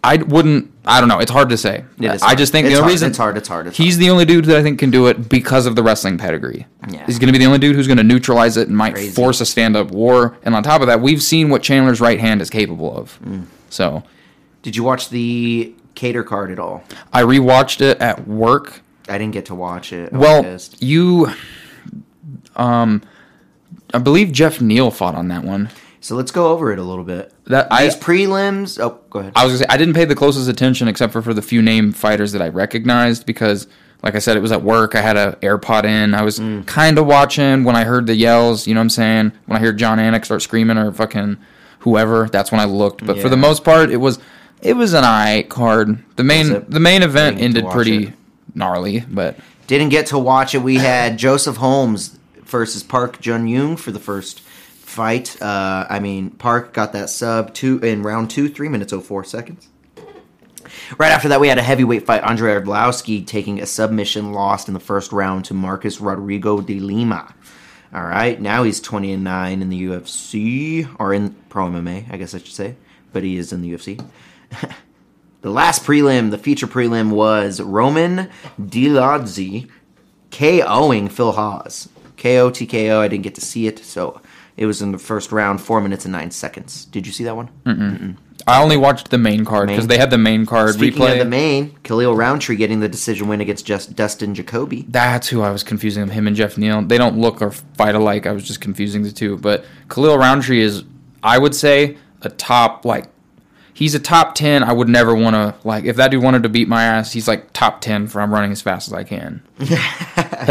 [SPEAKER 4] I wouldn't. I don't know. It's hard to say.
[SPEAKER 2] It is
[SPEAKER 4] I
[SPEAKER 2] hard.
[SPEAKER 4] just
[SPEAKER 2] It's
[SPEAKER 4] think the only
[SPEAKER 2] hard,
[SPEAKER 4] reason
[SPEAKER 2] it's hard, it's hard, it's
[SPEAKER 4] he's the only dude that I think can do it because of the wrestling pedigree.
[SPEAKER 2] Yeah.
[SPEAKER 4] He's going to be the only dude who's going to neutralize it and might
[SPEAKER 2] Crazy.
[SPEAKER 4] force a stand up war. And on top of that, we've seen what Chandler's right hand is capable of.
[SPEAKER 2] Mm.
[SPEAKER 4] So
[SPEAKER 2] Did you watch the Cater card at all?
[SPEAKER 4] I rewatched it at work
[SPEAKER 2] I didn't get to watch it. I was
[SPEAKER 4] Well,
[SPEAKER 2] pissed.
[SPEAKER 4] you, um, I believe Jeff Neal fought on that one.
[SPEAKER 2] so let's go over it a little bit.
[SPEAKER 4] That I,
[SPEAKER 2] These prelims. Oh, go ahead.
[SPEAKER 4] I was gonna say I didn't pay the closest attention except for for the few name fighters that I recognized because, like I said, it was at work. I had a AirPod in. I was
[SPEAKER 2] Mm.
[SPEAKER 4] kind of watching when I heard the yells. You know what I'm saying? When I heard John Anik start screaming or fucking whoever, that's when I looked. But for the
[SPEAKER 2] Yeah.
[SPEAKER 4] most part, it was it was an eye card. The main
[SPEAKER 2] it?
[SPEAKER 4] the main event
[SPEAKER 2] need to
[SPEAKER 4] ended
[SPEAKER 2] watch
[SPEAKER 4] pretty
[SPEAKER 2] it.
[SPEAKER 4] gnarly, but
[SPEAKER 2] Didn't get to watch it. We had Joseph Holmes versus Park Jun Young for the first fight. Uh, I mean, Park got that sub two in round two, three minutes oh four seconds. Right after that, we had a heavyweight fight. Andre Arlovsky taking a submission lost in the first round to Marcus Rodrigo de Lima. All right, now he's 20 and 9 in the UFC, or in pro MMA, I guess I should say, but he is in the UFC. The last prelim, the feature prelim, was Roman Dilodzi KOing Phil Haas. KO TKO. I didn't get to see it, so it was in the first round, four minutes and nine seconds. Did you see that one?
[SPEAKER 4] I only watched the main card because
[SPEAKER 2] Main-
[SPEAKER 4] they had the main card
[SPEAKER 2] Speaking
[SPEAKER 4] replay.
[SPEAKER 2] of the main, Khalil Roundtree getting the decision win against just Dustin Jacoby.
[SPEAKER 4] That's who I was confusing him, him and Jeff Neal. They don't look or fight alike. I was just confusing the two. But Khalil Roundtree is, I would say, a top like he's a top ten. I would never want to like if that dude wanted to beat my ass. He's like top ten for I'm running as fast as I can.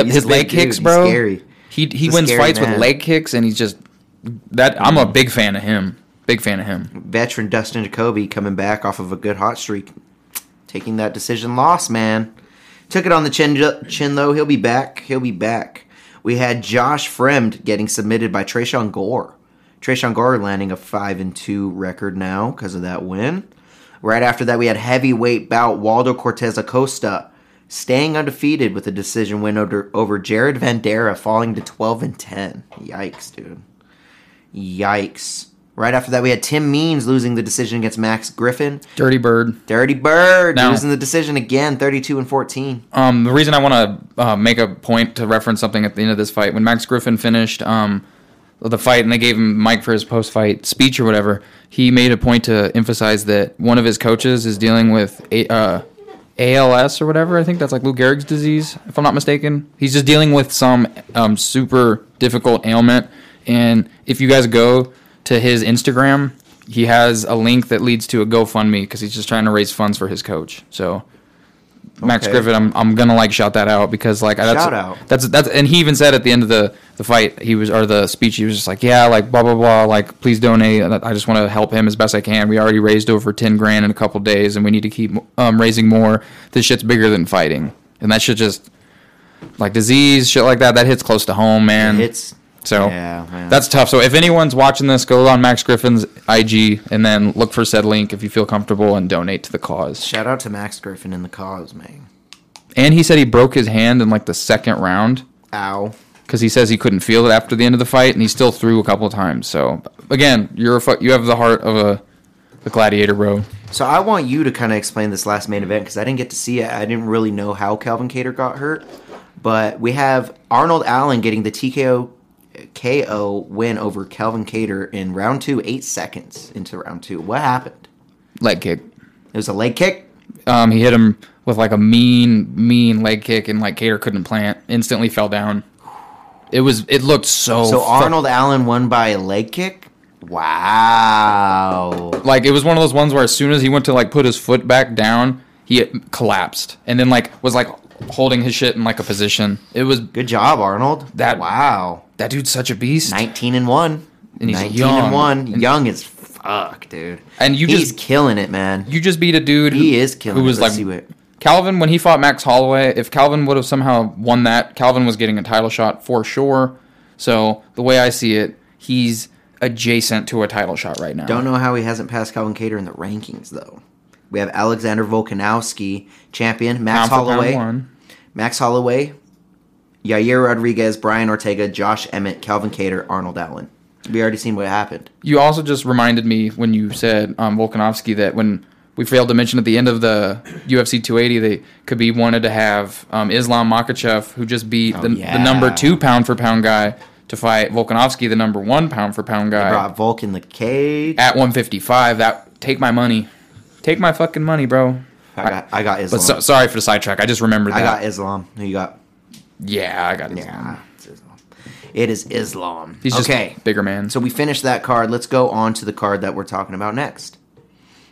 [SPEAKER 2] He's
[SPEAKER 4] His
[SPEAKER 2] a
[SPEAKER 4] leg
[SPEAKER 2] big dude.
[SPEAKER 4] kicks,
[SPEAKER 2] He's
[SPEAKER 4] bro.
[SPEAKER 2] scary.
[SPEAKER 4] He he
[SPEAKER 2] He's a
[SPEAKER 4] wins
[SPEAKER 2] scary
[SPEAKER 4] fights with
[SPEAKER 2] man. Mm.
[SPEAKER 4] leg kicks, and he's just that. I'm a big fan of him. Big fan of him.
[SPEAKER 2] Veteran Dustin Jacoby coming back off of a good hot streak, taking that decision loss, man. Took it on the chin, chin though. He'll be back. He'll be back. We had Josh Fremd getting submitted by Trayshawn Gore. Trayshawn Gore landing a five and two record now because of that win. Right after that, we had heavyweight bout Waldo Cortez Acosta staying undefeated with a decision win over, over Jared Vandera, falling to twelve and ten. Yikes, dude. Yikes. Right after that, we had Tim Means losing the decision against Max Griffin.
[SPEAKER 4] Dirty Bird.
[SPEAKER 2] Dirty Bird
[SPEAKER 4] No.
[SPEAKER 2] losing the decision again, 32 and 14.
[SPEAKER 4] Um, the reason I want to uh, make a point to reference something at the end of this fight, when Max Griffin finished um, the fight and they gave him mic for his post-fight speech or whatever, he made a point to emphasize that one of his coaches is dealing with a, uh, ALS or whatever. I think that's like Lou Gehrig's disease, if I'm not mistaken. He's just dealing with some um, super difficult ailment. And if you guys go to his Instagram, he has a link that leads to a GoFundMe because he's just trying to raise funds for his coach. So Max
[SPEAKER 2] Okay.
[SPEAKER 4] Griffin, I'm, I'm gonna like shout that out because like that's
[SPEAKER 2] Shout out.
[SPEAKER 4] that's that's and he even said at the end of the the fight he was or the speech he was just like yeah like blah blah blah like please donate And I just want to help him as best I can we already raised over ten grand in a couple days and we need to keep um, raising more this shit's bigger than fighting and that shit just like disease shit like that that hits close to home man
[SPEAKER 2] It's
[SPEAKER 4] so
[SPEAKER 2] Yeah, man.
[SPEAKER 4] Oh. that's tough. So if anyone's watching this, go on Max Griffin's IG and then look for said link if you feel comfortable and donate to the cause.
[SPEAKER 2] shout out to Max Griffin and the cause, man.
[SPEAKER 4] And he said he broke his hand in like the second round
[SPEAKER 2] Ow.
[SPEAKER 4] because he says he couldn't feel it after the end of the fight and he still threw a couple of times. So again, you're a fu- you have the heart of a, a gladiator, bro.
[SPEAKER 2] So I want you to kind of explain this last main event because I didn't get to see it. I didn't really know how Calvin Cater got hurt. But we have Arnold Allen getting the TKO KO win over Calvin Cater in round two, eight seconds into round two. What happened?
[SPEAKER 4] Leg kick.
[SPEAKER 2] It was a leg kick.
[SPEAKER 4] Um, he hit him with like a mean, mean leg kick and like Cater couldn't plant. Instantly fell down. It was. It looked so.
[SPEAKER 2] So
[SPEAKER 4] fu-
[SPEAKER 2] Arnold Allen won by a leg kick. Wow.
[SPEAKER 4] like it was one of those ones where as soon as he went to like put his foot back down, he collapsed and then like was like holding his shit in like a position. It was
[SPEAKER 2] Good job, Arnold.
[SPEAKER 4] That-
[SPEAKER 2] wow.
[SPEAKER 4] that dude's such a beast.
[SPEAKER 2] Nineteen and one.
[SPEAKER 4] And he's
[SPEAKER 2] Nineteen
[SPEAKER 4] young.
[SPEAKER 2] and one. young as fuck, dude.
[SPEAKER 4] And you
[SPEAKER 2] he's
[SPEAKER 4] just-
[SPEAKER 2] killing it, man.
[SPEAKER 4] You just beat a dude. Who,
[SPEAKER 2] he is killing.
[SPEAKER 4] Who was
[SPEAKER 2] it. Let's
[SPEAKER 4] like
[SPEAKER 2] see what-
[SPEAKER 4] Calvin when he fought Max Holloway? If Calvin would have somehow won that, Calvin was getting a title shot for sure. So the way I see it, he's adjacent to a title shot right now.
[SPEAKER 2] Don't know how he hasn't passed Calvin Cater in the rankings though. We have Alexander Volkanowski, champion.
[SPEAKER 4] Pound
[SPEAKER 2] Max
[SPEAKER 4] for pound
[SPEAKER 2] Holloway.
[SPEAKER 4] one.
[SPEAKER 2] Max Holloway. Yair Rodriguez, Brian Ortega, Josh Emmett, Calvin Cater, Arnold Allen. We already seen what happened.
[SPEAKER 4] You also just reminded me when you said um, Volkanovski that when we failed to mention at the end of the UFC 280 that Khabib wanted to have um, Islam Makachev, who just beat
[SPEAKER 2] Oh,
[SPEAKER 4] the,
[SPEAKER 2] yeah.
[SPEAKER 4] the number two pound for pound guy, to fight Volkanovski, the number one pound for pound guy
[SPEAKER 2] Brought Volk in the cage.
[SPEAKER 4] at 155. That take my money, take my fucking money, bro.
[SPEAKER 2] I got, I got
[SPEAKER 4] But
[SPEAKER 2] Islam.
[SPEAKER 4] so, sorry for the sidetrack. I just remembered that.
[SPEAKER 2] I got Islam. Who you got?
[SPEAKER 4] yeah, I got it.
[SPEAKER 2] Yeah, it's Islam. It is Islam.
[SPEAKER 4] He's just
[SPEAKER 2] okay.
[SPEAKER 4] bigger man.
[SPEAKER 2] So we finished that card. Let's go on to the card that we're talking about next.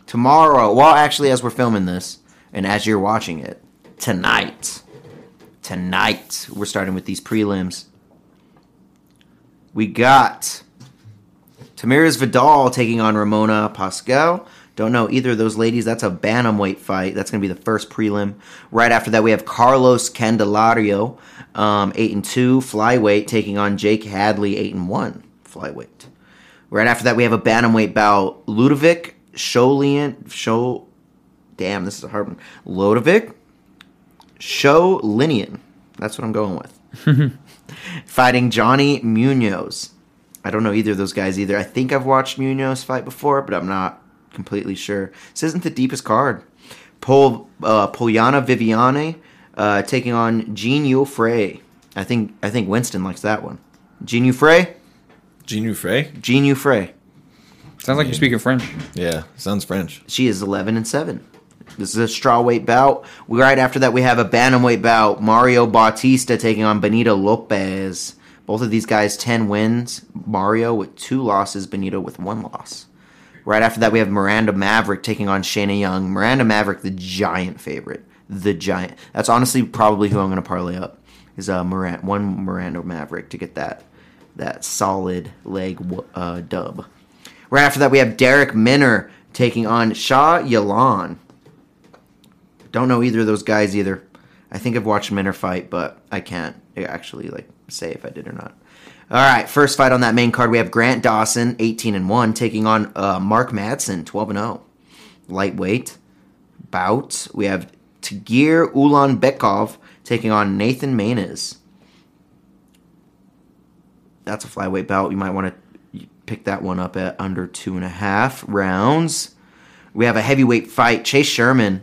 [SPEAKER 2] Tomorrow, well, actually, as we're filming this and as you're watching it, tonight, tonight, we're starting with these prelims. We got Tamiris Vidal taking on Ramona Pascal. Don't know either of those ladies. That's a bantamweight fight. That's going to be the first prelim. Right after that, we have Carlos Candelario, um, eight and two flyweight, taking on Jake Hadley, eight and one flyweight. Right after that, we have a bantamweight bout. Ludovic Sholian, Show, damn, this is a hard one. Ludovic Sholinian. That's what I'm going with. Fighting Johnny Munoz. I don't know either of those guys either. I think I've watched Munoz fight before, but I'm not completely sure. This isn't the deepest card. Pol, uh, Poliana Viviane uh, taking on Jean Frey. I think I think Winston likes that one. Jean Frey,
[SPEAKER 3] Genu Frey?
[SPEAKER 2] Jean Frey.
[SPEAKER 4] Sounds like you're speaking French.
[SPEAKER 3] Yeah, sounds French.
[SPEAKER 2] She is 11 and 7. This is a strawweight bout. We- Right after that, we have a bantamweight bout. Mario Bautista taking on Benito Lopez. Both of these guys, 10 wins. Mario with two losses, Benito with one loss. Right after that, we have Miranda Maverick taking on Shayna Young. Miranda Maverick, the giant favorite. The giant. That's honestly probably who I'm going to parlay up. Is uh, Miranda, one Miranda Maverick to get that that solid leg w- uh, dub. Right after that, we have Derek Minner taking on Shah Yalan. Don't know either of those guys either. I think I've watched Minner fight, but I can't actually like say if I did or not. All right, first fight on that main card, we have Grant Dawson, eighteen and one, taking on uh, Mark Madsen, twelve and zero, lightweight bout. We have Tagir Ulanbekov taking on Nathan Manas. That's a flyweight bout. You might want to pick that one up at under two and a half rounds. We have a heavyweight fight. Chase Sherman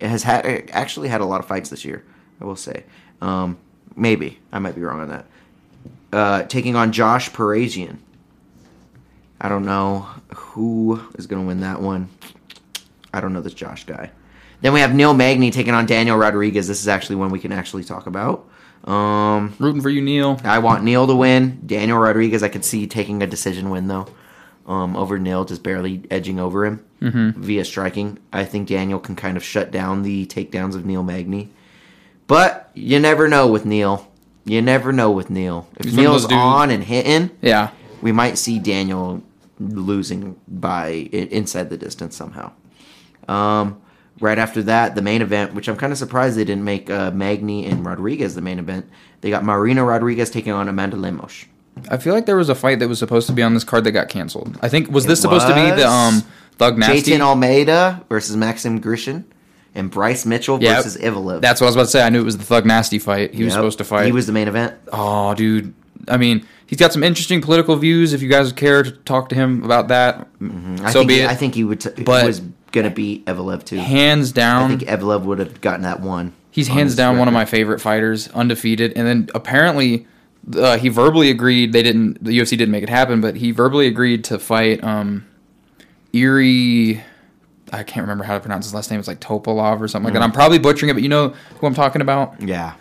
[SPEAKER 2] has had actually had a lot of fights this year. I will say, um, maybe I might be wrong on that. Uh, taking on Josh Parasian. I don't know who is going to win that one. I don't know this Josh guy. Then we have Neil Magny taking on Daniel Rodriguez. This is actually one we can actually talk about. Um,
[SPEAKER 4] Rooting for you, Neil.
[SPEAKER 2] I want Neil to win. Daniel Rodriguez, I could see taking a decision win though, um, over Neil, just barely edging over him
[SPEAKER 4] Mm-hmm.
[SPEAKER 2] via striking. I think Daniel can kind of shut down the takedowns of Neil Magny, but you never know with Neil. You never know with Neil. If
[SPEAKER 4] He's one of
[SPEAKER 2] Neil's
[SPEAKER 4] those dudes-
[SPEAKER 2] on and hitting,
[SPEAKER 4] Yeah.
[SPEAKER 2] we might see Daniel losing by i- inside the distance somehow. Um, right after that, the main event, which I'm kind of surprised they didn't make uh, Magni and Rodriguez the main event. They got Marina Rodriguez taking on Amanda Lemos.
[SPEAKER 4] I feel like there was a fight that was supposed to be on this card that got canceled. I think was this
[SPEAKER 2] It
[SPEAKER 4] supposed to be
[SPEAKER 2] was?
[SPEAKER 4] the um Thug Nasty?
[SPEAKER 2] Jayton Almeida versus Maxim Grishin and Bryce Mitchell
[SPEAKER 4] Yeah,
[SPEAKER 2] versus Ivalev.
[SPEAKER 4] That's what I was about to say. I knew it was the Thug Nasty fight. He was
[SPEAKER 2] Yep.
[SPEAKER 4] supposed to fight.
[SPEAKER 2] He was the main event.
[SPEAKER 4] Oh, dude. I mean, he's got some interesting political views. If you guys care to talk to him about that,
[SPEAKER 2] I
[SPEAKER 4] so
[SPEAKER 2] think
[SPEAKER 4] be
[SPEAKER 2] he,
[SPEAKER 4] it.
[SPEAKER 2] I think he would. T- he
[SPEAKER 4] But-
[SPEAKER 2] was gonna beat Evalev too.
[SPEAKER 4] hands
[SPEAKER 2] I
[SPEAKER 4] down,
[SPEAKER 2] think Evalev would have gotten that one.
[SPEAKER 4] he's
[SPEAKER 2] on
[SPEAKER 4] hands
[SPEAKER 2] his
[SPEAKER 4] down one
[SPEAKER 2] record.
[SPEAKER 4] of my favorite fighters, undefeated. And then apparently, uh, he verbally agreed. They didn't. The UFC didn't make it happen, but he verbally agreed to fight um, Erie. I can't remember how to pronounce his last name. It's like Topolov or something like
[SPEAKER 2] Mm.
[SPEAKER 4] that. I'm probably butchering it, but you know who I'm talking about?
[SPEAKER 2] Yeah.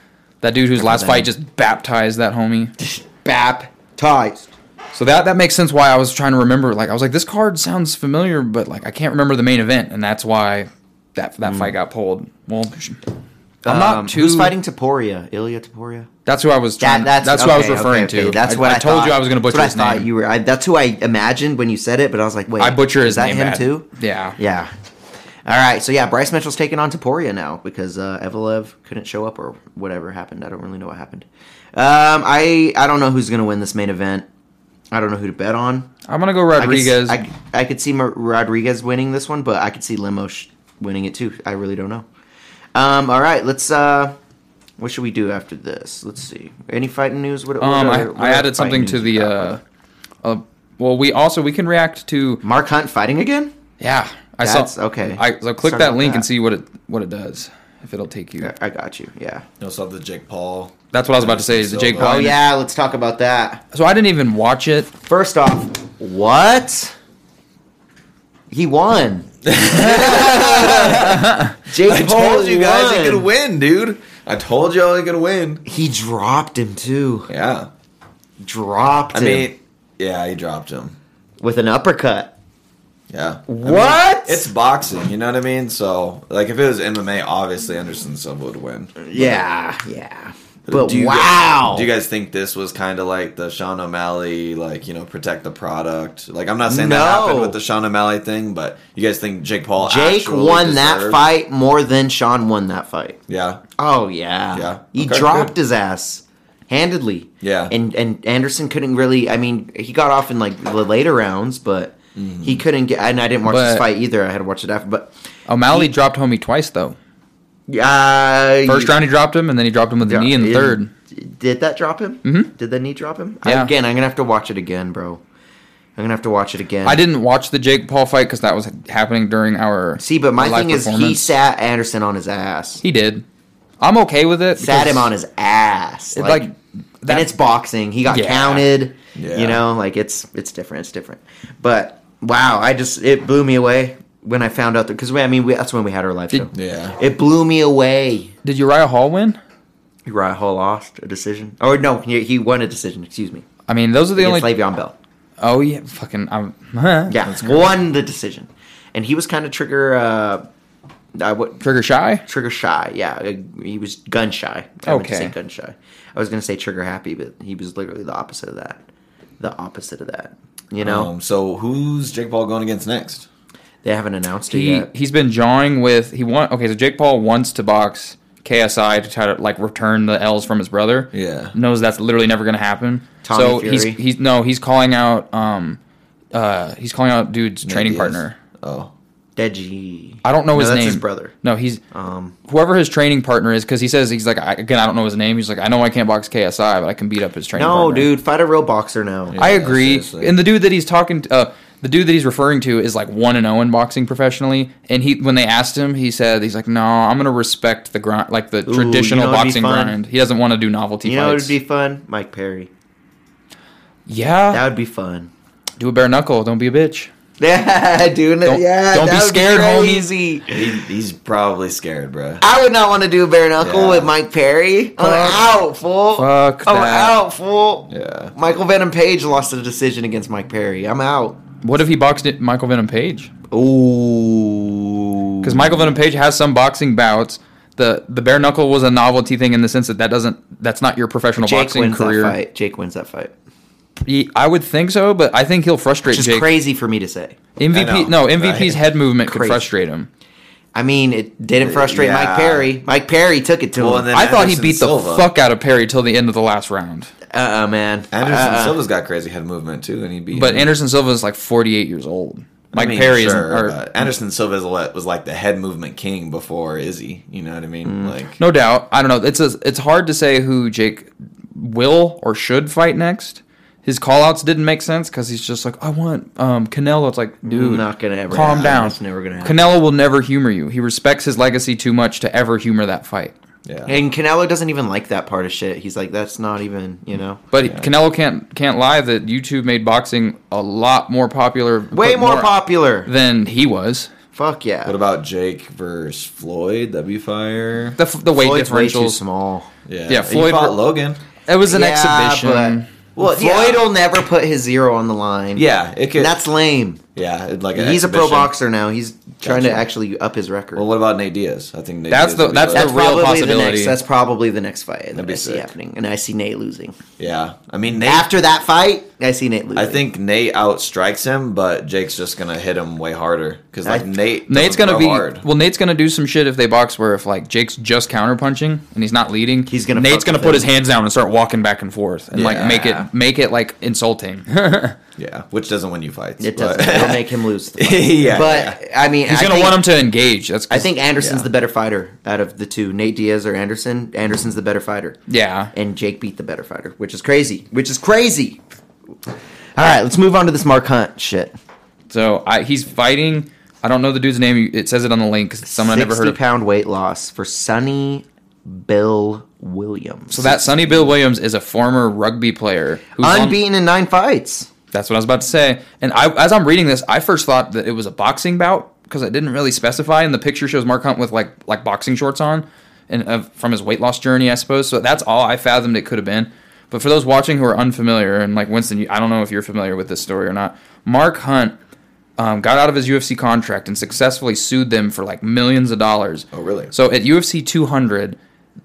[SPEAKER 4] That dude whose last
[SPEAKER 2] that name.
[SPEAKER 4] fight just baptized that homie.
[SPEAKER 2] Baptized.
[SPEAKER 4] So that that makes sense why I was trying to remember. Like I was like, this card sounds familiar, but like I can't remember the main event, and that's why that that fight got pulled. Well, I'm
[SPEAKER 2] Mm. Um,
[SPEAKER 4] not too.
[SPEAKER 2] Who's fighting Taporia? Ilya Taporia.
[SPEAKER 4] That's who I was trying. that's who I was
[SPEAKER 2] okay,
[SPEAKER 4] referring
[SPEAKER 2] okay, okay.
[SPEAKER 4] to.
[SPEAKER 2] That's
[SPEAKER 4] I,
[SPEAKER 2] what I,
[SPEAKER 4] I told
[SPEAKER 2] thought.
[SPEAKER 4] you. I was going to
[SPEAKER 2] That's
[SPEAKER 4] butcher
[SPEAKER 2] what
[SPEAKER 4] his
[SPEAKER 2] I thought
[SPEAKER 4] name.
[SPEAKER 2] You were. I, that's who I imagined when you said it, but I was like, wait,
[SPEAKER 4] I butcher his
[SPEAKER 2] is that
[SPEAKER 4] name
[SPEAKER 2] him
[SPEAKER 4] bad.
[SPEAKER 2] too?
[SPEAKER 4] Yeah.
[SPEAKER 2] Yeah. All right, so yeah, Bryce Mitchell's taking on Taporia now because uh, Evelev couldn't show up or whatever happened. I don't really know what happened. Um, I I don't know who's going to win this main event. I don't know who to bet on.
[SPEAKER 4] I'm going to go
[SPEAKER 2] I could s-
[SPEAKER 4] Rodriguez.
[SPEAKER 2] I, I could see Mar- Rodriguez winning this one, but I could see Lemos winning it too. I really don't know. Um, all right, let's. Uh, what should we do after this? Let's see. Any fighting news? What, what
[SPEAKER 4] Um, I,
[SPEAKER 2] other- what
[SPEAKER 4] I
[SPEAKER 2] other
[SPEAKER 4] added something
[SPEAKER 2] fighting
[SPEAKER 4] to
[SPEAKER 2] news
[SPEAKER 4] the.
[SPEAKER 2] you got,
[SPEAKER 4] Uh,
[SPEAKER 2] brother?
[SPEAKER 4] uh, well, we also we can react to.
[SPEAKER 2] Mark Hunt fighting again?
[SPEAKER 4] Yeah, I
[SPEAKER 2] That's-
[SPEAKER 4] saw.
[SPEAKER 2] okay.
[SPEAKER 4] I so click
[SPEAKER 2] Sorry
[SPEAKER 4] that
[SPEAKER 2] about
[SPEAKER 4] link and
[SPEAKER 2] that.
[SPEAKER 4] see what it what it does. If it'll take you.
[SPEAKER 2] Yeah, I got you. Yeah.
[SPEAKER 3] You also have the Jake Paul.
[SPEAKER 4] That's what I was about to say. Is the Jake
[SPEAKER 3] Silva.
[SPEAKER 4] Paul?
[SPEAKER 2] Oh yeah, let's talk about that.
[SPEAKER 4] So I didn't even watch it.
[SPEAKER 2] First off, what? He won. Jake
[SPEAKER 3] I
[SPEAKER 2] Paul
[SPEAKER 3] told you guys he
[SPEAKER 2] won.
[SPEAKER 3] could win, dude. I told y'all he could win.
[SPEAKER 2] He dropped him too.
[SPEAKER 3] Yeah.
[SPEAKER 2] Dropped
[SPEAKER 3] I
[SPEAKER 2] him
[SPEAKER 3] mean, yeah, he dropped him.
[SPEAKER 2] with an uppercut.
[SPEAKER 3] Yeah.
[SPEAKER 2] What?
[SPEAKER 3] It's boxing, you know what I mean? So, like, if it was MMA, obviously Anderson Silva would win.
[SPEAKER 2] yeah, yeah. But
[SPEAKER 3] Do you guys-
[SPEAKER 2] wow.
[SPEAKER 3] do you guys think this was kind of like the Sean O'Malley, like, you know, protect the product? Like, I'm not saying
[SPEAKER 2] No.
[SPEAKER 3] that happened with the Sean O'Malley thing, but you guys think Jake Paul
[SPEAKER 2] Jake
[SPEAKER 3] actually
[SPEAKER 2] won that
[SPEAKER 3] deserved-
[SPEAKER 2] fight more than Sean won that fight.
[SPEAKER 3] Yeah.
[SPEAKER 2] Oh yeah,
[SPEAKER 3] Yeah.
[SPEAKER 2] He
[SPEAKER 3] Okay,
[SPEAKER 2] dropped
[SPEAKER 3] good.
[SPEAKER 2] his ass handedly.
[SPEAKER 3] Yeah.
[SPEAKER 2] and and Anderson couldn't really. I mean, he got off in like the later rounds, but he couldn't get. And I didn't watch this
[SPEAKER 4] But-
[SPEAKER 2] fight either. I had to watch it after, but
[SPEAKER 4] O'Malley dropped homie twice though.
[SPEAKER 2] uh,
[SPEAKER 4] First round he dropped him, and then he dropped him with the knee in the third.
[SPEAKER 2] Did that drop him?
[SPEAKER 4] Mhm.
[SPEAKER 2] Did the knee drop him?
[SPEAKER 4] Yeah.
[SPEAKER 2] again, I'm gonna have to watch it again, bro. I'm gonna have to watch it again.
[SPEAKER 4] I didn't watch the Jake Paul fight because that was happening during our
[SPEAKER 2] see, but my
[SPEAKER 4] live
[SPEAKER 2] thing is, he
[SPEAKER 4] performance.
[SPEAKER 2] sat Anderson on his ass.
[SPEAKER 4] He did. I'm okay with it.
[SPEAKER 2] sat
[SPEAKER 4] because
[SPEAKER 2] him on his ass.
[SPEAKER 4] it, like,
[SPEAKER 2] and
[SPEAKER 4] that-
[SPEAKER 2] it's boxing. He got
[SPEAKER 4] Yeah.
[SPEAKER 2] counted.
[SPEAKER 3] Yeah.
[SPEAKER 2] You know, like it's it's different. It's different. But wow, I just it blew me away when I found out that because I mean we, that's when we had our live show.
[SPEAKER 4] Did-
[SPEAKER 3] Yeah.
[SPEAKER 2] It blew me away.
[SPEAKER 4] Did Uriah Hall win?
[SPEAKER 2] Uriah Hall lost a decision. Or no, he, he won a decision. Excuse me.
[SPEAKER 4] I mean, those are the
[SPEAKER 2] Against
[SPEAKER 4] only.
[SPEAKER 2] Le'Veon Bell.
[SPEAKER 4] Oh yeah, fucking. I'm, huh.
[SPEAKER 2] Yeah, won the decision, and he was kind of trigger. Uh, I what
[SPEAKER 4] Trigger shy.
[SPEAKER 2] trigger shy. Yeah, uh, he was gun shy. I meant to
[SPEAKER 4] Okay.
[SPEAKER 2] say gun shy. I was gonna say trigger happy, but he was literally the opposite of that. The opposite of that. You know,
[SPEAKER 3] Um, so, who's Jake Paul going against next?
[SPEAKER 2] they haven't announced it
[SPEAKER 4] He
[SPEAKER 2] yet.
[SPEAKER 4] he's been jawing with he want. Okay, so Jake Paul wants to box KSI to try to like return the L's from his brother.
[SPEAKER 3] Yeah.
[SPEAKER 4] knows that's literally never going to happen.
[SPEAKER 2] Tommy
[SPEAKER 4] so he's
[SPEAKER 2] Fury.
[SPEAKER 4] he's no he's calling out um uh he's calling out dude's training
[SPEAKER 3] Nate Diaz?
[SPEAKER 4] partner.
[SPEAKER 3] Oh.
[SPEAKER 2] Deji.
[SPEAKER 4] I don't know
[SPEAKER 2] No,
[SPEAKER 4] his
[SPEAKER 2] that's
[SPEAKER 4] name.
[SPEAKER 2] His brother.
[SPEAKER 4] No, he's
[SPEAKER 2] Um,
[SPEAKER 4] whoever his training partner is because he says he's like I, again I don't know his name. He's like I know I can't box KSI, but I can beat up his training.
[SPEAKER 2] no,
[SPEAKER 4] partner.
[SPEAKER 2] dude, fight a real boxer now.
[SPEAKER 4] I
[SPEAKER 3] Yeah,
[SPEAKER 4] agree.
[SPEAKER 3] seriously.
[SPEAKER 4] And the dude that he's talking to, uh, the dude that he's referring to is like one and zero in boxing professionally. And he, when they asked him, he said he's like, "No, I'm gonna respect the grind, like the
[SPEAKER 2] you
[SPEAKER 4] traditional
[SPEAKER 2] know what'd be
[SPEAKER 4] boxing
[SPEAKER 2] fun?
[SPEAKER 4] grind. He doesn't want to do novelty
[SPEAKER 2] you know, it would
[SPEAKER 4] fights.
[SPEAKER 2] be fun. Mike Perry.
[SPEAKER 4] yeah,
[SPEAKER 2] That would be fun.
[SPEAKER 4] do a bare knuckle. Don't be a bitch.
[SPEAKER 2] Yeah, dude.
[SPEAKER 4] Don't-
[SPEAKER 2] yeah,
[SPEAKER 4] don't
[SPEAKER 2] that
[SPEAKER 4] be
[SPEAKER 2] would
[SPEAKER 4] scared, homie.
[SPEAKER 2] crazy.
[SPEAKER 3] He, he's probably scared, bruh.
[SPEAKER 2] I would not want to do bare knuckle
[SPEAKER 3] Yeah.
[SPEAKER 2] with Mike Perry. I'm out, fool.
[SPEAKER 4] Fuck
[SPEAKER 2] I'm
[SPEAKER 4] that.
[SPEAKER 2] out, fool.
[SPEAKER 3] Yeah.
[SPEAKER 2] Michael Venom Page lost a decision against Mike Perry. I'm out.
[SPEAKER 4] What if he boxed it, Michael Venom Page?
[SPEAKER 2] Ooh.
[SPEAKER 4] Because Michael Venom Page has some boxing bouts. The the bare knuckle was a novelty thing in the sense that that doesn't that's not your professional
[SPEAKER 2] Jake
[SPEAKER 4] boxing
[SPEAKER 2] wins
[SPEAKER 4] career.
[SPEAKER 2] that fight. Jake wins that fight.
[SPEAKER 4] He- I would think so, but I think he'll frustrate
[SPEAKER 2] Which is
[SPEAKER 4] Jake.
[SPEAKER 2] crazy for me to say.
[SPEAKER 4] MVP
[SPEAKER 3] I know,
[SPEAKER 4] no MVP's
[SPEAKER 3] right?
[SPEAKER 4] head movement could
[SPEAKER 2] Crazy.
[SPEAKER 4] frustrate him.
[SPEAKER 2] I mean, it didn't frustrate Mike
[SPEAKER 3] Yeah.
[SPEAKER 2] Perry. Mike Perry took it to
[SPEAKER 3] Well,
[SPEAKER 2] him.
[SPEAKER 3] and then-
[SPEAKER 4] I thought he
[SPEAKER 3] Anderson
[SPEAKER 4] beat the
[SPEAKER 3] Silva.
[SPEAKER 4] fuck out of Perry till the end of the last round.
[SPEAKER 2] uh-uh, man.
[SPEAKER 3] Anderson
[SPEAKER 2] Uh-uh.
[SPEAKER 3] Silva's got crazy head movement, too, and he beat
[SPEAKER 4] Uh, But
[SPEAKER 3] him.
[SPEAKER 4] Anderson Silva is like 48 years old. Mike
[SPEAKER 3] I mean,
[SPEAKER 4] Perry is
[SPEAKER 3] sure,
[SPEAKER 4] or-
[SPEAKER 3] but Anderson Silva is what- was like the head movement king before Izzy. You know what I mean?
[SPEAKER 4] Mm.
[SPEAKER 3] Like,
[SPEAKER 4] no doubt. I don't know. It's a, it's hard to say who Jake will or should fight next. His callouts didn't make sense because he's just like, I want um, Canelo. It's like, dude,
[SPEAKER 2] Not gonna ever
[SPEAKER 4] calm
[SPEAKER 2] happen.
[SPEAKER 4] down.
[SPEAKER 2] That's never gonna happen.
[SPEAKER 4] Canelo will never humor you. He respects his legacy too much to ever humor that fight.
[SPEAKER 3] yeah,
[SPEAKER 2] And Canelo doesn't even like that part of shit. He's like, that's not even, you know.
[SPEAKER 4] But Canelo can't can't lie that YouTube made boxing a lot more popular,
[SPEAKER 2] Way more, popular.
[SPEAKER 4] than he was.
[SPEAKER 2] Fuck yeah.
[SPEAKER 3] What about Jake versus Floyd? That'd be fire.
[SPEAKER 4] The, f- the weight
[SPEAKER 2] Floyd's way too
[SPEAKER 4] differentials.
[SPEAKER 2] small.
[SPEAKER 3] Yeah,
[SPEAKER 4] Yeah,
[SPEAKER 3] He
[SPEAKER 4] Floyd
[SPEAKER 3] fought
[SPEAKER 4] ver-
[SPEAKER 3] Logan.
[SPEAKER 4] It was an
[SPEAKER 2] Yeah,
[SPEAKER 4] exhibition.
[SPEAKER 2] but- well,
[SPEAKER 3] Well, yeah.
[SPEAKER 2] Floyd will never put his zero on the line.
[SPEAKER 3] Yeah, it could.
[SPEAKER 2] And that's lame.
[SPEAKER 3] yeah, it- like an
[SPEAKER 2] He's a pro
[SPEAKER 3] exhibition.
[SPEAKER 2] boxer now. He's trying to
[SPEAKER 3] Gotcha.
[SPEAKER 2] actually up his record.
[SPEAKER 3] Well, what about Nate Diaz? I think Nate Diaz
[SPEAKER 4] That's the-
[SPEAKER 3] would be
[SPEAKER 4] that's
[SPEAKER 3] good.
[SPEAKER 4] the real
[SPEAKER 2] the
[SPEAKER 4] possibility.
[SPEAKER 2] next. That's probably the next fight that
[SPEAKER 3] That'd be
[SPEAKER 2] I see
[SPEAKER 3] sick.
[SPEAKER 2] happening, and I see Nate losing.
[SPEAKER 3] yeah. I mean, Nate.
[SPEAKER 2] After that fight, I see Nate losing.
[SPEAKER 3] I think Nate outstrikes him, but Jake's just gonna hit him way harder because like
[SPEAKER 2] I-
[SPEAKER 3] Nate.
[SPEAKER 4] Nate's
[SPEAKER 3] doesn't
[SPEAKER 4] gonna
[SPEAKER 3] throw
[SPEAKER 4] be
[SPEAKER 3] hard.
[SPEAKER 4] well. Nate's gonna do some shit if they box where if like Jake's just counterpunching and he's not leading,
[SPEAKER 2] He's gonna
[SPEAKER 4] Nate's
[SPEAKER 2] fuck
[SPEAKER 4] gonna
[SPEAKER 2] with
[SPEAKER 4] put
[SPEAKER 2] him.
[SPEAKER 4] his hands down and start walking back and forth and like make
[SPEAKER 3] Yeah.
[SPEAKER 4] it make it like insulting.
[SPEAKER 3] Yeah, which doesn't win you fights.
[SPEAKER 2] It
[SPEAKER 3] but-
[SPEAKER 2] doesn't. It'll make him lose. The fight.
[SPEAKER 3] yeah,
[SPEAKER 2] but I mean,
[SPEAKER 4] He's
[SPEAKER 2] I
[SPEAKER 4] gonna
[SPEAKER 2] think-
[SPEAKER 4] want him to engage. That's
[SPEAKER 2] I think Anderson's
[SPEAKER 3] Yeah.
[SPEAKER 2] the better fighter out of the two, Nate Diaz or Anderson. Anderson's the better fighter,
[SPEAKER 4] yeah.
[SPEAKER 2] and Jake beat the better fighter, which is crazy. Which is crazy. All right, let's move on to this Mark Hunt shit.
[SPEAKER 4] So I, he's fighting. I don't know the dude's name. It says it on the link. 'cause it's Someone I never heard of.
[SPEAKER 2] pound weight loss for Sonny Bill Williams.
[SPEAKER 4] So that Sonny Bill Williams is a former rugby player who's on-
[SPEAKER 2] unbeaten in nine fights.
[SPEAKER 4] That's what I was about to say. And I, as I'm reading this, I first thought that it was a boxing bout because I didn't really specify. And the picture shows Mark Hunt with like like boxing shorts on, and uh, from his weight loss journey, I suppose. So that's all I fathomed it could have been. But for those watching who are unfamiliar, and like Winston, you- I don't know if you're familiar with this story or not. Mark Hunt um, got out of his UFC contract and successfully sued them for like millions of dollars.
[SPEAKER 3] Oh, really?
[SPEAKER 4] So at UFC 200,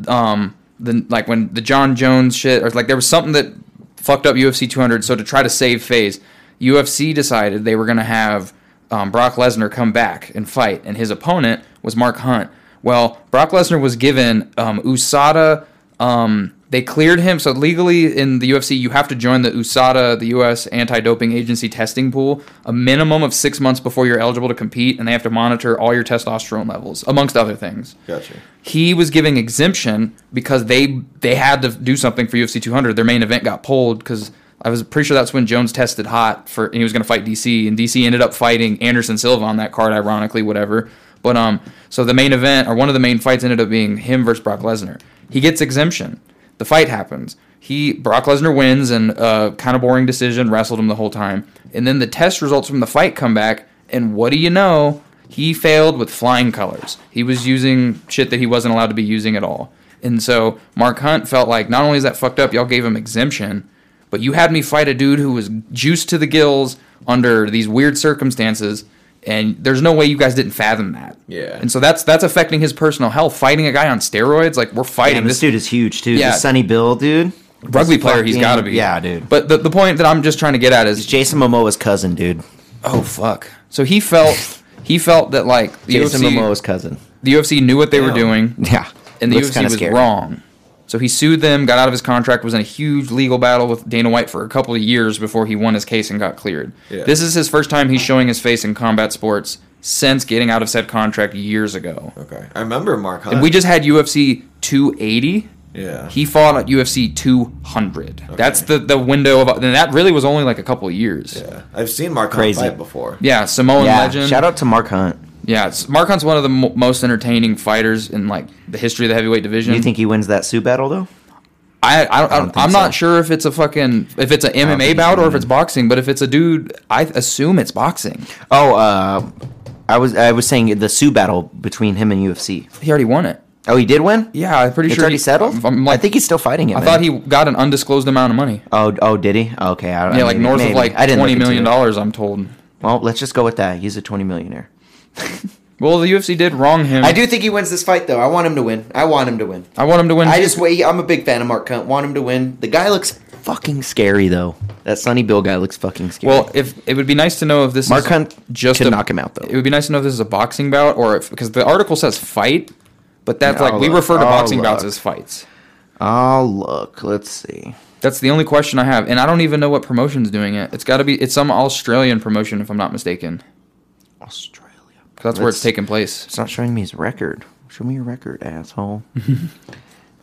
[SPEAKER 4] um, then like when the John Jones shit, or like there was something that fucked up UFC 200. So to try to save face, UFC decided they were gonna have um, Brock Lesnar come back and fight, and his opponent was Mark Hunt. Well, Brock Lesnar was given um, USADA. Um, they cleared him. So legally in the UFC, you have to join the USADA, the U.S. Anti-Doping Agency testing pool, a minimum of six months before you're eligible to compete, and they have to monitor all your testosterone levels, amongst other things
[SPEAKER 3] gotcha.
[SPEAKER 4] he was giving exemption because they they had to do something for UFC 200. Their main event got pulled because I was pretty sure that's when Jones tested hot for and he was going to fight DC and DC ended up fighting Anderson Silva on that card, ironically, whatever. But um, so the main event or one of the main fights ended up being him versus Brock Lesnar. He gets exemption. The fight happens. He Brock Lesnar wins and uh, kind of boring decision. Wrestled him the whole time, and then the test results from the fight come back, and what do you know? He failed with flying colors. He was using shit that he wasn't allowed to be using at all. And so Mark Hunt felt like not only is that fucked up, y'all gave him exemption, but you had me fight a dude who was juiced to the gills under these weird circumstances, and there's no way you guys didn't fathom that.
[SPEAKER 3] Yeah.
[SPEAKER 4] And so that's that's affecting his personal health. Fighting a guy on steroids, like we're fighting
[SPEAKER 2] Damn,
[SPEAKER 4] this
[SPEAKER 2] this dude is huge too.
[SPEAKER 4] Yeah.
[SPEAKER 2] This Sonny Bill dude,
[SPEAKER 4] rugby player. He's
[SPEAKER 2] Fucking-
[SPEAKER 4] got to be.
[SPEAKER 2] Yeah, dude.
[SPEAKER 4] But the, the point that I'm just trying to get at
[SPEAKER 2] He's
[SPEAKER 4] is,
[SPEAKER 2] Jason Momoa's cousin, dude.
[SPEAKER 4] oh fuck. So he felt he felt that like the
[SPEAKER 2] Jason
[SPEAKER 4] UFC,
[SPEAKER 2] Momoa's cousin.
[SPEAKER 4] the UFC knew what they were doing.
[SPEAKER 2] Yeah,
[SPEAKER 4] and the
[SPEAKER 2] Looks
[SPEAKER 4] UFC
[SPEAKER 2] kinda
[SPEAKER 4] was
[SPEAKER 2] scary.
[SPEAKER 4] wrong. So he sued them, got out of his contract, was in a huge legal battle with Dana White for a couple of years before he won his case and got cleared.
[SPEAKER 3] Yeah.
[SPEAKER 4] This is his first time he's showing his face in combat sports since getting out of said contract years ago.
[SPEAKER 3] Okay, I remember Mark Hunt.
[SPEAKER 4] And we just had UFC 280.
[SPEAKER 3] yeah,
[SPEAKER 4] He fought at UFC 200. That's the, the window of, and that really was only like a couple of years. Yeah,
[SPEAKER 3] yeah. I've seen Mark
[SPEAKER 2] Crazy.
[SPEAKER 3] Hunt fight before.
[SPEAKER 4] Samoan
[SPEAKER 2] Yeah,
[SPEAKER 4] legend.
[SPEAKER 2] shout out to Mark Hunt.
[SPEAKER 4] Yeah, it's- Mark Hunt's one of the mo- most entertaining fighters in like the history of the heavyweight division.
[SPEAKER 2] Do you think he wins that Sue battle though?
[SPEAKER 4] I, I, don't, I
[SPEAKER 2] don't think
[SPEAKER 4] am not
[SPEAKER 2] so.
[SPEAKER 4] sure if it's a fucking if it's an
[SPEAKER 2] think
[SPEAKER 4] MMA
[SPEAKER 2] he's
[SPEAKER 4] bout or if
[SPEAKER 2] winning.
[SPEAKER 4] it's boxing, but if it's a dude, I assume it's boxing.
[SPEAKER 2] Oh, uh, I was I was saying the Sue battle between him and UFC.
[SPEAKER 4] He already won it.
[SPEAKER 2] Oh, he did win.
[SPEAKER 4] Yeah, I'm pretty
[SPEAKER 2] it's
[SPEAKER 4] sure
[SPEAKER 2] already
[SPEAKER 4] he-
[SPEAKER 2] settled.
[SPEAKER 4] I'm like-
[SPEAKER 2] I think he's still fighting it.
[SPEAKER 4] I
[SPEAKER 2] man.
[SPEAKER 4] thought he got an undisclosed amount of money.
[SPEAKER 2] Oh, oh, did he? Okay, I,
[SPEAKER 4] Yeah, like
[SPEAKER 2] maybe-
[SPEAKER 4] north
[SPEAKER 2] maybe.
[SPEAKER 4] of like
[SPEAKER 2] I didn't
[SPEAKER 4] twenty
[SPEAKER 2] look into
[SPEAKER 4] million
[SPEAKER 2] it.
[SPEAKER 4] dollars. I'm told.
[SPEAKER 2] Well, let's just go with that. He's a twenty millionaire.
[SPEAKER 4] Well, the UFC did wrong him.
[SPEAKER 2] I do think he wins this fight, though. I want him to win. I want him to win.
[SPEAKER 4] I want him to win.
[SPEAKER 2] I just wait. I'm a big fan of Mark Hunt. Want him to win. The guy looks fucking scary, though. That Sonny Bill guy looks fucking scary.
[SPEAKER 4] well, if it would be nice to know if this
[SPEAKER 2] Mark
[SPEAKER 4] is
[SPEAKER 2] Hunt
[SPEAKER 4] just
[SPEAKER 2] could
[SPEAKER 4] a-
[SPEAKER 2] knock him out, though.
[SPEAKER 4] It would be nice to know if this is a boxing bout or if because the article says fight, but that's
[SPEAKER 2] Yeah,
[SPEAKER 4] like
[SPEAKER 2] I'll
[SPEAKER 4] we
[SPEAKER 2] Oh, look.
[SPEAKER 4] refer to
[SPEAKER 2] I'll
[SPEAKER 4] boxing bouts
[SPEAKER 2] look.
[SPEAKER 4] as fights.
[SPEAKER 2] oh, look. Let's see.
[SPEAKER 4] That's the only question I have, and I don't even know what promotion's doing it. It's got to be it's some Australian promotion, if I'm not mistaken.
[SPEAKER 2] Australia.
[SPEAKER 4] 'Cause that's where it's
[SPEAKER 2] Let's-
[SPEAKER 4] taking place.
[SPEAKER 2] It's not showing me his record. Show me your record, asshole.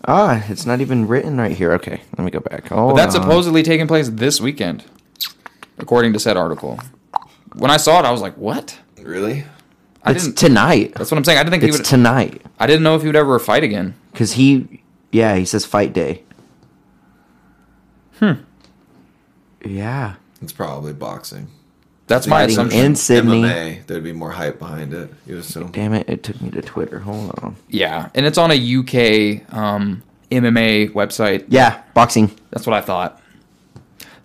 [SPEAKER 2] ah, it's not even written right here. Okay, let me go back. Oh,
[SPEAKER 4] But that's supposedly taking place this weekend, according to said article. When I saw it, I was like, "What?"
[SPEAKER 3] Really?
[SPEAKER 4] I
[SPEAKER 2] it's
[SPEAKER 4] didn't.
[SPEAKER 2] tonight.
[SPEAKER 4] that's what I'm saying. I didn't think he
[SPEAKER 2] It's
[SPEAKER 4] would.
[SPEAKER 2] tonight.
[SPEAKER 4] I didn't know if he would ever fight again.
[SPEAKER 2] Because he, yeah, he says fight day. Hmm. Yeah.
[SPEAKER 3] It's probably boxing.
[SPEAKER 4] That's my
[SPEAKER 2] Fighting
[SPEAKER 4] assumption.
[SPEAKER 2] in Sydney.
[SPEAKER 3] MMA. There'd be more hype behind it. You assume.
[SPEAKER 2] Damn it, it took me to Twitter. Hold on.
[SPEAKER 4] yeah, and it's on a UK um, MMA website.
[SPEAKER 2] Yeah, boxing.
[SPEAKER 4] That's what I thought.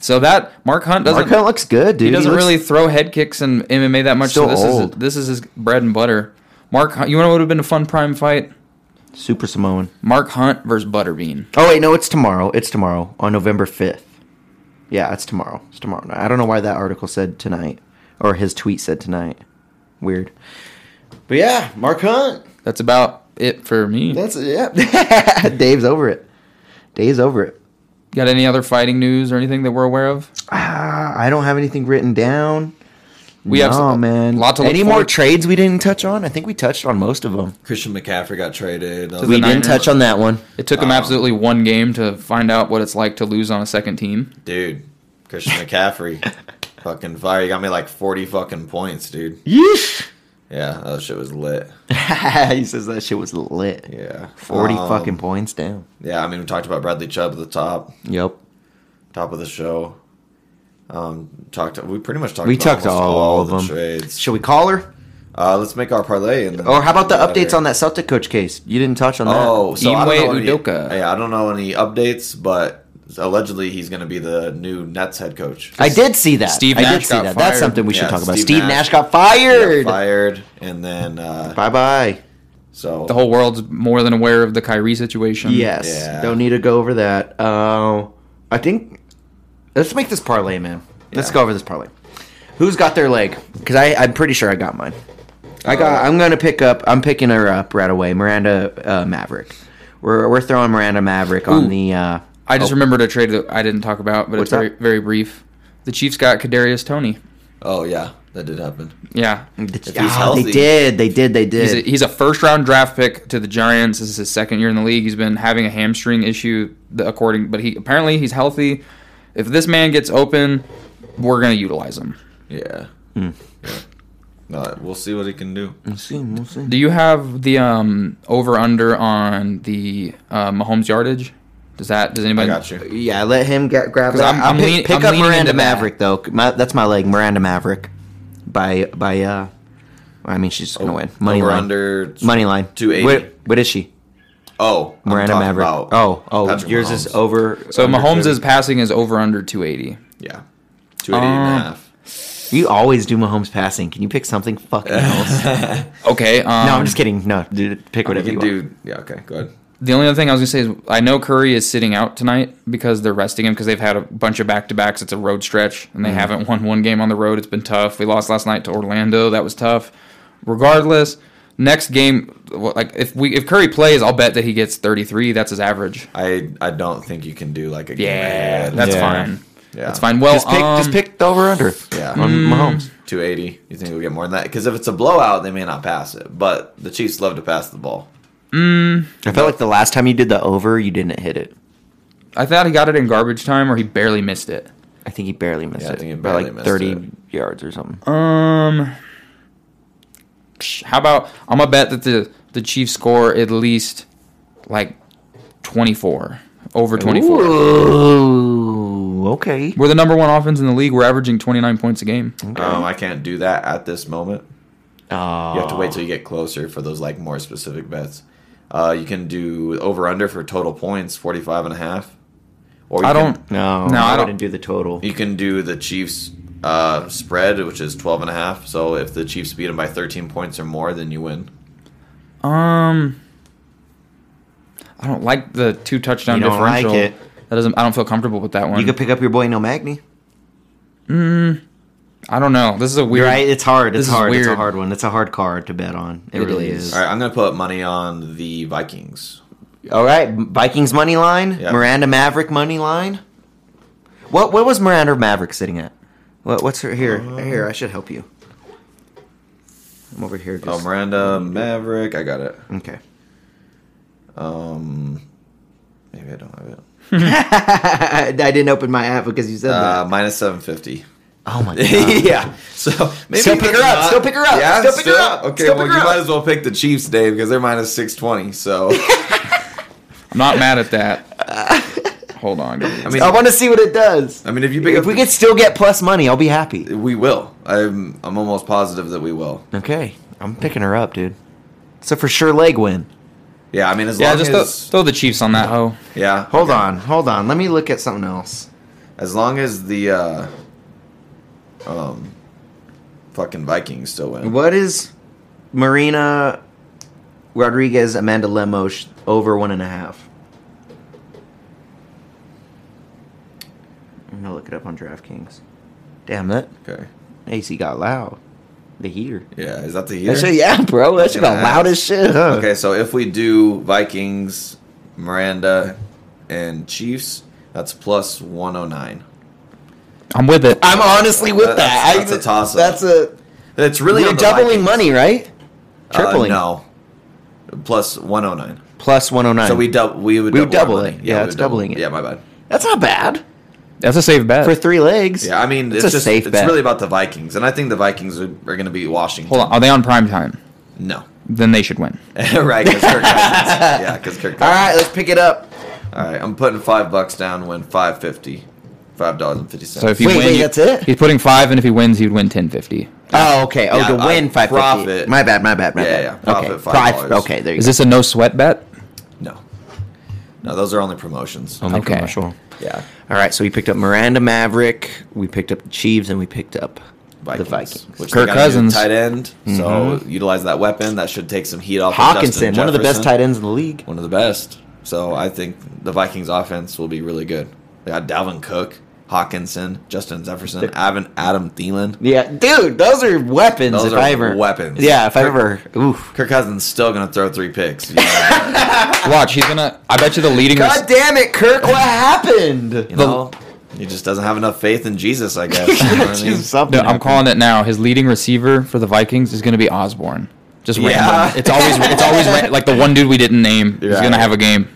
[SPEAKER 4] So that Mark Hunt doesn't.
[SPEAKER 2] Mark Hunt looks good, dude.
[SPEAKER 4] he doesn't
[SPEAKER 2] looks-
[SPEAKER 4] really throw head kicks in MMA that much. So
[SPEAKER 2] Still
[SPEAKER 4] this is
[SPEAKER 2] old.
[SPEAKER 4] this is his bread and butter. Mark, Hunt, you know what would have been a fun prime fight?
[SPEAKER 2] Super Samoan.
[SPEAKER 4] Mark Hunt versus Butterbean.
[SPEAKER 2] Oh, wait, no, it's tomorrow. It's tomorrow on November 5th. Yeah, it's tomorrow. It's tomorrow night. I don't know why that article said tonight or his tweet said tonight. Weird. But yeah, Mark Hunt.
[SPEAKER 4] That's about it for me.
[SPEAKER 2] That's it. Yeah. Dave's over it. Dave's over it.
[SPEAKER 4] Got any other fighting news or anything that we're aware of?
[SPEAKER 2] Ah, I don't have anything written down.
[SPEAKER 4] We
[SPEAKER 2] no,
[SPEAKER 4] have a
[SPEAKER 2] man.
[SPEAKER 4] lot to look
[SPEAKER 2] Any more
[SPEAKER 4] forward-
[SPEAKER 2] trades we didn't touch on? I think we touched on most of them.
[SPEAKER 3] Christian McCaffrey got traded.
[SPEAKER 4] the
[SPEAKER 2] We didn't
[SPEAKER 4] Niners.
[SPEAKER 2] touch on that one.
[SPEAKER 4] It took him absolutely one game to find out what it's like to lose on a second team.
[SPEAKER 3] dude, Christian McCaffrey, fucking fire. You got me like forty fucking points, dude.
[SPEAKER 2] Yeesh.
[SPEAKER 3] Yeah, that shit was lit.
[SPEAKER 2] he says that shit was lit.
[SPEAKER 3] Yeah,
[SPEAKER 2] 40
[SPEAKER 3] Um,
[SPEAKER 2] fucking points down.
[SPEAKER 3] Yeah, I mean we talked about Bradley Chubb at the top,
[SPEAKER 2] Yep.
[SPEAKER 3] top of the show. Um, talked. We pretty much talked.
[SPEAKER 2] We
[SPEAKER 3] about
[SPEAKER 2] talked
[SPEAKER 3] almost
[SPEAKER 2] all, of
[SPEAKER 3] the
[SPEAKER 2] them.
[SPEAKER 3] Trades.
[SPEAKER 2] Shall we call her?
[SPEAKER 3] Uh, let's make our parlay. And then
[SPEAKER 2] Or how about the updates on
[SPEAKER 3] that?
[SPEAKER 2] that Celtic coach case? You didn't touch on that.
[SPEAKER 3] Oh, so I
[SPEAKER 4] Imwe
[SPEAKER 3] don't know any,
[SPEAKER 4] Udoka.
[SPEAKER 3] Yeah, I don't know any updates, but allegedly he's going to be the new Nets head coach.
[SPEAKER 2] I did see that.
[SPEAKER 4] Steve
[SPEAKER 2] I
[SPEAKER 4] Nash
[SPEAKER 2] did see
[SPEAKER 4] got
[SPEAKER 2] that. That's
[SPEAKER 4] fired.
[SPEAKER 2] something we should
[SPEAKER 3] Yeah,
[SPEAKER 2] talk about.
[SPEAKER 3] Steve
[SPEAKER 2] Steve
[SPEAKER 3] Nash.
[SPEAKER 2] Nash, got
[SPEAKER 3] He got
[SPEAKER 2] fired.
[SPEAKER 3] fired, and then uh,
[SPEAKER 2] Bye bye.
[SPEAKER 3] so
[SPEAKER 4] The whole world's more than aware of the Kyrie situation.
[SPEAKER 2] Yes.
[SPEAKER 3] Yeah.
[SPEAKER 2] Don't need to go over that. Uh, I think let's make this parlay, man. Let's
[SPEAKER 3] Yeah.
[SPEAKER 2] go over this parlay. Who's got their leg? Because I I'm pretty sure I got mine. I got.
[SPEAKER 4] Oh.
[SPEAKER 2] I'm gonna pick up. I'm picking her up right away. Miranda uh, Maverick. We're we're throwing Miranda Maverick on
[SPEAKER 4] Ooh.
[SPEAKER 2] the. Uh,
[SPEAKER 4] I just
[SPEAKER 2] oh,
[SPEAKER 4] remembered a trade that I didn't talk about, but
[SPEAKER 2] What's
[SPEAKER 4] it's very,
[SPEAKER 2] that?
[SPEAKER 4] very brief. The Chiefs got Kadarius Tony.
[SPEAKER 3] oh yeah, that did happen.
[SPEAKER 4] Yeah,
[SPEAKER 2] the-
[SPEAKER 3] he's
[SPEAKER 2] oh,
[SPEAKER 3] healthy.
[SPEAKER 2] they did. They did. They did.
[SPEAKER 4] he's a, he's a first round draft pick to the Giants. This is his second year in the league. He's been having a hamstring issue, the, according, but he apparently he's healthy. If this man gets open, we're gonna utilize him.
[SPEAKER 3] Yeah.
[SPEAKER 2] Hmm.
[SPEAKER 3] Yeah. No, we'll see what he can do.
[SPEAKER 2] we'll see. We'll see.
[SPEAKER 4] Do you have the um, over under on the uh, Mahomes yardage? Does that does
[SPEAKER 3] I
[SPEAKER 4] anybody?
[SPEAKER 3] got you.
[SPEAKER 2] Yeah, let him get grab
[SPEAKER 4] 'Cause
[SPEAKER 2] that.
[SPEAKER 4] I'm-
[SPEAKER 2] I'll
[SPEAKER 4] I'm
[SPEAKER 2] pick,
[SPEAKER 4] lean-
[SPEAKER 2] pick
[SPEAKER 4] I'm
[SPEAKER 2] up
[SPEAKER 4] leaning
[SPEAKER 2] Miranda
[SPEAKER 4] into that.
[SPEAKER 2] Maverick though. My, that's my leg, Miranda Maverick. By by uh, I mean she's just
[SPEAKER 4] Oh,
[SPEAKER 2] gonna win money
[SPEAKER 3] Over
[SPEAKER 2] line.
[SPEAKER 3] under
[SPEAKER 2] Money line.
[SPEAKER 3] 280.
[SPEAKER 2] What, what is she?
[SPEAKER 3] Oh, I'm
[SPEAKER 2] Miranda
[SPEAKER 3] talking
[SPEAKER 2] Maverick.
[SPEAKER 3] about
[SPEAKER 2] oh, oh,
[SPEAKER 3] Patrick
[SPEAKER 2] yours
[SPEAKER 3] Mahomes.
[SPEAKER 2] is over.
[SPEAKER 4] So
[SPEAKER 2] under
[SPEAKER 4] Mahomes
[SPEAKER 2] two.
[SPEAKER 4] is passing is over under 280.
[SPEAKER 3] Yeah, two eighty and a
[SPEAKER 4] Um,
[SPEAKER 3] half.
[SPEAKER 2] You always do Mahomes passing. Can you pick something fucking
[SPEAKER 3] Uh,
[SPEAKER 2] else?
[SPEAKER 4] Okay. Um,
[SPEAKER 2] no, I'm just kidding. No, dude, pick
[SPEAKER 3] We
[SPEAKER 2] whatever
[SPEAKER 3] can
[SPEAKER 2] you want.
[SPEAKER 3] do. Yeah. Okay. Go ahead.
[SPEAKER 4] The only other thing I was gonna say is I know Curry is sitting out tonight because they're resting him because they've had a bunch of back to backs. It's a road stretch and they
[SPEAKER 2] Mm-hmm.
[SPEAKER 4] haven't won one game on the road. It's been tough. We lost last night to Orlando. That was tough. Regardless, next game, well, like if we if Curry plays, I'll bet that he gets 33. That's his average.
[SPEAKER 3] I I don't think you can do like a game
[SPEAKER 4] Yeah,
[SPEAKER 3] ahead.
[SPEAKER 4] that's
[SPEAKER 2] Yeah.
[SPEAKER 4] fine.
[SPEAKER 3] Yeah.
[SPEAKER 4] That's fine. Well,
[SPEAKER 2] Just pick, just
[SPEAKER 4] um, Hmm.
[SPEAKER 2] pick the over under.
[SPEAKER 3] Yeah.
[SPEAKER 2] on
[SPEAKER 4] Mm.
[SPEAKER 2] Mahomes.
[SPEAKER 3] 280. You think we'll get more than that? Because if it's a blowout, they may not pass it. But the Chiefs love to pass the ball.
[SPEAKER 2] I felt like the last time you did the over, you didn't hit it.
[SPEAKER 4] um, I thought he got it in garbage time or he barely missed it.
[SPEAKER 2] I think he barely missed
[SPEAKER 3] Yeah, I
[SPEAKER 2] it.
[SPEAKER 3] think he
[SPEAKER 2] By,
[SPEAKER 3] barely
[SPEAKER 2] like
[SPEAKER 3] missed
[SPEAKER 2] 30
[SPEAKER 3] it.
[SPEAKER 2] yards or something.
[SPEAKER 4] Um, psh, how about I'm gonna bet that the the Chiefs score at least like 24 over 24.
[SPEAKER 2] Ooh, okay.
[SPEAKER 4] We're the number one offense in the league. We're averaging 29 points a game.
[SPEAKER 3] Um, I can't do that at this moment.
[SPEAKER 2] Oh.
[SPEAKER 3] You have to wait till you get closer for those like more specific bets. Uh, you can do over under for total points 45 and a half. Or you
[SPEAKER 4] I
[SPEAKER 3] can-
[SPEAKER 4] don't.
[SPEAKER 2] No,
[SPEAKER 4] No, I
[SPEAKER 2] I
[SPEAKER 4] don't-
[SPEAKER 2] wouldn't do the total.
[SPEAKER 3] you can do the Chiefs uh, spread, which is 12 and a half. So if the Chiefs beat them by 13 points or more, then you win.
[SPEAKER 4] Um, I don't like the two touchdown
[SPEAKER 2] You don't like
[SPEAKER 4] differential.
[SPEAKER 2] it.
[SPEAKER 4] That doesn't. I don't feel comfortable with that one.
[SPEAKER 2] You could pick up your boy No Magni.
[SPEAKER 4] I don't know. This is a weird.
[SPEAKER 2] Right? It's hard.
[SPEAKER 4] This
[SPEAKER 2] It's
[SPEAKER 4] is
[SPEAKER 2] hard. It's a
[SPEAKER 4] weird.
[SPEAKER 2] hard one. It's a hard card to bet on. It,
[SPEAKER 4] It
[SPEAKER 2] really
[SPEAKER 4] is.
[SPEAKER 2] is.
[SPEAKER 3] All right, I'm going to put money on the Vikings.
[SPEAKER 2] All right, Vikings money line,
[SPEAKER 3] Yeah.
[SPEAKER 2] Miranda Maverick money line. What what was Miranda Maverick sitting at? What what's her here? here, I should help you. I'm over here.
[SPEAKER 3] Oh,
[SPEAKER 2] Just,
[SPEAKER 3] Miranda Maverick. I got it.
[SPEAKER 2] okay.
[SPEAKER 3] Um, maybe I don't have it.
[SPEAKER 2] I didn't open my app because you said
[SPEAKER 3] Uh,
[SPEAKER 2] that.
[SPEAKER 3] minus 750.
[SPEAKER 2] Oh my god.
[SPEAKER 3] yeah. So maybe
[SPEAKER 2] Still pick her
[SPEAKER 3] that's
[SPEAKER 2] up, still pick her up,
[SPEAKER 3] Yeah,
[SPEAKER 2] still pick her up,
[SPEAKER 3] Okay,
[SPEAKER 2] still
[SPEAKER 3] well
[SPEAKER 2] pick her
[SPEAKER 3] you
[SPEAKER 2] up.
[SPEAKER 3] might as well pick the Chiefs, Dave, because they're minus six twenty. So
[SPEAKER 4] I'm not mad at that. Hold on. guys.
[SPEAKER 3] I mean,
[SPEAKER 2] I
[SPEAKER 3] I,
[SPEAKER 2] want to see what it does.
[SPEAKER 3] mean, if you pick
[SPEAKER 2] Oh, If
[SPEAKER 3] up,
[SPEAKER 2] we
[SPEAKER 3] the-
[SPEAKER 2] could still get plus money, I'll be happy.
[SPEAKER 3] we will. I'm I'm almost positive that we will.
[SPEAKER 2] Okay, I'm picking her up, dude. So for sure, leg win.
[SPEAKER 3] Yeah, I mean as
[SPEAKER 4] yeah,
[SPEAKER 3] long
[SPEAKER 4] just throw,
[SPEAKER 3] as
[SPEAKER 4] throw the Chiefs on that hoe.
[SPEAKER 3] yeah,
[SPEAKER 2] Hold
[SPEAKER 3] okay.
[SPEAKER 2] on, hold on. Let me look at something else.
[SPEAKER 3] As long as the uh, um, fucking Vikings still win.
[SPEAKER 2] What is Marina Rodriguez Amanda Lemos over one and a half? I'm gonna look it up on DraftKings. Damn that
[SPEAKER 3] Okay.
[SPEAKER 2] AC got loud. The heater.
[SPEAKER 3] Yeah, is that the year?
[SPEAKER 2] That shit, yeah, bro. That shit got loud as shit. Huh?
[SPEAKER 3] Okay, so if we do Vikings,
[SPEAKER 2] oh
[SPEAKER 3] Miranda, and Chiefs, that's plus 109.
[SPEAKER 4] I'm with it.
[SPEAKER 2] I'm honestly with
[SPEAKER 3] That-
[SPEAKER 2] that.
[SPEAKER 3] that's-
[SPEAKER 2] I-
[SPEAKER 3] that's a toss-up.
[SPEAKER 2] That's a.
[SPEAKER 3] It's really
[SPEAKER 2] We're
[SPEAKER 3] on the
[SPEAKER 2] doubling
[SPEAKER 3] Vikings.
[SPEAKER 2] money, right?
[SPEAKER 3] Uh,
[SPEAKER 2] Tripling.
[SPEAKER 3] no, plus one hundred nine.
[SPEAKER 2] Plus 109.
[SPEAKER 3] So we double. We would
[SPEAKER 2] We
[SPEAKER 3] double,
[SPEAKER 2] would double
[SPEAKER 3] our
[SPEAKER 2] it.
[SPEAKER 3] money.
[SPEAKER 2] Yeah,
[SPEAKER 3] we
[SPEAKER 2] it's
[SPEAKER 3] would double-
[SPEAKER 2] doubling it.
[SPEAKER 3] Yeah, my bad.
[SPEAKER 2] that's not bad
[SPEAKER 4] That's a safe bet.
[SPEAKER 2] for three legs.
[SPEAKER 3] Yeah, I mean,
[SPEAKER 2] It's
[SPEAKER 3] it's,
[SPEAKER 2] a
[SPEAKER 3] just
[SPEAKER 2] safe
[SPEAKER 3] it's
[SPEAKER 2] bet.
[SPEAKER 3] really about the Vikings, and I think the Vikings are, are going to be Washington.
[SPEAKER 4] Hold on, are they on prime time?
[SPEAKER 3] No,
[SPEAKER 4] Then they should win.
[SPEAKER 3] right? Because Kirk Cousins. Yeah, because Kirk.
[SPEAKER 2] All
[SPEAKER 3] Cousins.
[SPEAKER 2] right, let's pick it up.
[SPEAKER 3] All right, I'm putting five bucks down. Win five fifty. Five dollars and fifty cents.
[SPEAKER 4] So if you
[SPEAKER 2] Wait,
[SPEAKER 4] win,
[SPEAKER 2] wait,
[SPEAKER 4] you-
[SPEAKER 2] that's it?
[SPEAKER 4] He's putting five, and if he wins, he would win ten fifty.
[SPEAKER 2] Oh, okay. Oh,
[SPEAKER 3] Yeah,
[SPEAKER 2] to
[SPEAKER 3] I-
[SPEAKER 2] win five fifty.
[SPEAKER 3] profit.
[SPEAKER 2] My bad. My bad. My
[SPEAKER 3] Yeah,
[SPEAKER 2] bad.
[SPEAKER 3] yeah, profit
[SPEAKER 2] okay.
[SPEAKER 3] $5.
[SPEAKER 2] Okay, there you
[SPEAKER 4] Is
[SPEAKER 2] go.
[SPEAKER 4] this a no sweat bet?
[SPEAKER 3] no, no, those are only promotions.
[SPEAKER 2] Only
[SPEAKER 4] okay.
[SPEAKER 2] commercial.
[SPEAKER 3] Yeah,
[SPEAKER 2] All right, so we picked up Miranda Maverick, we picked up the Chiefs, and we picked up
[SPEAKER 3] Vikings.
[SPEAKER 2] the Vikings. Mm-hmm.
[SPEAKER 3] Which
[SPEAKER 4] Kirk
[SPEAKER 3] Kirk
[SPEAKER 4] Cousins.
[SPEAKER 3] Cousins, tight end. So utilize that weapon. That should take some heat off. of
[SPEAKER 2] Hawkinson,
[SPEAKER 3] Justin
[SPEAKER 2] one of the best
[SPEAKER 3] Jefferson.
[SPEAKER 2] tight ends in the league.
[SPEAKER 3] One of the best. So I think the Vikings offense will be really good. They got Dalvin Cook, Hawkinson, Justin Jefferson, Avin, Adam Thielen.
[SPEAKER 2] Yeah, dude, those are weapons.
[SPEAKER 3] Those
[SPEAKER 2] if
[SPEAKER 3] are
[SPEAKER 2] I ever
[SPEAKER 3] weapons.
[SPEAKER 2] Yeah, if I
[SPEAKER 3] Kirk-
[SPEAKER 2] ever. Oof.
[SPEAKER 3] Kirk Cousins still gonna throw three picks. You know,
[SPEAKER 4] Watch, he's gonna. I bet you the leading.
[SPEAKER 2] God
[SPEAKER 4] rec-
[SPEAKER 2] damn it, Kirk! What happened?
[SPEAKER 3] you know? he just doesn't have enough faith in Jesus, I guess. You know what I mean?
[SPEAKER 4] no, I'm calling it now. His leading receiver for the Vikings is gonna be Osborne. Just
[SPEAKER 3] Yeah.
[SPEAKER 4] random. It's always it's always ra- like the one dude we didn't name. He's
[SPEAKER 3] Yeah.
[SPEAKER 4] gonna have a game.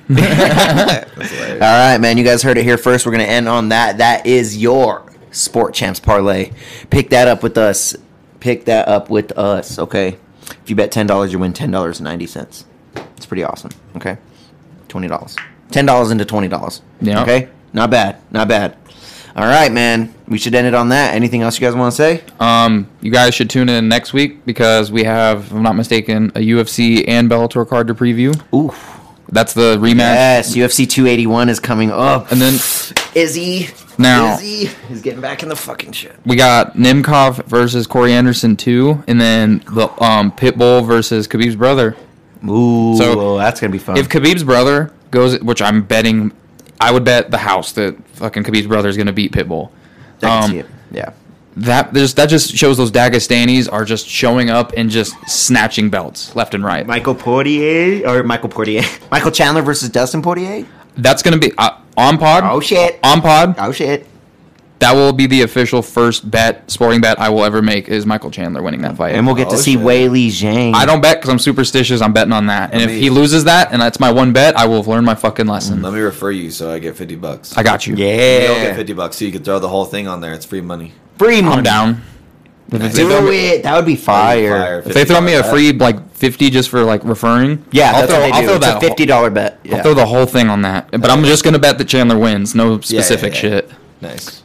[SPEAKER 3] That's hilarious.
[SPEAKER 2] All right, man. You guys heard it here first. We're gonna end on that. That is your Sport Champs parlay. Pick that up with us. Pick that up with us. Okay. If you bet ten dollars, you win ten dollars and ninety cents. It's pretty awesome. Okay. Twenty dollars. Ten dollars into twenty dollars.
[SPEAKER 4] Yeah.
[SPEAKER 2] Okay. Not bad. Not bad. All right, man. We should end it on that. Anything else you guys want to say?
[SPEAKER 4] Um, you guys should tune in next week because we have, if I'm not mistaken, a UFC and Bellator card to preview.
[SPEAKER 2] Oof.
[SPEAKER 4] That's the rematch.
[SPEAKER 2] Yes. UFC 281 is coming up.
[SPEAKER 4] And then
[SPEAKER 2] Izzy.
[SPEAKER 4] Now-
[SPEAKER 2] Izzy is getting back in the fucking shit.
[SPEAKER 4] we got Nimkov versus Corey Anderson too, and then the um, Pitbull versus Khabib's brother.
[SPEAKER 2] Ooh.
[SPEAKER 4] So,
[SPEAKER 2] that's gonna be fun.
[SPEAKER 4] If Khabib's brother goes, which I'm betting, I would bet the house that fucking Khabib's brother is going to beat Pitbull.
[SPEAKER 2] I can
[SPEAKER 4] um,
[SPEAKER 2] see it. Yeah.
[SPEAKER 4] That there's that just shows those Dagestanis are just showing up and just snatching belts left and right.
[SPEAKER 2] Michael Portier or Michael Portier, Michael Chandler versus Dustin Portier.
[SPEAKER 4] That's going to be uh, on pod.
[SPEAKER 2] Oh, shit.
[SPEAKER 4] On pod.
[SPEAKER 2] Oh shit!
[SPEAKER 4] That will be the official first bet, sporting bet I will ever make is Michael Chandler winning that fight.
[SPEAKER 2] And we'll get to
[SPEAKER 3] Oh,
[SPEAKER 2] see
[SPEAKER 3] shit.
[SPEAKER 2] Whaley Zhang.
[SPEAKER 4] I don't bet because I'm superstitious. I'm betting on that. And if
[SPEAKER 3] Me.
[SPEAKER 4] he loses that, and that's my one bet, I will have learned my fucking lesson.
[SPEAKER 3] Let me refer you so I get fifty bucks.
[SPEAKER 4] I got you.
[SPEAKER 3] You'll get
[SPEAKER 2] Yeah,
[SPEAKER 3] fifty bucks, so you can throw the whole thing on there. It's free monee.
[SPEAKER 2] free money.
[SPEAKER 4] I'm down. If- if-
[SPEAKER 2] Do
[SPEAKER 4] if-
[SPEAKER 2] it. That would be fire.
[SPEAKER 4] If they throw me a free like fifty just for like referring,
[SPEAKER 2] Uh, Yeah,
[SPEAKER 4] I'll
[SPEAKER 2] that's
[SPEAKER 4] throw,
[SPEAKER 2] what they
[SPEAKER 4] I'll
[SPEAKER 2] do.
[SPEAKER 4] throw
[SPEAKER 2] it's
[SPEAKER 4] that.
[SPEAKER 2] a fifty dollar bet.
[SPEAKER 4] I'll
[SPEAKER 2] Yeah.
[SPEAKER 4] throw the whole thing on that. But I'm just gonna bet that Chandler wins. No
[SPEAKER 3] Yeah, yeah,
[SPEAKER 4] specific
[SPEAKER 3] yeah.
[SPEAKER 4] shit.
[SPEAKER 3] Nice.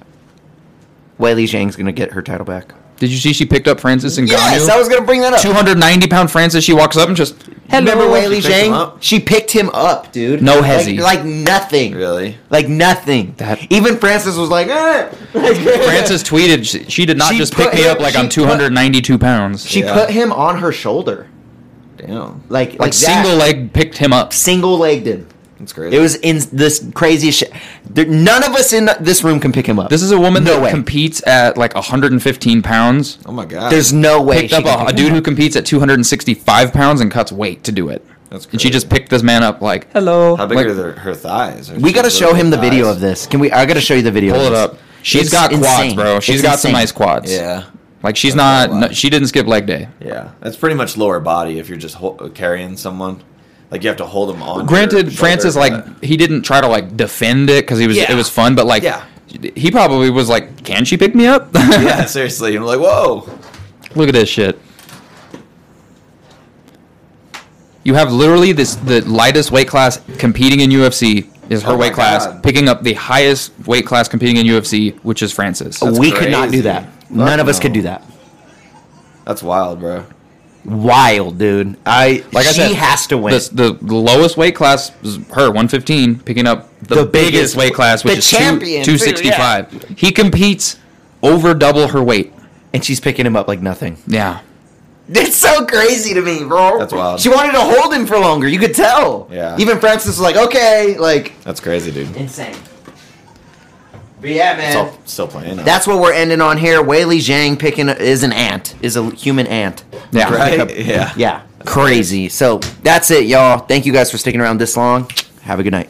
[SPEAKER 2] Whaley Zhang's gonna get her title back.
[SPEAKER 4] Did you see she picked up Francis and
[SPEAKER 2] Yes, I was gonna bring that up.
[SPEAKER 4] Two hundred ninety pound Francis. She walks up and just
[SPEAKER 2] Remember Whaley
[SPEAKER 3] She picked him
[SPEAKER 2] Zhang?
[SPEAKER 3] up?
[SPEAKER 2] She picked him up, dude.
[SPEAKER 4] No
[SPEAKER 2] Like-
[SPEAKER 4] hezzy.
[SPEAKER 2] like, nothing.
[SPEAKER 3] Really?
[SPEAKER 2] Like nothing.
[SPEAKER 4] That-
[SPEAKER 2] Even Francis was like, eh.
[SPEAKER 4] Francis tweeted she, she did not
[SPEAKER 2] She
[SPEAKER 4] just
[SPEAKER 2] put
[SPEAKER 4] pick me
[SPEAKER 2] him-
[SPEAKER 4] up like
[SPEAKER 2] she
[SPEAKER 4] I'm
[SPEAKER 2] put-
[SPEAKER 4] 292 pounds.
[SPEAKER 2] She
[SPEAKER 3] Yeah.
[SPEAKER 2] put him on her shoulder,
[SPEAKER 3] Damn.
[SPEAKER 2] like like,
[SPEAKER 4] like single
[SPEAKER 2] that.
[SPEAKER 4] leg picked him up.
[SPEAKER 2] single legged him.
[SPEAKER 3] That's crazy.
[SPEAKER 2] It was in this crazy shit. There, none of us in this room can pick him up.
[SPEAKER 4] This is a woman
[SPEAKER 2] No
[SPEAKER 4] that
[SPEAKER 2] way.
[SPEAKER 4] competes at like 115 pounds.
[SPEAKER 3] Oh my god.
[SPEAKER 2] There's no way.
[SPEAKER 4] Picked
[SPEAKER 2] she
[SPEAKER 4] up
[SPEAKER 2] can
[SPEAKER 4] a,
[SPEAKER 2] pick
[SPEAKER 4] a
[SPEAKER 2] him
[SPEAKER 4] dude who competes at 265 pounds and cuts weight to do it.
[SPEAKER 3] That's
[SPEAKER 4] And she
[SPEAKER 3] crazy.
[SPEAKER 4] just picked this man up like, hello.
[SPEAKER 3] How big
[SPEAKER 4] like,
[SPEAKER 3] are their, her thighs?
[SPEAKER 2] We got to show him the video of this. Can we? I got to show you the video.
[SPEAKER 4] Pull
[SPEAKER 2] of
[SPEAKER 4] it
[SPEAKER 2] this.
[SPEAKER 4] up. She's
[SPEAKER 2] It's
[SPEAKER 4] got quads,
[SPEAKER 2] insane.
[SPEAKER 4] bro. She's
[SPEAKER 2] It's
[SPEAKER 4] got
[SPEAKER 2] insane.
[SPEAKER 4] some nice quads.
[SPEAKER 3] Yeah.
[SPEAKER 4] Like she's
[SPEAKER 3] That's
[SPEAKER 4] not.
[SPEAKER 3] a lot.
[SPEAKER 4] No, she didn't skip leg day.
[SPEAKER 3] Yeah, that's pretty much lower body if you're just ho- carrying someone. Like you have to hold them on.
[SPEAKER 4] Granted, Francis like he didn't try to like defend it because he was
[SPEAKER 3] Yeah.
[SPEAKER 4] it was fun, but like
[SPEAKER 3] Yeah.
[SPEAKER 4] he probably was like, can she pick me up?
[SPEAKER 3] yeah, seriously, I'm like, whoa.
[SPEAKER 4] Look at this shit. You have literally this the lightest weight class competing in UFC is her
[SPEAKER 3] Oh my
[SPEAKER 4] weight class,
[SPEAKER 3] God.
[SPEAKER 4] picking up the highest weight class competing in UFC, which is Francis.
[SPEAKER 3] That's
[SPEAKER 2] we could not do
[SPEAKER 3] crazy.
[SPEAKER 2] that.
[SPEAKER 3] Fuck
[SPEAKER 2] None of us
[SPEAKER 3] no.
[SPEAKER 2] could do that.
[SPEAKER 3] That's wild, bro.
[SPEAKER 2] Wild, dude. I
[SPEAKER 4] Like
[SPEAKER 2] she
[SPEAKER 4] I said,
[SPEAKER 2] has to win.
[SPEAKER 4] The, the lowest weight class is her 115, picking up
[SPEAKER 2] The
[SPEAKER 4] the, biggest,
[SPEAKER 2] biggest-
[SPEAKER 4] weight class, which
[SPEAKER 2] the
[SPEAKER 4] is two-
[SPEAKER 2] champion, too,
[SPEAKER 4] 265. He competes over double her weight.
[SPEAKER 2] and she's picking him up like nothing.
[SPEAKER 4] Yeah.
[SPEAKER 2] It's so crazy to me, bro.
[SPEAKER 3] That's wild.
[SPEAKER 2] She wanted to hold him for longer. You could tell.
[SPEAKER 3] Yeah.
[SPEAKER 2] Even Francis was like, okay, like
[SPEAKER 3] That's crazy, dude.
[SPEAKER 2] insane. But yeah, man.
[SPEAKER 3] Still, still playing. out.
[SPEAKER 2] That's what we're ending on here. Whaley Zhang picking is an ant, is a human ant.
[SPEAKER 4] Yeah.
[SPEAKER 3] right. Yeah.
[SPEAKER 2] Yeah, crazy. So that's it, y'all. Thank you guys for sticking around this long. Have a good night.